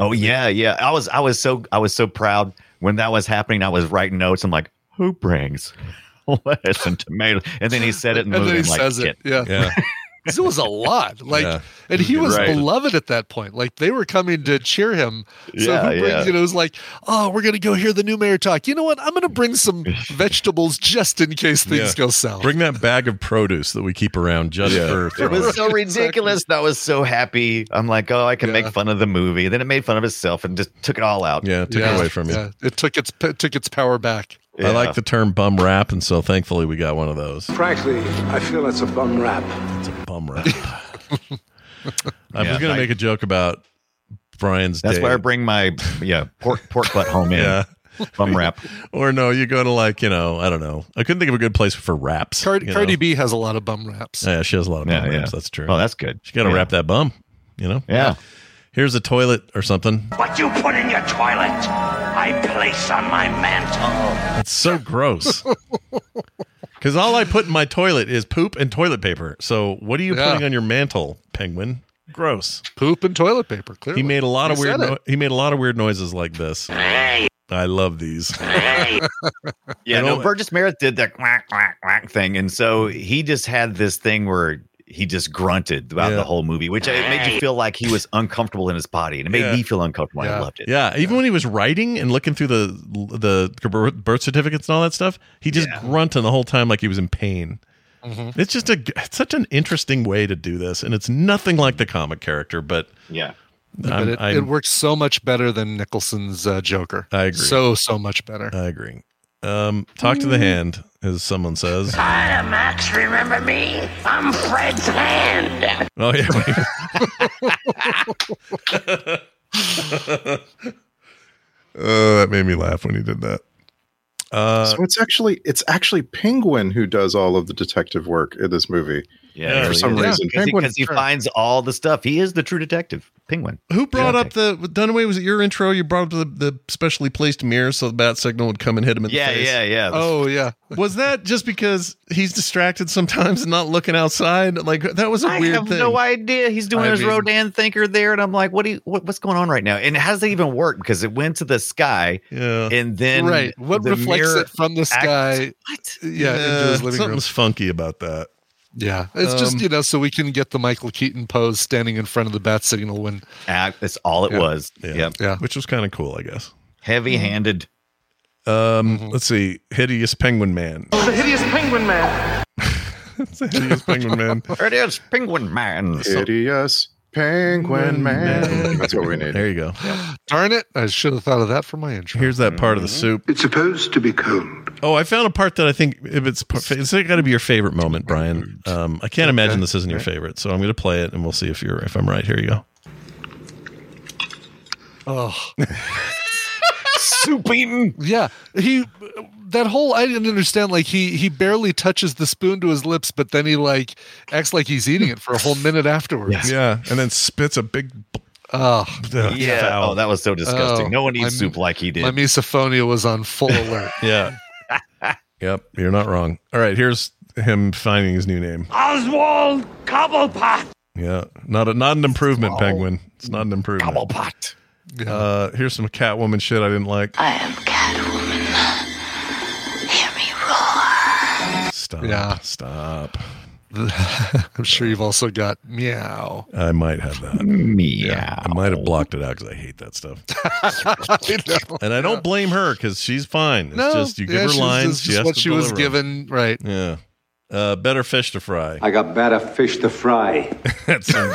Speaker 6: Oh yeah, yeah. I was I was so I was so proud when that was happening. I was writing notes. I'm like, who brings lettuce and tomatoes? And then he said it in the
Speaker 7: And then
Speaker 6: movie.
Speaker 7: he
Speaker 6: I'm like,
Speaker 7: says it.
Speaker 6: shit.
Speaker 7: Yeah.
Speaker 1: Yeah.
Speaker 7: 'Cause it was a lot. Like,
Speaker 6: Yeah.
Speaker 7: and he was
Speaker 6: Right.
Speaker 7: beloved at that point. Like they were coming to cheer him. So
Speaker 6: Yeah,
Speaker 7: who brings?
Speaker 6: yeah.
Speaker 7: You know, it was like, oh, we're gonna go hear the new mayor talk. You know what? I'm gonna bring some vegetables just in case things
Speaker 1: Yeah.
Speaker 7: go south.
Speaker 1: Bring that bag of produce that we keep around just for.
Speaker 6: It was so
Speaker 7: Right,
Speaker 6: ridiculous. and I was so happy. I'm like, oh, I can make fun of the movie. Then it made fun of itself and just took it all out.
Speaker 1: Yeah, it took it away from you.
Speaker 7: Yeah. It took its it took its power back.
Speaker 1: I like the term "bum rap," and so thankfully we got one of those.
Speaker 3: Frankly, I feel that's a bum rap.
Speaker 1: It's a bum rap. I
Speaker 6: Yeah.
Speaker 1: was going
Speaker 6: I-
Speaker 1: to make a joke about Brian's.
Speaker 6: That's
Speaker 1: day.
Speaker 6: where I bring my yeah pork pork butt home in.
Speaker 1: Yeah.
Speaker 6: Bum rap.
Speaker 1: Or no, you go to like you know I don't know. I couldn't think of a good place for raps.
Speaker 7: Card-
Speaker 1: you know?
Speaker 7: Cardi B has a lot of bum raps.
Speaker 1: Yeah, she has a lot of
Speaker 6: Yeah,
Speaker 1: bum
Speaker 6: yeah.
Speaker 1: raps. That's true.
Speaker 6: Oh, that's good.
Speaker 1: She got to
Speaker 6: Yeah.
Speaker 1: wrap that bum. You know.
Speaker 6: Yeah.
Speaker 1: Here's a toilet or something.
Speaker 11: What you put in your toilet, I place on my mantle.
Speaker 1: That's so gross. Because all I put in my toilet is poop and toilet paper. So what are you
Speaker 7: Yeah.
Speaker 1: putting on your mantle, penguin? Gross.
Speaker 7: Poop and toilet paper. Clearly,
Speaker 1: He made a lot of
Speaker 7: He
Speaker 1: weird.
Speaker 7: said it.
Speaker 1: No- he made a lot of weird noises like this. I love these.
Speaker 6: Yeah,
Speaker 1: I
Speaker 6: no,
Speaker 1: don't-
Speaker 6: Burgess Meredith did the quack quack quack thing, and so he just had this thing where he just grunted throughout the whole movie, which it made you feel like he was uncomfortable in his body, and it made
Speaker 1: Yeah.
Speaker 6: me feel uncomfortable. and I loved it.
Speaker 1: Yeah, even when he was writing and looking through the the birth certificates and all that stuff, he just grunting the whole time like he was in pain.
Speaker 6: Mm-hmm.
Speaker 1: It's just a it's such an interesting way to do this, and it's nothing like the comic character, but
Speaker 6: yeah,
Speaker 7: But it, it works so much better than Nicholson's uh, Joker.
Speaker 1: I agree.
Speaker 7: So so much better.
Speaker 1: I agree. Um, talk to the hand, as someone says.
Speaker 11: Hi, Max, remember me? I'm Fred's hand.
Speaker 1: Oh yeah. Oh, that made me laugh when he did that. Uh,
Speaker 5: so it's actually it's actually Penguin who does all of the detective work in this movie.
Speaker 6: Yeah,
Speaker 5: for some reason,
Speaker 6: Penguin because he, finds all the stuff. He is the true detective, Penguin.
Speaker 1: Who brought up the Dunaway? Was it your intro? You brought up the, the specially placed mirror so the bat signal would come and hit him in
Speaker 6: Yeah,
Speaker 1: the face.
Speaker 6: yeah, yeah.
Speaker 1: Oh, yeah. Was that just because he's distracted sometimes and not looking outside? Like that was a
Speaker 6: I
Speaker 1: weird
Speaker 6: have
Speaker 1: thing.
Speaker 6: no idea. He's doing
Speaker 1: I
Speaker 6: his
Speaker 1: mean-
Speaker 6: Rodan thinker there, and I'm like, what do you, what, what's going on right now? And how does that even work? Because it went to the sky, and then
Speaker 7: Right. What
Speaker 6: the
Speaker 7: reflects
Speaker 6: mirror
Speaker 7: it from the
Speaker 6: acts-
Speaker 7: sky? Yeah, into his living room.
Speaker 1: something's funky about that.
Speaker 7: Yeah, it's just
Speaker 1: Um,
Speaker 7: you know so we can get the Michael Keaton pose standing in front of the bat signal when
Speaker 6: act. That's all it
Speaker 7: Yeah.
Speaker 6: was.
Speaker 1: Yeah.
Speaker 6: Yep.
Speaker 1: Which was kind of cool, I guess.
Speaker 6: Heavy-handed.
Speaker 1: Um, let's see. Hideous Penguin Man.
Speaker 12: The hideous penguin man.
Speaker 1: It's a hideous Penguin Man.
Speaker 6: It is Penguin Man.
Speaker 5: Hideous
Speaker 6: Mm-hmm.
Speaker 5: Penguin Man. That's what we need.
Speaker 1: There you go.
Speaker 7: Darn it! I should have thought of that for my intro.
Speaker 1: Here's that part of the soup.
Speaker 4: It's supposed to be cold.
Speaker 1: Oh, I found a part that I think if it's par- it's got to be your favorite moment, Brian. Um, I can't imagine this isn't your favorite, so I'm going to play it and we'll see if you're if I'm right. Here you go.
Speaker 7: Oh, soup eating. Yeah, he that whole I didn't understand. Like he he barely touches the spoon to his lips, but then he like acts like he's eating it for a whole minute afterwards.
Speaker 1: Yeah, and then spits a big.
Speaker 7: Oh
Speaker 6: Yeah. Oh, that was so disgusting.
Speaker 7: Oh,
Speaker 6: no one
Speaker 7: my-
Speaker 6: eats soup like he did.
Speaker 7: My misophonia was on full alert.
Speaker 1: Yeah. yep, you're not wrong. All right, here's him finding his new name.
Speaker 12: Oswald Cobblepot.
Speaker 1: Yeah, not a, not an improvement, Penguin. It's not an improvement.
Speaker 6: Cobblepot.
Speaker 1: Uh, here's some Catwoman shit I didn't like. I am Catwoman. Hear me roar.
Speaker 7: Yeah.
Speaker 1: Stop. Stop.
Speaker 7: I'm sure you've also got meow.
Speaker 1: I might have that.
Speaker 6: Meow.
Speaker 1: I might have blocked it out because I hate that stuff.
Speaker 7: I know.
Speaker 1: And I don't blame her because she's fine. It's
Speaker 7: No,
Speaker 1: just you give
Speaker 7: yeah,
Speaker 1: her
Speaker 7: she's-
Speaker 1: lines.
Speaker 7: this
Speaker 1: She
Speaker 7: is
Speaker 1: has
Speaker 7: what
Speaker 1: to
Speaker 7: she was
Speaker 1: deliver 'em.
Speaker 7: right?
Speaker 1: Yeah. Uh, better fish to fry.
Speaker 3: I got better fish to fry.
Speaker 1: that sounds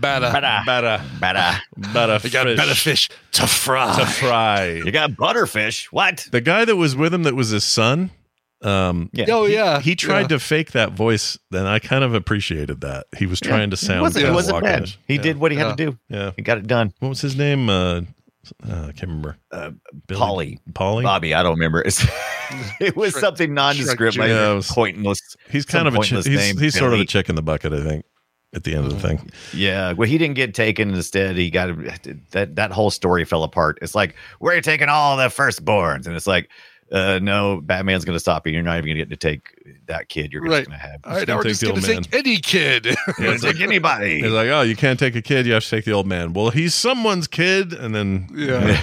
Speaker 7: better,
Speaker 1: better,
Speaker 6: better,
Speaker 1: better. You got
Speaker 7: better fish to fry.
Speaker 1: To fry. You
Speaker 6: got butterfish. What?
Speaker 1: The guy that was with him that was his son. Um,
Speaker 6: Uh, Yeah.
Speaker 7: Oh,
Speaker 1: he-
Speaker 7: yeah.
Speaker 1: He tried
Speaker 7: Yeah.
Speaker 1: to fake that voice, and I kind of appreciated that. He was trying to sound.
Speaker 6: It wasn't, it
Speaker 1: Paul
Speaker 6: wasn't
Speaker 1: Walker-ish.
Speaker 6: bad. He
Speaker 1: Yeah.
Speaker 6: did what he
Speaker 1: Yeah.
Speaker 6: had to do.
Speaker 1: Yeah.
Speaker 6: He got it done.
Speaker 1: What was his name? Uh, uh, I can't remember.
Speaker 6: Uh,
Speaker 1: Billy-
Speaker 6: Polly.
Speaker 1: Polly.
Speaker 6: Bobby, I don't remember. It's, it was something nondescript. Like
Speaker 1: Yeah, it was-
Speaker 6: pointless.
Speaker 1: He's
Speaker 6: some
Speaker 1: kind of a chi-
Speaker 6: pointless
Speaker 1: he's,
Speaker 6: name,
Speaker 1: he's sort of the
Speaker 6: Billy. Mm.
Speaker 1: chick in the bucket, I think, at the end of the thing.
Speaker 6: Yeah, well, he didn't get taken. Instead, he got that that whole story fell apart. It's like we're taking all the firstborns, and it's like, uh, no, Batman's going to stop you. You're not even going to get to take that kid. You're
Speaker 7: Right.
Speaker 6: just going to have.
Speaker 7: All right,
Speaker 1: Just
Speaker 7: now
Speaker 1: don't
Speaker 7: we're
Speaker 1: take
Speaker 7: just
Speaker 1: the
Speaker 7: going
Speaker 1: old
Speaker 7: to
Speaker 1: man.
Speaker 7: take any kid.
Speaker 1: Yeah, it's
Speaker 6: like anybody.
Speaker 1: He's like, oh, you can't take a kid. You have to take the old man. Well, he's someone's kid, and then
Speaker 7: Yeah.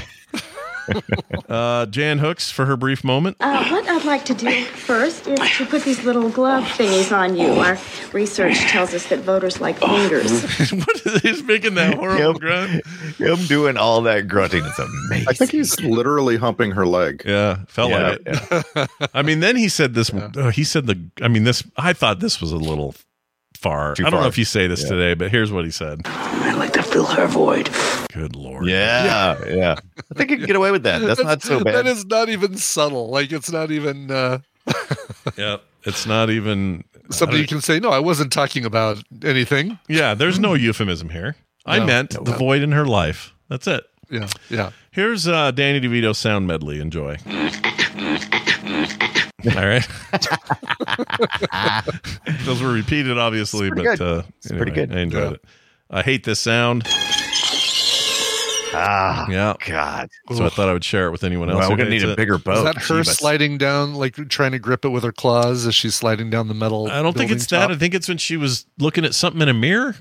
Speaker 1: uh, Jan Hooks for her brief moment.
Speaker 14: Uh, what I'd like to do first is to put these little glove thingies on you. Our research tells us that voters like fingers.
Speaker 1: he's making that horrible grunt.
Speaker 6: Him doing all that grunting is amazing.
Speaker 5: I think he's literally humping her leg.
Speaker 1: Yeah, felt like it. I mean, then he said this. uh, he said the. I mean, this. I thought this was a little far.
Speaker 6: Too
Speaker 1: I don't know
Speaker 6: far.
Speaker 1: if you say this
Speaker 6: Yeah.
Speaker 1: today, but here's what he said.
Speaker 11: I'd like to fill her void.
Speaker 1: Good lord.
Speaker 6: Yeah, yeah. I think you can get away with that. That's not so bad.
Speaker 7: That is not even subtle. Like it's not even uh,
Speaker 1: Yep. It's not even
Speaker 7: something you can say. No, I wasn't talking about anything.
Speaker 1: Yeah, there's no euphemism here. I
Speaker 7: No.
Speaker 1: meant the void in her life. That's it.
Speaker 7: Yeah, yeah.
Speaker 1: Here's uh, Danny DeVito sound medley. Enjoy. All right. Those were repeated, obviously,
Speaker 6: It's
Speaker 1: but
Speaker 6: pretty good.
Speaker 1: uh,
Speaker 6: It's pretty
Speaker 1: anyway,
Speaker 6: good.
Speaker 1: I enjoyed
Speaker 6: Yeah.
Speaker 1: it. I hate this sound.
Speaker 6: ah,
Speaker 1: Yeah.
Speaker 6: God.
Speaker 1: So I thought I would share it with anyone else.
Speaker 6: Well,
Speaker 1: who
Speaker 6: we're gonna
Speaker 1: hates
Speaker 6: need a
Speaker 1: it.
Speaker 6: bigger
Speaker 7: Is that her sliding down, like trying to grip it with her claws as she's sliding down the metal?
Speaker 1: I don't think it's that. I think it's when she was looking at something in a mirror.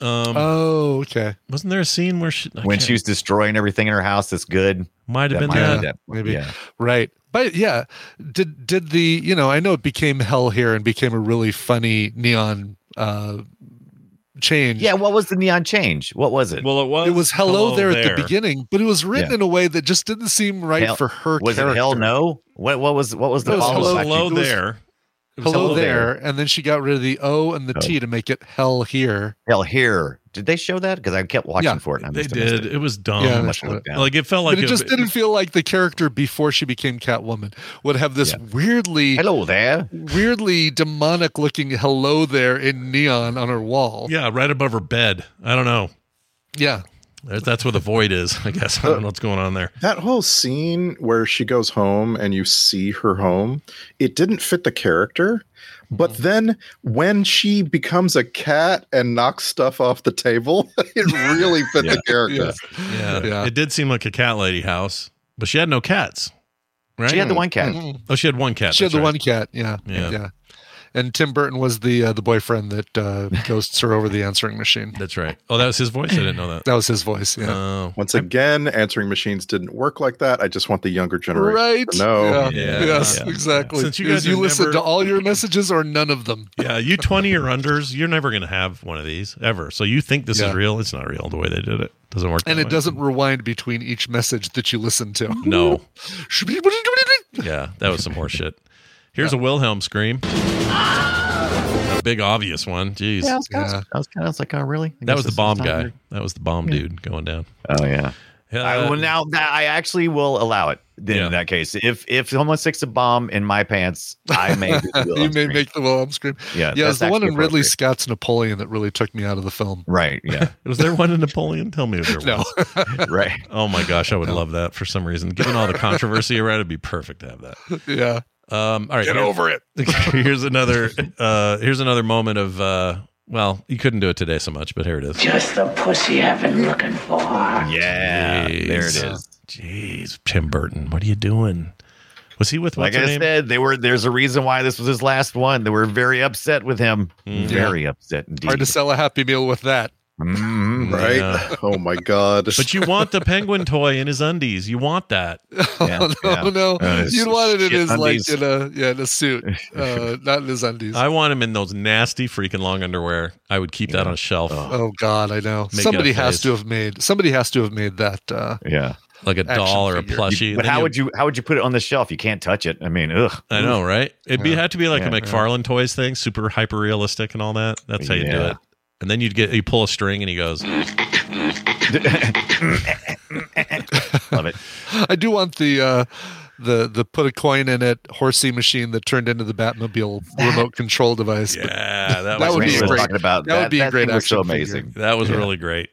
Speaker 1: Um,
Speaker 7: oh, okay.
Speaker 1: Wasn't there a scene where she I
Speaker 6: when
Speaker 1: can't-
Speaker 6: she was destroying everything in her house, that's good.
Speaker 1: Might have been that.
Speaker 7: Maybe.
Speaker 6: Yeah.
Speaker 7: Right. But yeah, did did the you know I know it became hell here and became a really funny neon uh change.
Speaker 6: Yeah, what was the neon change? What was it?
Speaker 1: Well, it was.
Speaker 7: It was hello,
Speaker 6: Hello
Speaker 7: there,
Speaker 6: There.
Speaker 7: at the beginning, but it was written
Speaker 6: Yeah.
Speaker 7: in a way that just didn't seem right
Speaker 6: Hell-
Speaker 7: for her.
Speaker 6: Was
Speaker 7: character.
Speaker 6: it hell no? What what was what was the
Speaker 7: It was
Speaker 6: follow up?
Speaker 1: hello
Speaker 7: It was
Speaker 1: there. It was
Speaker 7: Hello,
Speaker 1: hello
Speaker 7: there, and then she got rid of the O and the
Speaker 1: Oh.
Speaker 7: T to make it hell here.
Speaker 6: Hell here. Did they show that? Because I kept watching
Speaker 7: Yeah,
Speaker 6: for it. And I
Speaker 1: They
Speaker 6: must have missed
Speaker 1: did. It was dumb.
Speaker 7: Yeah,
Speaker 6: I
Speaker 7: they
Speaker 6: must have
Speaker 7: showed
Speaker 6: looked
Speaker 7: it.
Speaker 6: down.
Speaker 1: Oh, Like it felt like
Speaker 7: but it just didn't feel like the character before she became Catwoman would have this weirdly
Speaker 6: hello there,
Speaker 7: weirdly demonic looking hello there in neon on her wall.
Speaker 1: Yeah, right above her bed. I don't know.
Speaker 7: Yeah,
Speaker 1: There- That's where the void is, I guess. I don't know what's going on there.
Speaker 5: That whole scene where she goes home and you see her home, it didn't fit the character. But
Speaker 7: Mm-hmm.
Speaker 5: then when she becomes a cat and knocks stuff off the table, it really fit the character.
Speaker 1: Yeah. It did seem like a cat lady house, but she had no cats. Right?
Speaker 7: She had the one cat.
Speaker 1: Oh, she had one cat.
Speaker 7: She had
Speaker 1: that's
Speaker 7: the
Speaker 1: right.
Speaker 7: one cat. Yeah,
Speaker 1: Yeah.
Speaker 7: yeah. And Tim Burton was the uh, the boyfriend that uh, ghosts her over the answering machine.
Speaker 1: That's right. Oh, that was his voice. I didn't know that. Oh.
Speaker 7: That was his voice. Yeah.
Speaker 5: Once again, answering machines didn't work like that. I just want the younger generation.
Speaker 7: Right.
Speaker 5: No.
Speaker 7: Yeah. Yes. Exactly.
Speaker 1: Since you
Speaker 7: Because
Speaker 1: guys
Speaker 7: you
Speaker 1: have
Speaker 7: listen
Speaker 1: never-
Speaker 7: to all your messages or none of them.
Speaker 1: Yeah, you 20 or unders, you're never going to have one of these ever. So you think this
Speaker 7: Yeah.
Speaker 1: is real. It's not real the way they did it. Doesn't work.
Speaker 7: And
Speaker 1: that
Speaker 7: it
Speaker 1: way.
Speaker 7: doesn't rewind between each message that you listen to.
Speaker 1: No. Yeah, that was some horse shit. Here's a Wilhelm scream.
Speaker 6: Ah!
Speaker 1: A big obvious one. Jeez.
Speaker 6: Yeah, I was kinda- I was kind of like, oh, really? I
Speaker 1: That
Speaker 6: guess
Speaker 1: was the
Speaker 6: this is
Speaker 1: bomb
Speaker 6: not
Speaker 1: guy.
Speaker 6: very-
Speaker 1: That was the bomb dude going down.
Speaker 6: Oh yeah. I
Speaker 1: Uh,
Speaker 6: will now. That I actually will allow it. Then in that case, if if someone sticks a bomb in my pants, I may. do the
Speaker 7: you
Speaker 6: Wilhelm
Speaker 7: may
Speaker 6: scream.
Speaker 7: make the Wilhelm scream.
Speaker 6: Yeah,
Speaker 7: yeah. It was
Speaker 6: that's
Speaker 7: the one in
Speaker 6: actually
Speaker 7: Ridley
Speaker 6: appropriate.
Speaker 7: Scott's Napoleon that really took me out of the film.
Speaker 6: Right. Yeah.
Speaker 1: Was there one in Napoleon? Tell me if there
Speaker 7: No.
Speaker 1: was.
Speaker 6: right.
Speaker 1: Oh my gosh, I would love that for some reason. Given all the controversy around, it'd be perfect to have that.
Speaker 7: yeah.
Speaker 1: Um, all right,
Speaker 10: Get over it.
Speaker 1: here's another. Uh, here's another moment of. Uh, well, you couldn't do it today so much, but here it is.
Speaker 11: Just the pussy I've been looking for.
Speaker 6: Yeah. There it
Speaker 1: Jeez.
Speaker 6: is.
Speaker 1: Jeez, Tim Burton, what are you doing? Was he with what's
Speaker 6: Like
Speaker 1: her
Speaker 6: I
Speaker 1: name?
Speaker 6: said, they were. There's a reason why this was his last one. They were very upset with him.
Speaker 1: Hmm. Mm-hmm.
Speaker 6: Very upset indeed.
Speaker 7: Hard to sell a Happy Meal with that.
Speaker 6: Mhm.
Speaker 5: Right?
Speaker 1: Yeah.
Speaker 5: Oh my God.
Speaker 1: But you want the penguin toy in his undies. You want that.
Speaker 6: Yeah, yeah.
Speaker 7: Oh no,
Speaker 6: Uh, it's
Speaker 7: you'd want it in
Speaker 6: shit
Speaker 7: his
Speaker 6: undies.
Speaker 7: like in a yeah in a suit, uh, not in his undies.
Speaker 1: I want him in those nasty freaking long underwear. I would keep that on a shelf.
Speaker 7: oh God, I know.
Speaker 1: Make
Speaker 7: somebody
Speaker 1: up
Speaker 7: has
Speaker 1: face.
Speaker 7: to have made somebody has to have made that. Uh,
Speaker 6: Yeah.
Speaker 1: Like a
Speaker 7: action
Speaker 1: doll or a
Speaker 7: figure.
Speaker 1: plushie.
Speaker 6: But
Speaker 1: Then
Speaker 6: how
Speaker 1: you-
Speaker 6: would you how would you put it on the shelf? You can't touch it. I mean, ugh.
Speaker 1: I know, right? It'd be
Speaker 6: Yeah.
Speaker 1: have to be like
Speaker 6: Yeah.
Speaker 1: a McFarlane toys thing, super hyper realistic and all that. That's how you do
Speaker 6: Yeah.
Speaker 1: it. And then you'd get you pull a string and he goes,
Speaker 6: Love it.
Speaker 7: I do want the uh, the the put a coin in it horsey machine that turned into the Batmobile remote control device. but
Speaker 1: "Yeah, that,
Speaker 7: That
Speaker 1: was
Speaker 7: would be
Speaker 1: really-
Speaker 6: We're
Speaker 7: great.
Speaker 6: talking about
Speaker 7: That
Speaker 6: that.
Speaker 7: would be a
Speaker 6: that
Speaker 7: great
Speaker 6: thing was so
Speaker 7: action figure.
Speaker 6: amazing.
Speaker 1: That was
Speaker 7: Yeah.
Speaker 1: really great."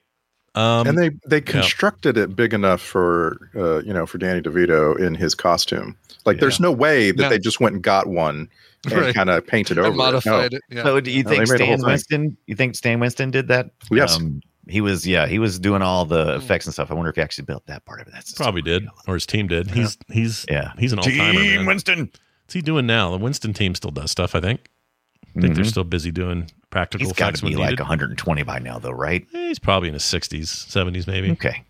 Speaker 1: Um,
Speaker 5: and they they constructed it big enough for uh, you know for Danny DeVito in his costume. Like, there's no way that
Speaker 7: No.
Speaker 5: they just went and got one and
Speaker 7: Right.
Speaker 5: kind of painted
Speaker 7: I
Speaker 5: over
Speaker 7: modified
Speaker 5: it.
Speaker 7: it. Yeah.
Speaker 6: So do you
Speaker 5: No, they
Speaker 6: think
Speaker 5: made a whole
Speaker 6: Stan
Speaker 5: thing.
Speaker 6: Winston? You think Stan Winston did that? Um,
Speaker 5: Yes.
Speaker 6: he was. Yeah, he was doing all the effects and stuff. I wonder if he actually built that part of it. That's
Speaker 1: probably did, or his team did. He's he's
Speaker 6: Yeah.
Speaker 1: he's an all timer.
Speaker 6: Team
Speaker 1: What's
Speaker 6: Winston.
Speaker 1: he doing now? The Winston team still does stuff. I think. I think they're still busy doing practical
Speaker 6: Mm-hmm. He's got
Speaker 1: effects
Speaker 6: to
Speaker 1: when
Speaker 6: be like
Speaker 1: needed.
Speaker 6: 120 by now, though, right?
Speaker 1: Eh, He's probably in his sixties, seventies, maybe.
Speaker 6: Okay.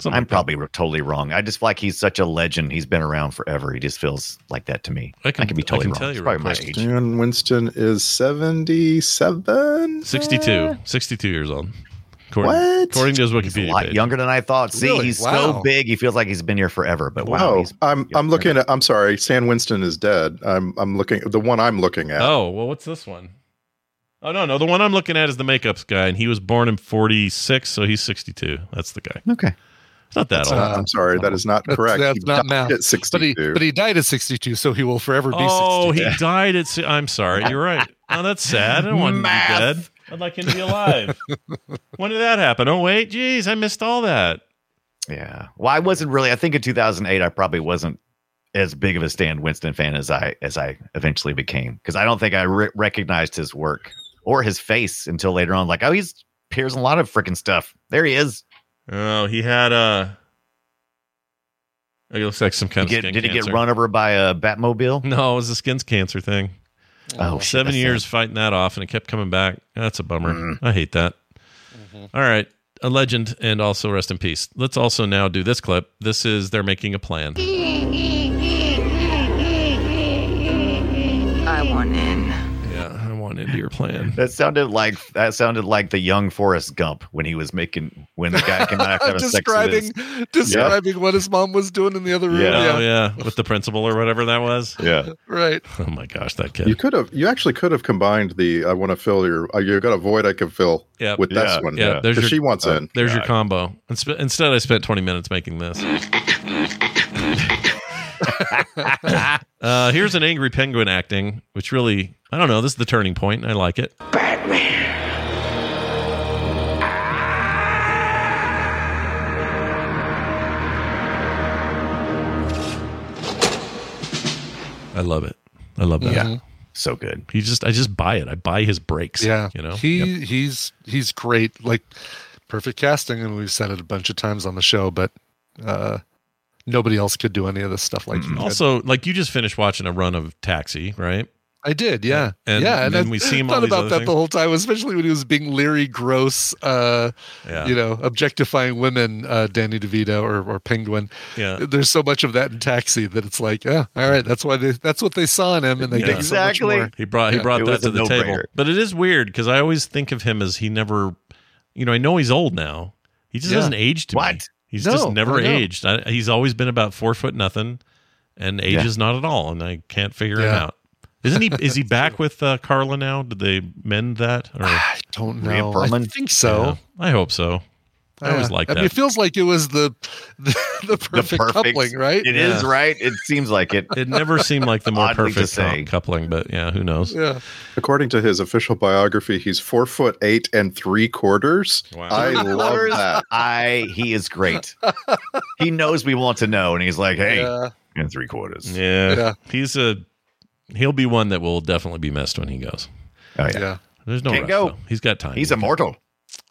Speaker 1: Something
Speaker 6: I'm
Speaker 1: like that.
Speaker 6: probably re- totally wrong. I just feel like he's such a legend. He's been around forever. He just feels like that to me. I can, be totally
Speaker 1: can
Speaker 6: wrong.
Speaker 1: tell
Speaker 6: It's
Speaker 1: you
Speaker 6: probably
Speaker 1: real
Speaker 6: my
Speaker 1: quick.
Speaker 6: age.
Speaker 5: Dan Winston is 77.
Speaker 1: 62, 62 years old. According,
Speaker 5: What?
Speaker 1: According to his
Speaker 6: Eh. A
Speaker 1: Wikipedia
Speaker 6: lot
Speaker 1: page.
Speaker 6: younger than I thought. See,
Speaker 7: Really?
Speaker 6: he's so
Speaker 7: Wow.
Speaker 6: big. He feels like he's been here forever. But wow,
Speaker 5: Oh,
Speaker 6: he's
Speaker 5: I'm I'm looking at. I'm sorry, Stan Winston is dead. I'm I'm looking the one I'm looking at.
Speaker 1: Oh, well, what's this one? Oh, no, no. The one I'm looking at is the makeups guy, and he was born in 46, so he's 62. That's the guy.
Speaker 6: okay.
Speaker 1: It's not that
Speaker 5: That's
Speaker 1: old.
Speaker 5: not- I'm sorry, that is not
Speaker 7: That's,
Speaker 5: correct.
Speaker 7: that's
Speaker 5: He
Speaker 7: not
Speaker 5: died At
Speaker 7: math. But he
Speaker 5: 62.
Speaker 7: but he died at 62, so he will forever be 62.
Speaker 1: Oh, he died at. si- I'm sorry. You're right. Oh, that's sad. I don't want him to be
Speaker 6: Math.
Speaker 1: dead. I'd like him to be alive. when did that happen? Oh, wait. Jeez, I missed all that.
Speaker 6: Yeah. Well, I wasn't really. I think in 2008, I probably wasn't as big of a Stan Winston fan as I as I eventually became because I don't think I re- recognized his work or his face until later on. Like, oh, he's appears in a lot of freaking stuff. There he is.
Speaker 1: Oh, he had a. It looks like some kind
Speaker 6: Did he
Speaker 1: of
Speaker 6: get,
Speaker 1: skin
Speaker 6: did he get
Speaker 1: cancer.
Speaker 6: run over by a Batmobile?
Speaker 1: No, it was a skin's cancer thing.
Speaker 6: Oh, shit,
Speaker 1: Seven
Speaker 6: that's
Speaker 1: years
Speaker 6: sad. Mm.
Speaker 1: fighting that off, and it kept coming back. That's a bummer. I hate that. All right. A legend and also rest in peace. Let's also now do this clip. This is they're making a plan.
Speaker 15: I want in.
Speaker 1: Yeah, I want into your plan.
Speaker 6: That sounded like that sounded like the young Forrest Gump when he was making when the guy came out after having sex with his-
Speaker 7: describing describing what his mom was doing in the other room.
Speaker 1: Yeah.
Speaker 7: Yeah,
Speaker 1: Oh, yeah. With the principal or whatever that was.
Speaker 6: yeah.
Speaker 7: right.
Speaker 1: Oh, my gosh. That
Speaker 5: You
Speaker 1: kid.
Speaker 5: could have. You actually could have combined the. I want to fill your. Uh, you got a void I can fill.
Speaker 1: Yep.
Speaker 5: with this
Speaker 6: Yeah,
Speaker 5: one.
Speaker 1: Yeah. There's
Speaker 5: 'Cause
Speaker 1: your,
Speaker 5: she wants
Speaker 1: uh,
Speaker 5: in.
Speaker 1: There's your combo. And sp- instead, I spent 20 minutes making this. uh, here's an angry penguin acting, which really, I don't know. This is the turning point. and I like it.
Speaker 11: Batman.
Speaker 1: I love it. I love that.
Speaker 7: Yeah.
Speaker 6: So good.
Speaker 1: He just I just buy it. I buy his breaks.
Speaker 7: Yeah,
Speaker 1: You know?
Speaker 7: he he's he's great. Like perfect casting, and we've said it a bunch of times on the show, but uh, nobody else could do any of this stuff like he could.
Speaker 1: also, like you just finished watching a run of Taxi, right?
Speaker 7: I did, yeah,
Speaker 1: And-
Speaker 7: yeah.
Speaker 1: and then
Speaker 7: I
Speaker 1: we see him all
Speaker 7: thought
Speaker 1: these
Speaker 7: about
Speaker 1: other
Speaker 7: that
Speaker 1: things.
Speaker 7: the whole time, especially when he was being leery, gross, uh,
Speaker 1: Yeah.
Speaker 7: you know, objectifying women, uh, Danny DeVito or, or Penguin.
Speaker 1: Yeah.
Speaker 7: there's so much of that in Taxi that it's like, yeah, all right, that's why they, that's what they saw in him, and they
Speaker 1: Yeah.
Speaker 7: get So much more.
Speaker 1: He brought he
Speaker 7: Yeah.
Speaker 1: brought that to the table. But it is weird because I always think of him as he never, you know, I know he's old now. He just
Speaker 7: Yeah.
Speaker 1: doesn't age to me.
Speaker 7: What?
Speaker 1: He's
Speaker 7: No,
Speaker 1: just never
Speaker 7: I know.
Speaker 1: aged. I, he's always been about four foot nothing, and age
Speaker 7: Yeah.
Speaker 1: is not at all. And I can't figure him
Speaker 7: Yeah.
Speaker 1: out. Isn't he? Is he back with uh, Carla now? Did they mend that? Or I
Speaker 7: don't know. I Perlman? think so.
Speaker 1: I hope so. I always
Speaker 7: Yeah.
Speaker 1: like
Speaker 7: I
Speaker 1: that.
Speaker 7: mean, it feels like it was the the, the, perfect, coupling, right?
Speaker 6: It is
Speaker 1: Yeah.
Speaker 6: right? It seems like it.
Speaker 1: it never seemed like the more
Speaker 6: Oddly to
Speaker 1: perfect
Speaker 6: say.
Speaker 1: cou- coupling, but yeah, who knows?
Speaker 7: Yeah.
Speaker 5: According to his official biography, he's four foot eight and three quarters. I love that.
Speaker 6: I he is great. he knows we want to know, and he's like, "Hey,
Speaker 7: Yeah.
Speaker 6: and three quarters."
Speaker 1: Yeah.
Speaker 7: Yeah.
Speaker 1: He's a he'll be one that will definitely be missed when he goes.
Speaker 6: Oh
Speaker 7: yeah. Yeah.
Speaker 1: There's no
Speaker 6: Can't
Speaker 1: rush,
Speaker 6: go.
Speaker 1: though. He's got time.
Speaker 6: He's immortal.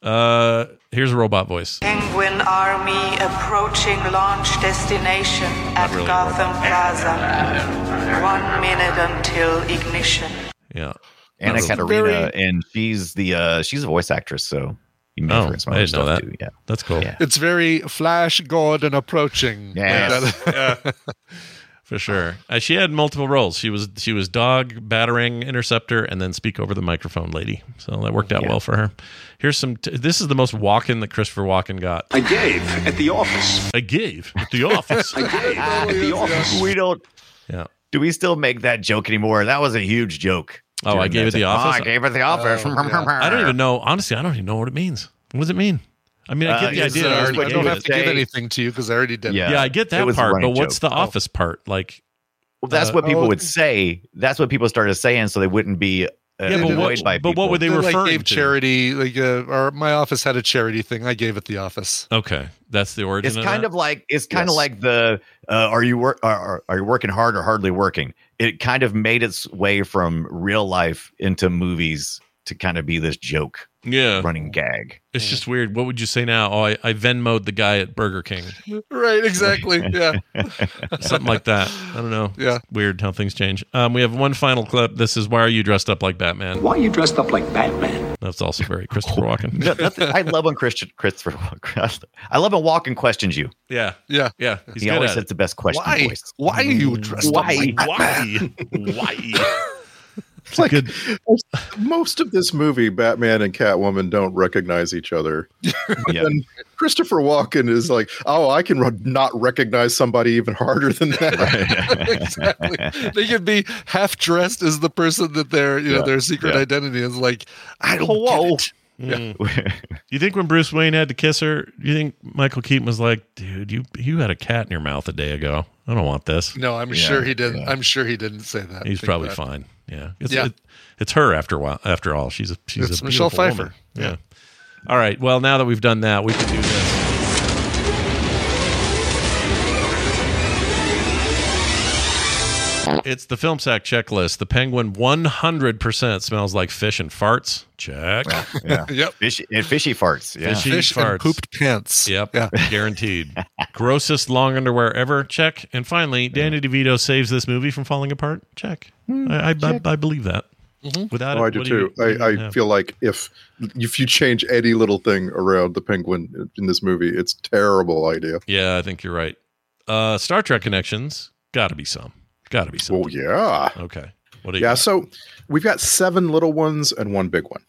Speaker 1: Uh here's a robot voice.
Speaker 15: Penguin Army approaching launch destination at
Speaker 1: really a
Speaker 15: Gotham Plaza. One minute until ignition.
Speaker 1: Yeah.
Speaker 6: Anna
Speaker 1: That's
Speaker 6: Katerina,
Speaker 1: very-
Speaker 6: and she's the uh she's a voice actress, so you may
Speaker 1: Oh,
Speaker 6: have heard some
Speaker 1: I
Speaker 6: other
Speaker 1: didn't know
Speaker 7: Uh,
Speaker 6: stuff
Speaker 1: that.
Speaker 6: too. Yeah,
Speaker 1: that's cool.
Speaker 6: Yeah.
Speaker 7: It's very Flash Gordon approaching.
Speaker 6: Yes.
Speaker 7: Like that.
Speaker 1: For sure. Uh, she had multiple roles. She was she was dog, battering, interceptor, and then speak over the microphone lady. So that worked out well for her. Here's some t- this is the most walk-in that Christopher Walken got.
Speaker 16: I gave at the office.
Speaker 1: I gave at the office.
Speaker 16: I gave at the office.
Speaker 6: We don't.
Speaker 1: Yeah.
Speaker 6: Do we still make that joke anymore? That was a huge joke.
Speaker 1: Oh, I
Speaker 6: during
Speaker 1: gave
Speaker 6: that
Speaker 1: it the
Speaker 6: time.
Speaker 1: office.
Speaker 6: Oh, I gave it the office.
Speaker 1: I don't even know. Honestly, I don't even know what it means. What does it mean? I mean,
Speaker 7: Uh,
Speaker 1: I get the
Speaker 7: it's,
Speaker 1: idea.
Speaker 7: uh,
Speaker 1: I
Speaker 7: I
Speaker 1: already
Speaker 7: don't
Speaker 1: gave
Speaker 7: have
Speaker 1: it.
Speaker 7: to give anything to you because I already did.
Speaker 1: Yeah, I get that
Speaker 6: It was a
Speaker 1: part, but
Speaker 6: running
Speaker 1: what's
Speaker 6: joke.
Speaker 1: the office part? Like,
Speaker 6: Well, that's what
Speaker 1: Uh,
Speaker 6: people
Speaker 1: oh.
Speaker 6: would say. That's what people started saying, so they wouldn't be uh,
Speaker 1: Yeah, but what-
Speaker 6: annoyed by
Speaker 1: but what
Speaker 6: people.
Speaker 1: would they
Speaker 7: They, like,
Speaker 1: referring
Speaker 7: gave
Speaker 1: to?
Speaker 7: charity. Like, uh, or my office had a charity thing. I gave it the office.
Speaker 1: okay, that's the origin.
Speaker 6: It's kind
Speaker 1: that?
Speaker 6: of like it's kind
Speaker 7: Yes.
Speaker 6: of like the uh, are you work are, are- are you working hard or hardly working? It kind of made its way from real life into movies to kind of be this joke,
Speaker 1: yeah,
Speaker 6: running gag.
Speaker 1: It's just weird. What would you say now? Oh, I, I Venmoed the guy at Burger King,
Speaker 7: Right. Exactly. Yeah.
Speaker 1: something like that. I don't know.
Speaker 7: Yeah.
Speaker 1: It's weird how things change. Um, we have one final clip. This is why are you dressed up like Batman?
Speaker 16: Why are you dressed up like Batman?
Speaker 1: That's also very Christopher Walken.
Speaker 6: No, that's- I love when Christian Christopher. I love when Walken questions you.
Speaker 1: Yeah,
Speaker 7: yeah,
Speaker 1: yeah. He's
Speaker 6: he
Speaker 1: good
Speaker 6: always
Speaker 1: at
Speaker 6: has
Speaker 1: it.
Speaker 6: the best question
Speaker 7: Why?
Speaker 6: voice.
Speaker 7: Why are you dressed up
Speaker 6: Why?
Speaker 7: like that?
Speaker 1: Why? Why?
Speaker 5: It's like most of this movie, Batman and Catwoman don't recognize each other.
Speaker 6: Yeah.
Speaker 5: And Christopher Walken is like, oh, I can re- not recognize somebody even harder than that.
Speaker 7: exactly. They could be half dressed as the person that their you know
Speaker 5: Yeah,
Speaker 7: their secret
Speaker 5: yeah.
Speaker 7: identity is. Like, I don't
Speaker 6: Hello.
Speaker 7: get it.
Speaker 1: Do you think when Bruce Wayne had to kiss her, do you think Michael Keaton was like, "Dude, you you had a cat in your mouth a day ago. I don't want this."
Speaker 7: No, I'm sure he didn't. I'm sure he didn't say that.
Speaker 1: He's
Speaker 7: Think
Speaker 1: probably
Speaker 7: that.
Speaker 1: fine. Yeah, it's,
Speaker 7: Yeah.
Speaker 1: It, it's her after a while. After all, she's a she's
Speaker 7: It's
Speaker 1: a
Speaker 7: Michelle
Speaker 1: beautiful
Speaker 7: Pfeiffer.
Speaker 1: woman. Yeah. All right. Well, now that we've done that, we can do this. It's the film sack checklist. The penguin 100% smells like fish and farts. Check.
Speaker 6: Yeah.
Speaker 7: Yep.
Speaker 6: Fishy, and fishy farts. Yeah.
Speaker 1: Fishy
Speaker 7: Fish and
Speaker 1: farts.
Speaker 7: pooped pants.
Speaker 1: Yep. Guaranteed. Grossest long underwear ever. Check. And finally, Danny DeVito saves this movie from falling apart. Check. I, I, I, I believe that. Without
Speaker 5: Hmm, Oh,
Speaker 1: it,
Speaker 5: I do
Speaker 1: what you-
Speaker 5: too. I, I
Speaker 1: yeah.
Speaker 5: feel like if if you change any little thing around the penguin in this movie, it's terrible idea.
Speaker 1: Yeah, I think you're right. Uh, Star Trek connections. Got to be some. Got to be some.
Speaker 5: Oh yeah.
Speaker 1: Okay. What do you?
Speaker 5: yeah, so we've got seven little ones and one big one.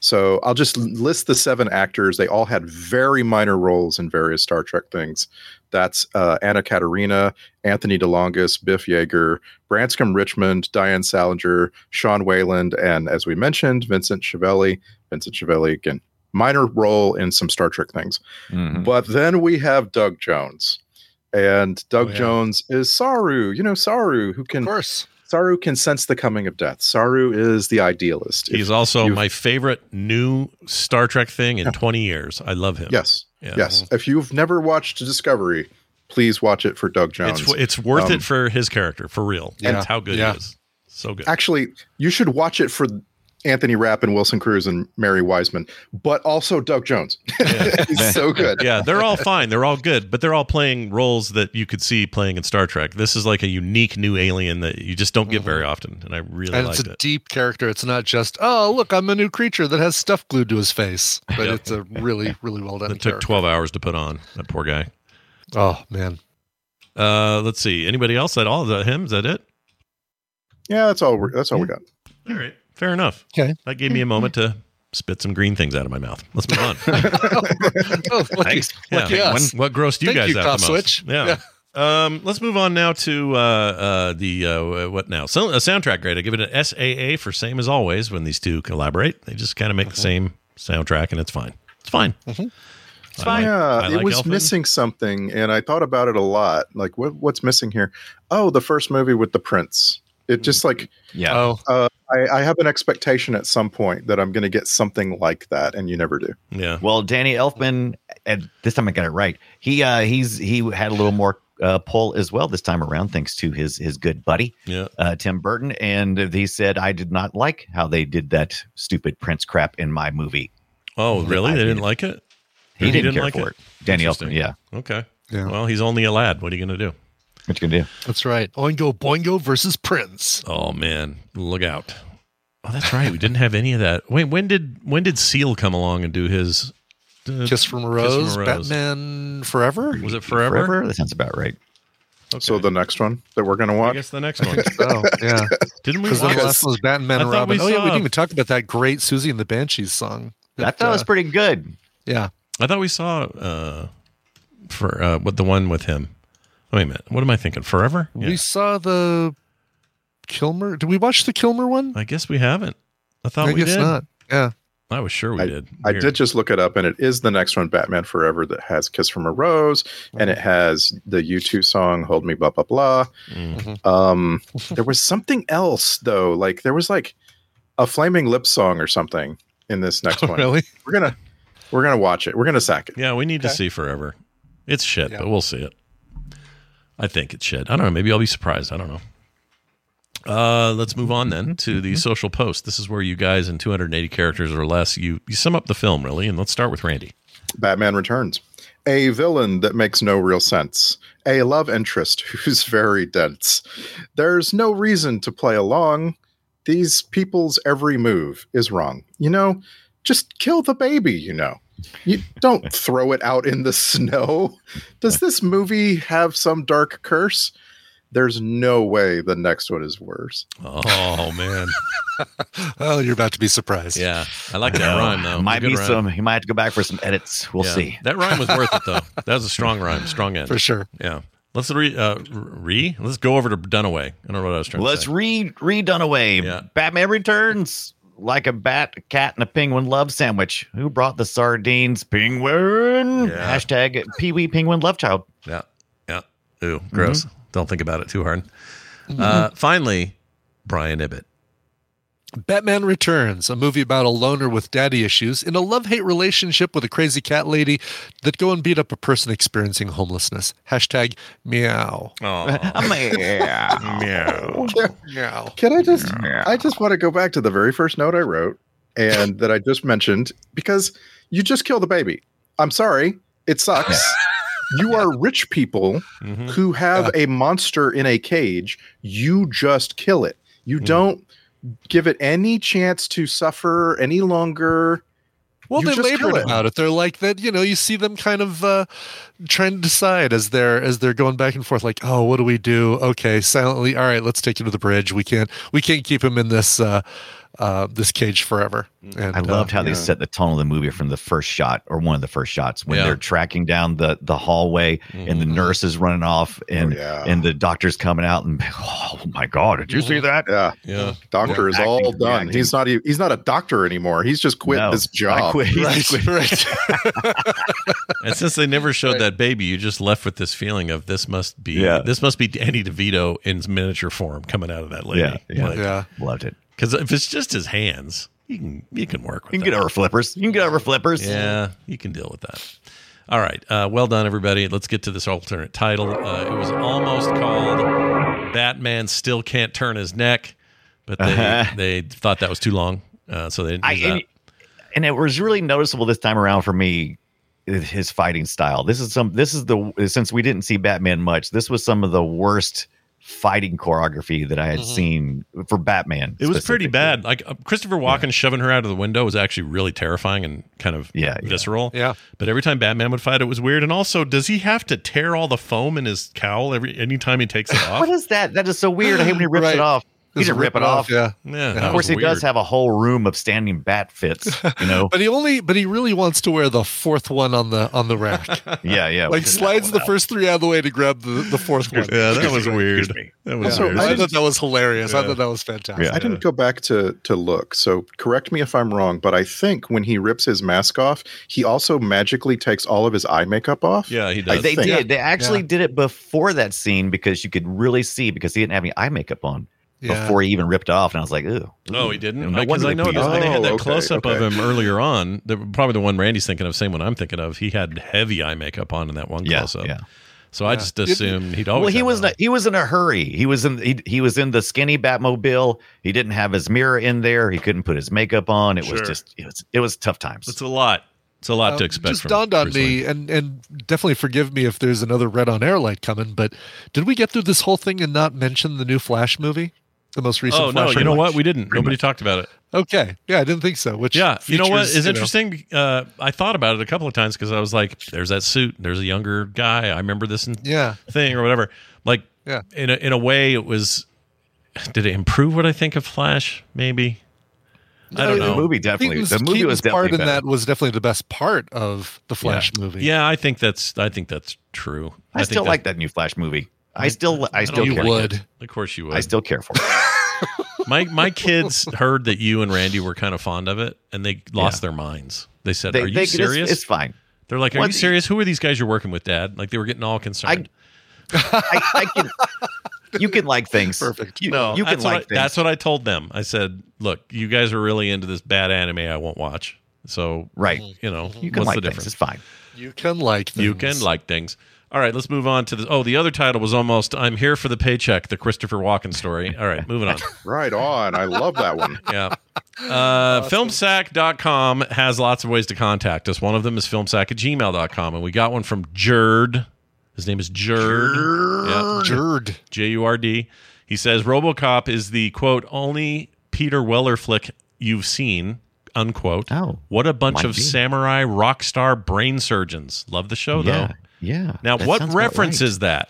Speaker 5: So I'll just l- list the seven actors. They all had very minor roles in various Star Trek things. That's uh, Anna Katerina, Anthony DeLongis, Biff Yeager, Branscombe Richmond, Diane Salinger, Sean Wayland, and as we mentioned, Vincent Chiavelli. Vincent Chiavelli, again, minor role in some Star Trek things.
Speaker 1: Mm-hmm.
Speaker 5: But then we have Doug Jones. And
Speaker 1: Oh,
Speaker 5: Doug Jones is Saru, you know, Saru, who can. Of
Speaker 7: course.
Speaker 5: Saru can sense the coming of death. Saru is the idealist.
Speaker 1: He's also my favorite new Star Trek thing in 20 years. I love him.
Speaker 5: Yes.
Speaker 1: Yeah.
Speaker 5: Yes. If you've never watched Discovery, Please watch it for Doug Jones.
Speaker 1: It's it's worth
Speaker 5: Um,
Speaker 1: it for his character for real.
Speaker 5: Yeah.
Speaker 1: That's how good
Speaker 5: Yeah.
Speaker 1: it is. So good.
Speaker 5: Actually, you should watch it for Anthony Rapp and Wilson Cruz and Mary Wiseman, but also Doug Jones. He's so good.
Speaker 1: Yeah, they're all fine. They're all good, but they're all playing roles that you could see playing in Star Trek. This is like a unique new alien that you just don't get very often, and I really
Speaker 7: Mm-hmm. and
Speaker 1: liked
Speaker 7: it's a
Speaker 1: it.
Speaker 7: deep character. It's not just oh look, I'm a new creature that has stuff glued to his face, but it's a really really well done.
Speaker 1: That took
Speaker 7: character.
Speaker 1: twelve hours to put on. That poor guy.
Speaker 7: Oh man.
Speaker 1: Uh, let's see. Anybody else at all? Is that him? Is that it?
Speaker 5: Yeah, that's all. We're, that's all we got.
Speaker 1: All right. Fair enough.
Speaker 7: Okay.
Speaker 1: That gave me a moment to spit some green things out of my mouth. Let's move on.
Speaker 7: oh, lucky,
Speaker 1: Yeah.
Speaker 7: lucky us.
Speaker 1: When- what grossed you
Speaker 7: Thank
Speaker 1: guys
Speaker 7: you,
Speaker 1: out
Speaker 7: Cop
Speaker 1: the most?
Speaker 7: Switch.
Speaker 1: Yeah.
Speaker 7: Yeah.
Speaker 1: Um, let's move on now to uh, uh, the uh, what now? So, a soundtrack grade. I give it an SAA for same as always. When these two collaborate, they just kind of make
Speaker 7: Mm-hmm.
Speaker 1: the same soundtrack, and it's fine. It's fine. I like-
Speaker 5: yeah,
Speaker 1: I like
Speaker 5: it was
Speaker 1: Elfman.
Speaker 5: missing something, and I thought about it a lot. Like, what, what's missing here? Oh, the first movie with the prince. It just like
Speaker 6: yeah.
Speaker 7: Oh,
Speaker 5: Uh, I, I have an expectation at some point that I'm going to get something like that, and you never do.
Speaker 1: Yeah.
Speaker 6: Well, Danny Elfman, and this time I got it right. He uh, he's he had a little more uh, pull as well this time around, thanks to his his good buddy,
Speaker 1: Yeah.
Speaker 6: uh, Tim Burton, and he said I did not like how they did that stupid Prince crap in my movie.
Speaker 1: Oh, really?
Speaker 6: I
Speaker 1: They
Speaker 6: did.
Speaker 1: didn't like it.
Speaker 6: He didn't care for it. Danny
Speaker 1: Interesting.
Speaker 6: Elfman, yeah.
Speaker 1: Okay.
Speaker 7: Yeah.
Speaker 1: Well, he's only a lad. What are you going to do?
Speaker 6: What you gonna do?
Speaker 7: That's right. Oingo Boingo versus Prince.
Speaker 1: Oh man, look out! Oh, that's right. We didn't have any of that. Wait, when did when did Seal come along and do his uh,
Speaker 7: Kiss from a Rose, Batman Forever.
Speaker 1: Was it forever?
Speaker 6: That sounds about right.
Speaker 5: So the next one that we're going to watch.
Speaker 1: I guess the next one.
Speaker 7: Oh yeah,
Speaker 1: Didn't we?
Speaker 7: because the
Speaker 1: watch-
Speaker 7: last one was Batman
Speaker 1: I
Speaker 7: and
Speaker 1: thought we
Speaker 7: Robin. Oh yeah, we
Speaker 1: saw-
Speaker 7: didn't even talk about that great Susie and the Banshees song.
Speaker 6: I thought it was
Speaker 7: uh,
Speaker 6: pretty good.
Speaker 7: Yeah,
Speaker 1: I thought we saw uh, for uh, what the one with him. Wait a minute. What am I thinking? Forever? Yeah.
Speaker 7: we saw the Kilmer. Did we watch the Kilmer one?
Speaker 1: I guess we haven't. I thought
Speaker 7: I
Speaker 1: we
Speaker 7: guess
Speaker 1: did.
Speaker 7: not. Yeah.
Speaker 1: I was sure we
Speaker 5: I,
Speaker 1: did.
Speaker 5: I
Speaker 1: Weird.
Speaker 5: did just look it up, and it is the next one, Batman Forever, that has "Kiss from a Rose," and it has the U2 song "Hold Me," blah blah blah.
Speaker 6: Mm.
Speaker 5: Um, there was something else though, like there was like a Flaming Lips song or something in this
Speaker 6: Oh,
Speaker 5: next one.
Speaker 7: really?
Speaker 5: We're gonna we're gonna watch it. We're gonna sack it.
Speaker 1: Yeah, we need to see Forever. It's shit, but we'll see it. I think it's shit. I don't know. Maybe I'll be surprised. I don't know. Uh, let's move on then to
Speaker 7: Mm-hmm.
Speaker 1: the social post. This is where you guys in 280 characters or less, you, you sum up the film really, and let's start with Randy.
Speaker 5: Batman Returns. A villain that makes no real sense. A love interest who's very dense. There's no reason to play along. These people's every move is wrong. You know, just kill the baby, you know. You don't throw it out in the snow. Does this movie have some dark curse? There's no way the next one is worse.
Speaker 1: Oh man,
Speaker 7: Oh, you're about to be surprised.
Speaker 1: yeah, I like that
Speaker 6: No,
Speaker 1: rhyme though.
Speaker 6: Might
Speaker 1: Good
Speaker 6: be
Speaker 1: rhyme.
Speaker 6: some. He might have to go back for some edits. We'll
Speaker 1: Yeah.
Speaker 6: see.
Speaker 1: That rhyme was worth it though. That was a strong rhyme, strong end
Speaker 7: For sure.
Speaker 1: Yeah, let's re uh, re let's go over to Dunaway. I don't know what I was trying
Speaker 6: Let's
Speaker 1: to say.
Speaker 6: read read Dunaway.
Speaker 1: Yeah.
Speaker 6: Batman Returns like a bat, a cat, and a penguin love sandwich. Who brought the sardines? Penguin.
Speaker 1: Yeah.
Speaker 6: Hashtag Pee Wee Penguin Love Child.
Speaker 1: Yeah. Yeah. Ooh,
Speaker 6: Mm-hmm.
Speaker 1: gross. Don't think about it too hard. Uh, finally, Brian Ibbett.
Speaker 7: Batman Returns, a movie about a loner with daddy issues in a love hate relationship with a crazy cat lady that go and beat up a person experiencing homelessness. Hashtag meow.
Speaker 1: Oh,
Speaker 6: I'm like, yeah.
Speaker 1: meow.
Speaker 7: Meow.
Speaker 5: Can I just I just want to go back to the very first note I wrote and that I just mentioned because you just killed the baby. I'm sorry. It sucks. you are rich people
Speaker 1: Mm-hmm.
Speaker 5: who have a monster in a cage. You just kill it. You
Speaker 1: Hmm.
Speaker 5: don't give it any chance to suffer any longer.
Speaker 7: Well,
Speaker 5: You
Speaker 7: they
Speaker 5: just
Speaker 7: labored
Speaker 5: kill it.
Speaker 7: about it. They're like that, you know. You see them kind of uh, trying to decide as they're as they're going back and forth. Like, oh, what do we do? Okay, silently. All right, let's take him to the bridge. We can't we can't keep him in this uh, uh, this cage forever. And,
Speaker 6: Mm. I loved
Speaker 7: uh,
Speaker 6: how they set the tone of the movie from the first shot or one of the first shots when
Speaker 1: Yeah.
Speaker 6: they're tracking down the the hallway and the nurse is running off and
Speaker 5: yeah.
Speaker 6: and the doctor's coming out and oh my
Speaker 7: uh,
Speaker 6: god, did you see
Speaker 7: Mm-hmm.
Speaker 6: that?
Speaker 5: Yeah.
Speaker 1: Yeah.
Speaker 5: Doctor is all
Speaker 6: Acting,
Speaker 5: done.
Speaker 6: reacting.
Speaker 5: He's not e- he's not a doctor anymore. He's just quit
Speaker 6: No,
Speaker 5: this job.
Speaker 6: I quit.
Speaker 7: Right, right.
Speaker 1: And since they never showed that baby, you just left with this feeling of this must be
Speaker 6: Yeah.
Speaker 1: this must be Danny DeVito in miniature form coming out of that lady.
Speaker 6: Yeah, yeah.
Speaker 7: yeah.
Speaker 6: Loved it.
Speaker 1: Because if it's just his hands, you can you can work with
Speaker 6: You can get
Speaker 1: that.
Speaker 6: over flippers. You can get over flippers.
Speaker 1: Yeah, you can deal with that. All right. Uh, well done, everybody. Let's get to this alternate title. Uh, it was almost called Batman Still Can't Turn His Neck, but they,
Speaker 6: Uh-huh.
Speaker 1: they thought that was too long. Uh, so they didn't
Speaker 6: I,
Speaker 1: use that.
Speaker 6: and, and it was really noticeable this time around for me is his fighting style. This is some this is the since we didn't see Batman much, this was some of the worst fighting choreography that I had
Speaker 1: Mhm.
Speaker 6: seen for Batman.
Speaker 1: It was pretty bad. Like uh, Christopher Walken shoving her out of the window was actually really terrifying and kind of yeah, visceral.
Speaker 7: Yeah.
Speaker 1: But every time Batman would fight, it was weird. And also, does he have to tear all the foam in his cowl every anytime he takes it off?
Speaker 6: What is that? That is so weird. I hate when he rips
Speaker 1: Right.
Speaker 6: it off. He
Speaker 1: Just
Speaker 6: didn't rip,
Speaker 1: rip
Speaker 6: it
Speaker 1: it
Speaker 6: off.
Speaker 1: off, yeah. Yeah, that
Speaker 6: of
Speaker 1: was
Speaker 6: course, he does
Speaker 1: weird.
Speaker 6: have a whole room of standing bat fits. You know.
Speaker 7: But he only, but he really wants to wear the fourth one on the on the rack.
Speaker 6: yeah, yeah.
Speaker 7: like slides the first three out of the way to grab the, the fourth one.
Speaker 1: Yeah, that was weird. That was
Speaker 5: Also,
Speaker 1: weird.
Speaker 7: I thought that was hilarious. I
Speaker 5: Yeah.
Speaker 7: thought that was fantastic.
Speaker 5: I didn't go back to to look. So correct me if I'm wrong, but I think when he rips his mask off, he also magically takes all of his eye makeup off.
Speaker 1: Yeah, he
Speaker 5: I
Speaker 6: They
Speaker 5: think.
Speaker 6: did. They actually did it before that scene because you could really see because he didn't have any eye makeup on
Speaker 1: Yeah.
Speaker 6: before he even ripped it off, and I was like, "Ooh,
Speaker 1: No, he didn't.
Speaker 6: No
Speaker 1: Because
Speaker 6: wonder
Speaker 1: I
Speaker 6: they
Speaker 1: noticed
Speaker 6: put it
Speaker 1: they
Speaker 6: on.
Speaker 1: had that
Speaker 6: Oh, okay,
Speaker 1: close up
Speaker 6: okay.
Speaker 1: of him earlier on. The, probably the one Randy's thinking of, same one I'm thinking of. He had heavy eye makeup on in that one
Speaker 6: Yeah,
Speaker 1: close up.
Speaker 6: yeah.
Speaker 1: So I just
Speaker 6: Didn't-
Speaker 1: assumed he'd always.
Speaker 6: well, he
Speaker 1: have
Speaker 6: was not, he was in a hurry. He was in he, he was in the skinny Batmobile. He didn't have his mirror in there. He couldn't put his makeup on. It was
Speaker 1: Sure.
Speaker 6: just it was it was tough times.
Speaker 1: It's a lot. It's a lot
Speaker 7: Um,
Speaker 1: to expect.
Speaker 7: Just
Speaker 1: from
Speaker 7: dawned on
Speaker 1: Bruce Wayne.
Speaker 7: me, and and definitely forgive me if there's another red on air light coming. But did we get through this whole thing and not mention the new Flash movie, the most recent?
Speaker 1: Oh no!
Speaker 7: Flash
Speaker 1: You know
Speaker 7: movie?
Speaker 1: what? We didn't. Nobody talked about it.
Speaker 7: Okay, yeah, I didn't think so. Which
Speaker 1: yeah, you know what
Speaker 7: features,
Speaker 1: is
Speaker 7: you know-
Speaker 1: interesting? Uh, I thought about it a couple of times because I was like, "There's that suit. There's a younger guy. I remember this and
Speaker 7: Yeah.
Speaker 1: thing or whatever." Like,
Speaker 7: Yeah.
Speaker 1: in a, in a way, it was. Did it improve what I think of Flash? Maybe. I don't
Speaker 7: Uh,
Speaker 1: know.
Speaker 7: Keaton's- Keaton's part in that was definitely the best part of the Flash
Speaker 1: yeah.
Speaker 7: movie.
Speaker 1: Yeah, I think that's I think that's true.
Speaker 6: I,
Speaker 1: think
Speaker 6: still
Speaker 1: that-
Speaker 6: like that new Flash movie. I still I
Speaker 1: don't
Speaker 6: still
Speaker 1: know. You
Speaker 6: care for
Speaker 1: would.
Speaker 6: it.
Speaker 1: Of course you would.
Speaker 6: I still care for it.
Speaker 1: my my kids heard that you and Randy were kind of fond of it, and they lost
Speaker 6: Yeah.
Speaker 1: their minds. They said,
Speaker 6: They-
Speaker 1: "Are you
Speaker 6: they- it's-
Speaker 1: serious?
Speaker 6: it's fine."
Speaker 1: They're like, "Are
Speaker 6: What
Speaker 1: you
Speaker 6: the-
Speaker 1: serious? Who are these guys you're working with, Dad?" Like they were getting all concerned.
Speaker 6: You can like things. Perfect. You,
Speaker 1: no,
Speaker 6: you can
Speaker 1: that's what
Speaker 6: like
Speaker 1: I,
Speaker 6: things.
Speaker 1: That's what I told them. I said, "Look, you guys are really into this bad anime. I won't watch. So
Speaker 6: right,
Speaker 1: you know,
Speaker 6: You can
Speaker 1: what's
Speaker 6: like
Speaker 1: the
Speaker 6: things.
Speaker 1: difference?
Speaker 6: It's fine.
Speaker 7: You can like things.
Speaker 1: You can like things." All right, let's move on to the. Oh, the other title was almost "I'm Here for the Paycheck," the Christopher Walken story. All right, moving on.
Speaker 5: Right on. I love that one.
Speaker 1: yeah. Uh, Filmsack.com has lots of ways to contact us. One of them is filmsack at gmail.com. And we got one from Jerd. His name is Jerd. Yeah.
Speaker 7: Jerd.
Speaker 1: J U R D. He says Robocop is the quote, only Peter Weller flick you've seen, unquote.
Speaker 6: Oh,
Speaker 1: what a bunch
Speaker 6: might
Speaker 1: of
Speaker 6: be.
Speaker 1: samurai rock star brain surgeons. Love the show,
Speaker 6: Yeah,
Speaker 1: though.
Speaker 6: yeah.
Speaker 1: Now,
Speaker 6: That
Speaker 1: what
Speaker 6: sounds about
Speaker 1: reference
Speaker 6: right.
Speaker 1: is that?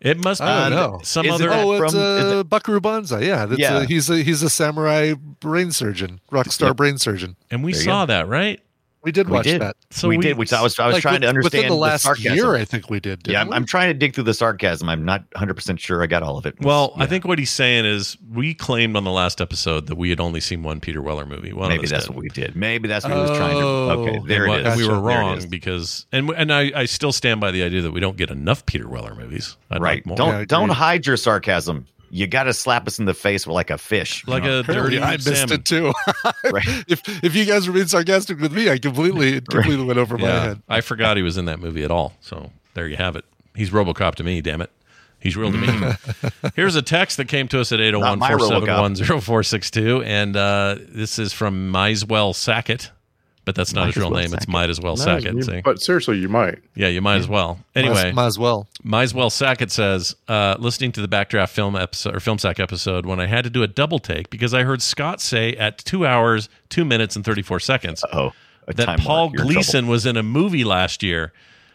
Speaker 1: It must be
Speaker 7: I don't know.
Speaker 1: some
Speaker 7: Is it
Speaker 1: other.
Speaker 7: Oh, it's
Speaker 1: from-
Speaker 7: uh, Buckaroo Banzai. Yeah, that's
Speaker 1: Yeah.
Speaker 7: A, he's a he's a samurai brain surgeon, rock star brain surgeon.
Speaker 1: And we saw that, right?
Speaker 7: We did
Speaker 6: We
Speaker 7: watch
Speaker 6: did.
Speaker 7: that.
Speaker 6: So We we- did, which I was- I was trying to
Speaker 7: with-
Speaker 6: understand
Speaker 7: within the
Speaker 6: the
Speaker 7: last
Speaker 6: sarcasm.
Speaker 7: year. I think we did.
Speaker 6: Yeah, I'm, I'm trying to dig through the sarcasm. I'm not 100 percent sure I got all of it.
Speaker 1: Well, I think what he's saying is we claimed on the last episode that we had only seen one Peter Weller movie. One of
Speaker 6: Maybe
Speaker 1: us
Speaker 6: that's
Speaker 1: did.
Speaker 6: what we did. Maybe that's what he was trying to.
Speaker 7: Oh,
Speaker 6: Okay,
Speaker 1: And
Speaker 6: there it
Speaker 1: what-
Speaker 6: is.
Speaker 1: and We were
Speaker 6: Gotcha. There it is.
Speaker 1: wrong because, and and I, I still stand by the idea that we don't get enough Peter Weller movies. I'd
Speaker 6: right.
Speaker 1: like more.
Speaker 6: Don't don't hide your sarcasm. You got to slap us in the face with like a fish,
Speaker 1: Like a
Speaker 7: Apparently,
Speaker 1: dirty
Speaker 7: I missed
Speaker 1: salmon.
Speaker 7: it too. if if you guys were being sarcastic with me, I completely it completely went over my
Speaker 1: Yeah.
Speaker 7: head.
Speaker 1: I forgot he was in that movie at all. So there you have it. He's RoboCop to me. Damn it. He's real to me. Here's a text that came to us at
Speaker 6: Not my
Speaker 1: 801-471-0462. And uh, this is from Misewell Sackett, but that's not
Speaker 5: Might
Speaker 1: his
Speaker 5: as
Speaker 1: real
Speaker 5: well
Speaker 1: name. It's
Speaker 5: Sackett.
Speaker 1: Might as Well
Speaker 5: No,
Speaker 1: Sackett.
Speaker 5: you-
Speaker 1: see?
Speaker 5: But seriously, you might.
Speaker 1: Yeah, you might as well.
Speaker 7: Might as-
Speaker 1: Anyway,
Speaker 7: might as well.
Speaker 1: Might as well. Sackett says, uh, listening to the Backdraft film episode or film sack episode, when I had to do a double take because I heard Scott say at two hours, two minutes, and thirty four seconds
Speaker 6: oh
Speaker 1: that
Speaker 6: time
Speaker 1: Paul
Speaker 6: mark. You're in trouble.
Speaker 1: Gleason was in a movie last year.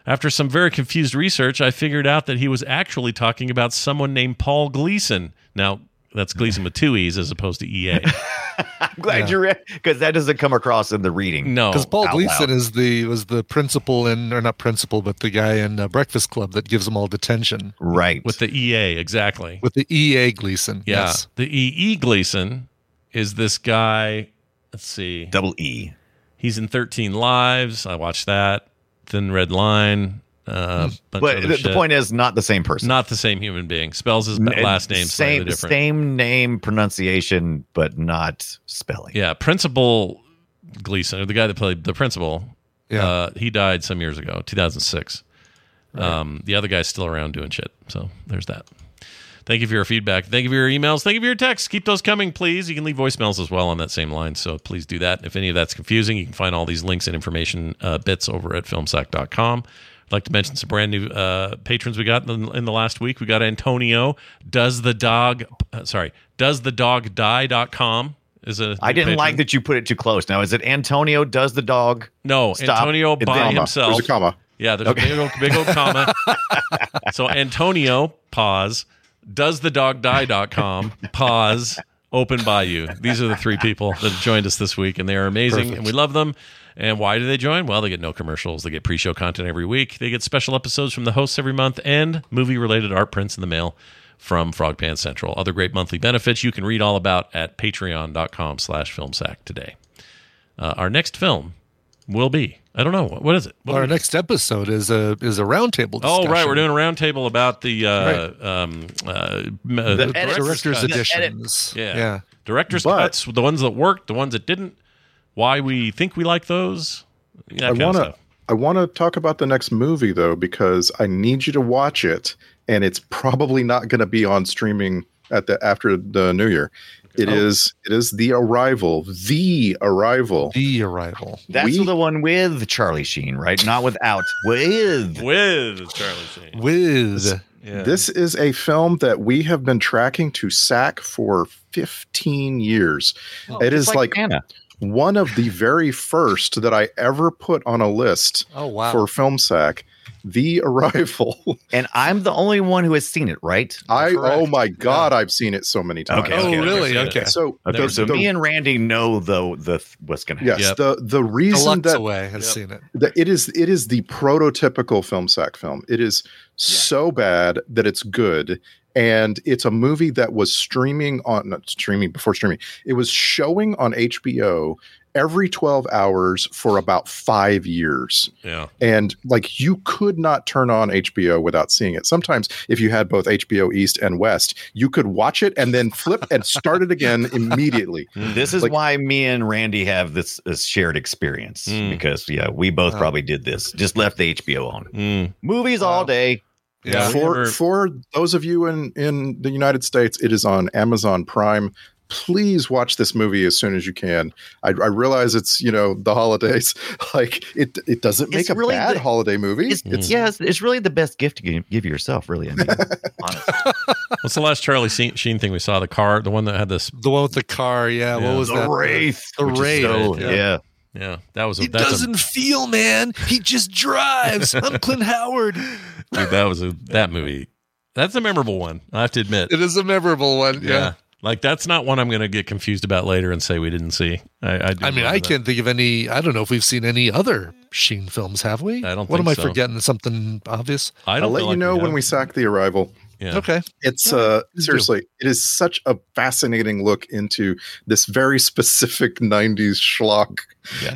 Speaker 1: After some very confused research, I figured out that he was actually talking about someone named Paul Gleason. Now that's Gleason with two e's as opposed to E ea.
Speaker 6: I'm glad you're because that doesn't come across in the reading.
Speaker 1: No,
Speaker 7: Because Paul
Speaker 6: Out
Speaker 7: Gleason
Speaker 6: loud.
Speaker 7: is the was the principal in or not principal, but the guy in uh, Breakfast Club that gives them all detention
Speaker 6: right
Speaker 1: with the ea exactly.
Speaker 7: with the EA Gleason.
Speaker 1: Yeah.
Speaker 7: Yes.
Speaker 1: The E. E. Gleason is this guy. Let's see.
Speaker 6: Double E.
Speaker 1: He's in 13 Lives. I watched that. Thin Red Line. Uh, bunch of
Speaker 6: But the,
Speaker 1: other
Speaker 6: Hmm. the
Speaker 1: shit.
Speaker 6: point is, not the same person.
Speaker 1: not the same human being. Spells his ba-
Speaker 6: N-
Speaker 1: last name slightly
Speaker 6: same
Speaker 1: different.
Speaker 6: same name pronunciation, but not spelling.
Speaker 1: Yeah. Principal Gleason, or the guy that played the principal, Yeah. Uh, he died some years ago, 2006. Um, the other guy's still around doing shit. So there's that. Thank you for your feedback. Thank you for your emails. Thank you for your texts. Keep those coming, please. You can leave voicemails as well on that same line. So please do that. If any of that's confusing, you can find all these links and information uh, bits over at filmsack.com. I'd like to mention some brand new uh, patrons we got in, in the last week. We got Antonio. Does the dog, uh, sorry, does the dog die.com is a
Speaker 6: I didn't
Speaker 1: patron.
Speaker 6: like that you put it too close. Now, is it Antonio does the dog?
Speaker 1: No,
Speaker 6: stop
Speaker 1: Antonio
Speaker 6: and
Speaker 1: by
Speaker 6: then-
Speaker 1: himself. Yeah, there's
Speaker 6: Okay.
Speaker 1: a big old, big old comma. so Antonio, pause, does the dog die.com, pause, open by you. These are the three people that have joined us this week, and they are amazing,
Speaker 6: Perfect.
Speaker 1: and we love them. And why do they join? Well, they get no commercials. They get pre show content every week. They get special episodes from the hosts every month and movie related art prints in the mail from Frog Pants Central. Other great monthly benefits you can read all about at patreon.com slash filmsack today. Uh, our next film will be, I don't know, what, what is it? What
Speaker 7: Well,
Speaker 1: are
Speaker 7: our
Speaker 1: we-
Speaker 7: next episode is a is a roundtable.
Speaker 1: Oh right,
Speaker 7: discussion.
Speaker 1: we're doing a roundtable about the uh, um, uh, m- uh,
Speaker 7: The
Speaker 1: director's
Speaker 7: director's
Speaker 1: cut.
Speaker 7: editions.
Speaker 1: Yeah.
Speaker 7: Yeah.
Speaker 1: director's cuts, the ones that worked, the ones that didn't, why we think we like those. That
Speaker 5: I
Speaker 1: kind of
Speaker 5: want to
Speaker 1: stuff.
Speaker 5: I want to talk about the next movie though because I need you to watch it and it's probably not going to be on streaming at the after the new year.
Speaker 1: Oh.
Speaker 5: It is. it is The Arrival, The Arrival.
Speaker 7: The Arrival.
Speaker 6: That's the one with Charlie Sheen, right? Not without. With.
Speaker 1: With Charlie Sheen.
Speaker 7: With.
Speaker 5: This is a film that we have been tracking to SAC for 15 years.
Speaker 6: Oh,
Speaker 5: it
Speaker 6: just
Speaker 5: is like,
Speaker 6: like Anna.
Speaker 5: one of the very first that I ever put on a list
Speaker 6: Oh, wow.
Speaker 5: for Film SAC. The Arrival.
Speaker 6: And I'm the only one who has seen it, right?
Speaker 5: I oh my god, I've seen it so many times.
Speaker 7: Oh,
Speaker 1: Oh,
Speaker 5: So, the-
Speaker 6: so
Speaker 5: the-
Speaker 6: me and Randy know the the what's going to happen.
Speaker 5: Yes, the the reason
Speaker 6: Deluxe
Speaker 5: that
Speaker 6: Away has Yep. seen it.
Speaker 5: that it is it is the prototypical film sack film. It is so bad that it's good, and it's a movie that was streaming on not streaming before streaming. It was showing on HBO every 12 hours for about five years
Speaker 1: Yeah.
Speaker 5: and like you could not turn on HBO without seeing it. Sometimes if you had both HBO East and West, you could watch it and then flip and start it again immediately.
Speaker 6: This is why me and Randy have this, this shared experience
Speaker 1: Mm,
Speaker 6: because yeah, we both
Speaker 7: Uh,
Speaker 5: Oh.
Speaker 6: probably did this. Just left the HBO on
Speaker 1: mm.
Speaker 6: movies all day.
Speaker 5: Yeah, for for those of you in in the United States, it is on Amazon Prime. Please watch this movie as soon as you can. I, I realize it's you know the holidays. Like it it doesn't make
Speaker 6: It's
Speaker 5: a
Speaker 6: really
Speaker 5: bad
Speaker 6: the-
Speaker 5: holiday movie.
Speaker 6: It's,
Speaker 1: Mm-hmm.
Speaker 5: It's-
Speaker 6: yeah, it's, it's really the best gift you can give yourself. Really, I mean,
Speaker 1: What's the last Charlie Sheen Sheen thing we saw? The car, the one that had this,
Speaker 7: the one with the car. Yeah, what was that? The wraith.
Speaker 1: yeah, yeah. That was a,
Speaker 7: He
Speaker 1: that's a-
Speaker 7: doesn't feel, man. He just drives. I'm Clint Howard.
Speaker 1: Dude, that was a that movie. That's a memorable one. I have to admit.
Speaker 7: It is a memorable one. Yeah.
Speaker 1: Like that's not one I'm going to get confused about later and say we didn't see. I I, do
Speaker 7: I mean,
Speaker 1: remember
Speaker 7: I
Speaker 1: that.
Speaker 7: can't think of any. I don't know if we've seen any other Sheen films, have we? I
Speaker 1: don't
Speaker 7: What
Speaker 1: think
Speaker 7: am I
Speaker 1: so.
Speaker 7: forgetting? Something obvious?
Speaker 1: I
Speaker 5: I'll let you know when we sack the arrival.
Speaker 1: Yeah.
Speaker 7: Okay.
Speaker 5: It's uh seriously, it is such a fascinating look into this very specific '90s schlock.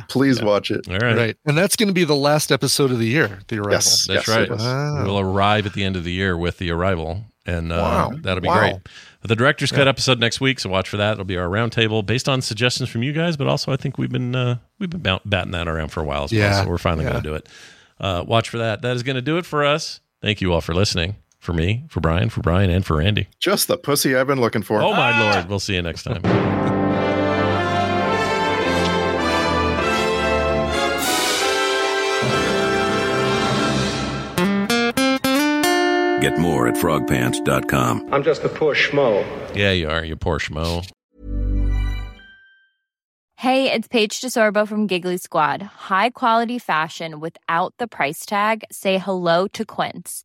Speaker 5: Please watch it.
Speaker 1: All
Speaker 7: Right. And that's going to be the last episode of the year. The arrival.
Speaker 5: Yes,
Speaker 1: That's
Speaker 5: yes,
Speaker 1: right.
Speaker 5: it is.
Speaker 7: Wow.
Speaker 1: We'll arrive at the end of the year with the arrival, and uh,
Speaker 7: Wow.
Speaker 1: that'll be
Speaker 7: Wow.
Speaker 1: great. The director's cut
Speaker 7: Yeah.
Speaker 1: episode next week, so watch for that. It'll be our roundtable based on suggestions from you guys, but also I think we've been uh, we've been bout- batting that around for a while, as well,
Speaker 7: Yeah.
Speaker 1: so we're finally
Speaker 7: Yeah.
Speaker 1: going to do it. Uh, watch for that. That is going to do it for us. Thank you all for listening. For me, for Brian, for Brian, and for Andy.
Speaker 5: Just the pussy I've been looking for.
Speaker 1: Oh my lord! We'll see you next time.
Speaker 17: Get more at frogpants.com.
Speaker 18: I'm just a poor schmo.
Speaker 1: Yeah, you are. You poor schmo.
Speaker 19: Hey, it's Paige DeSorbo from Giggly Squad. High quality fashion without the price tag. Say hello to Quince.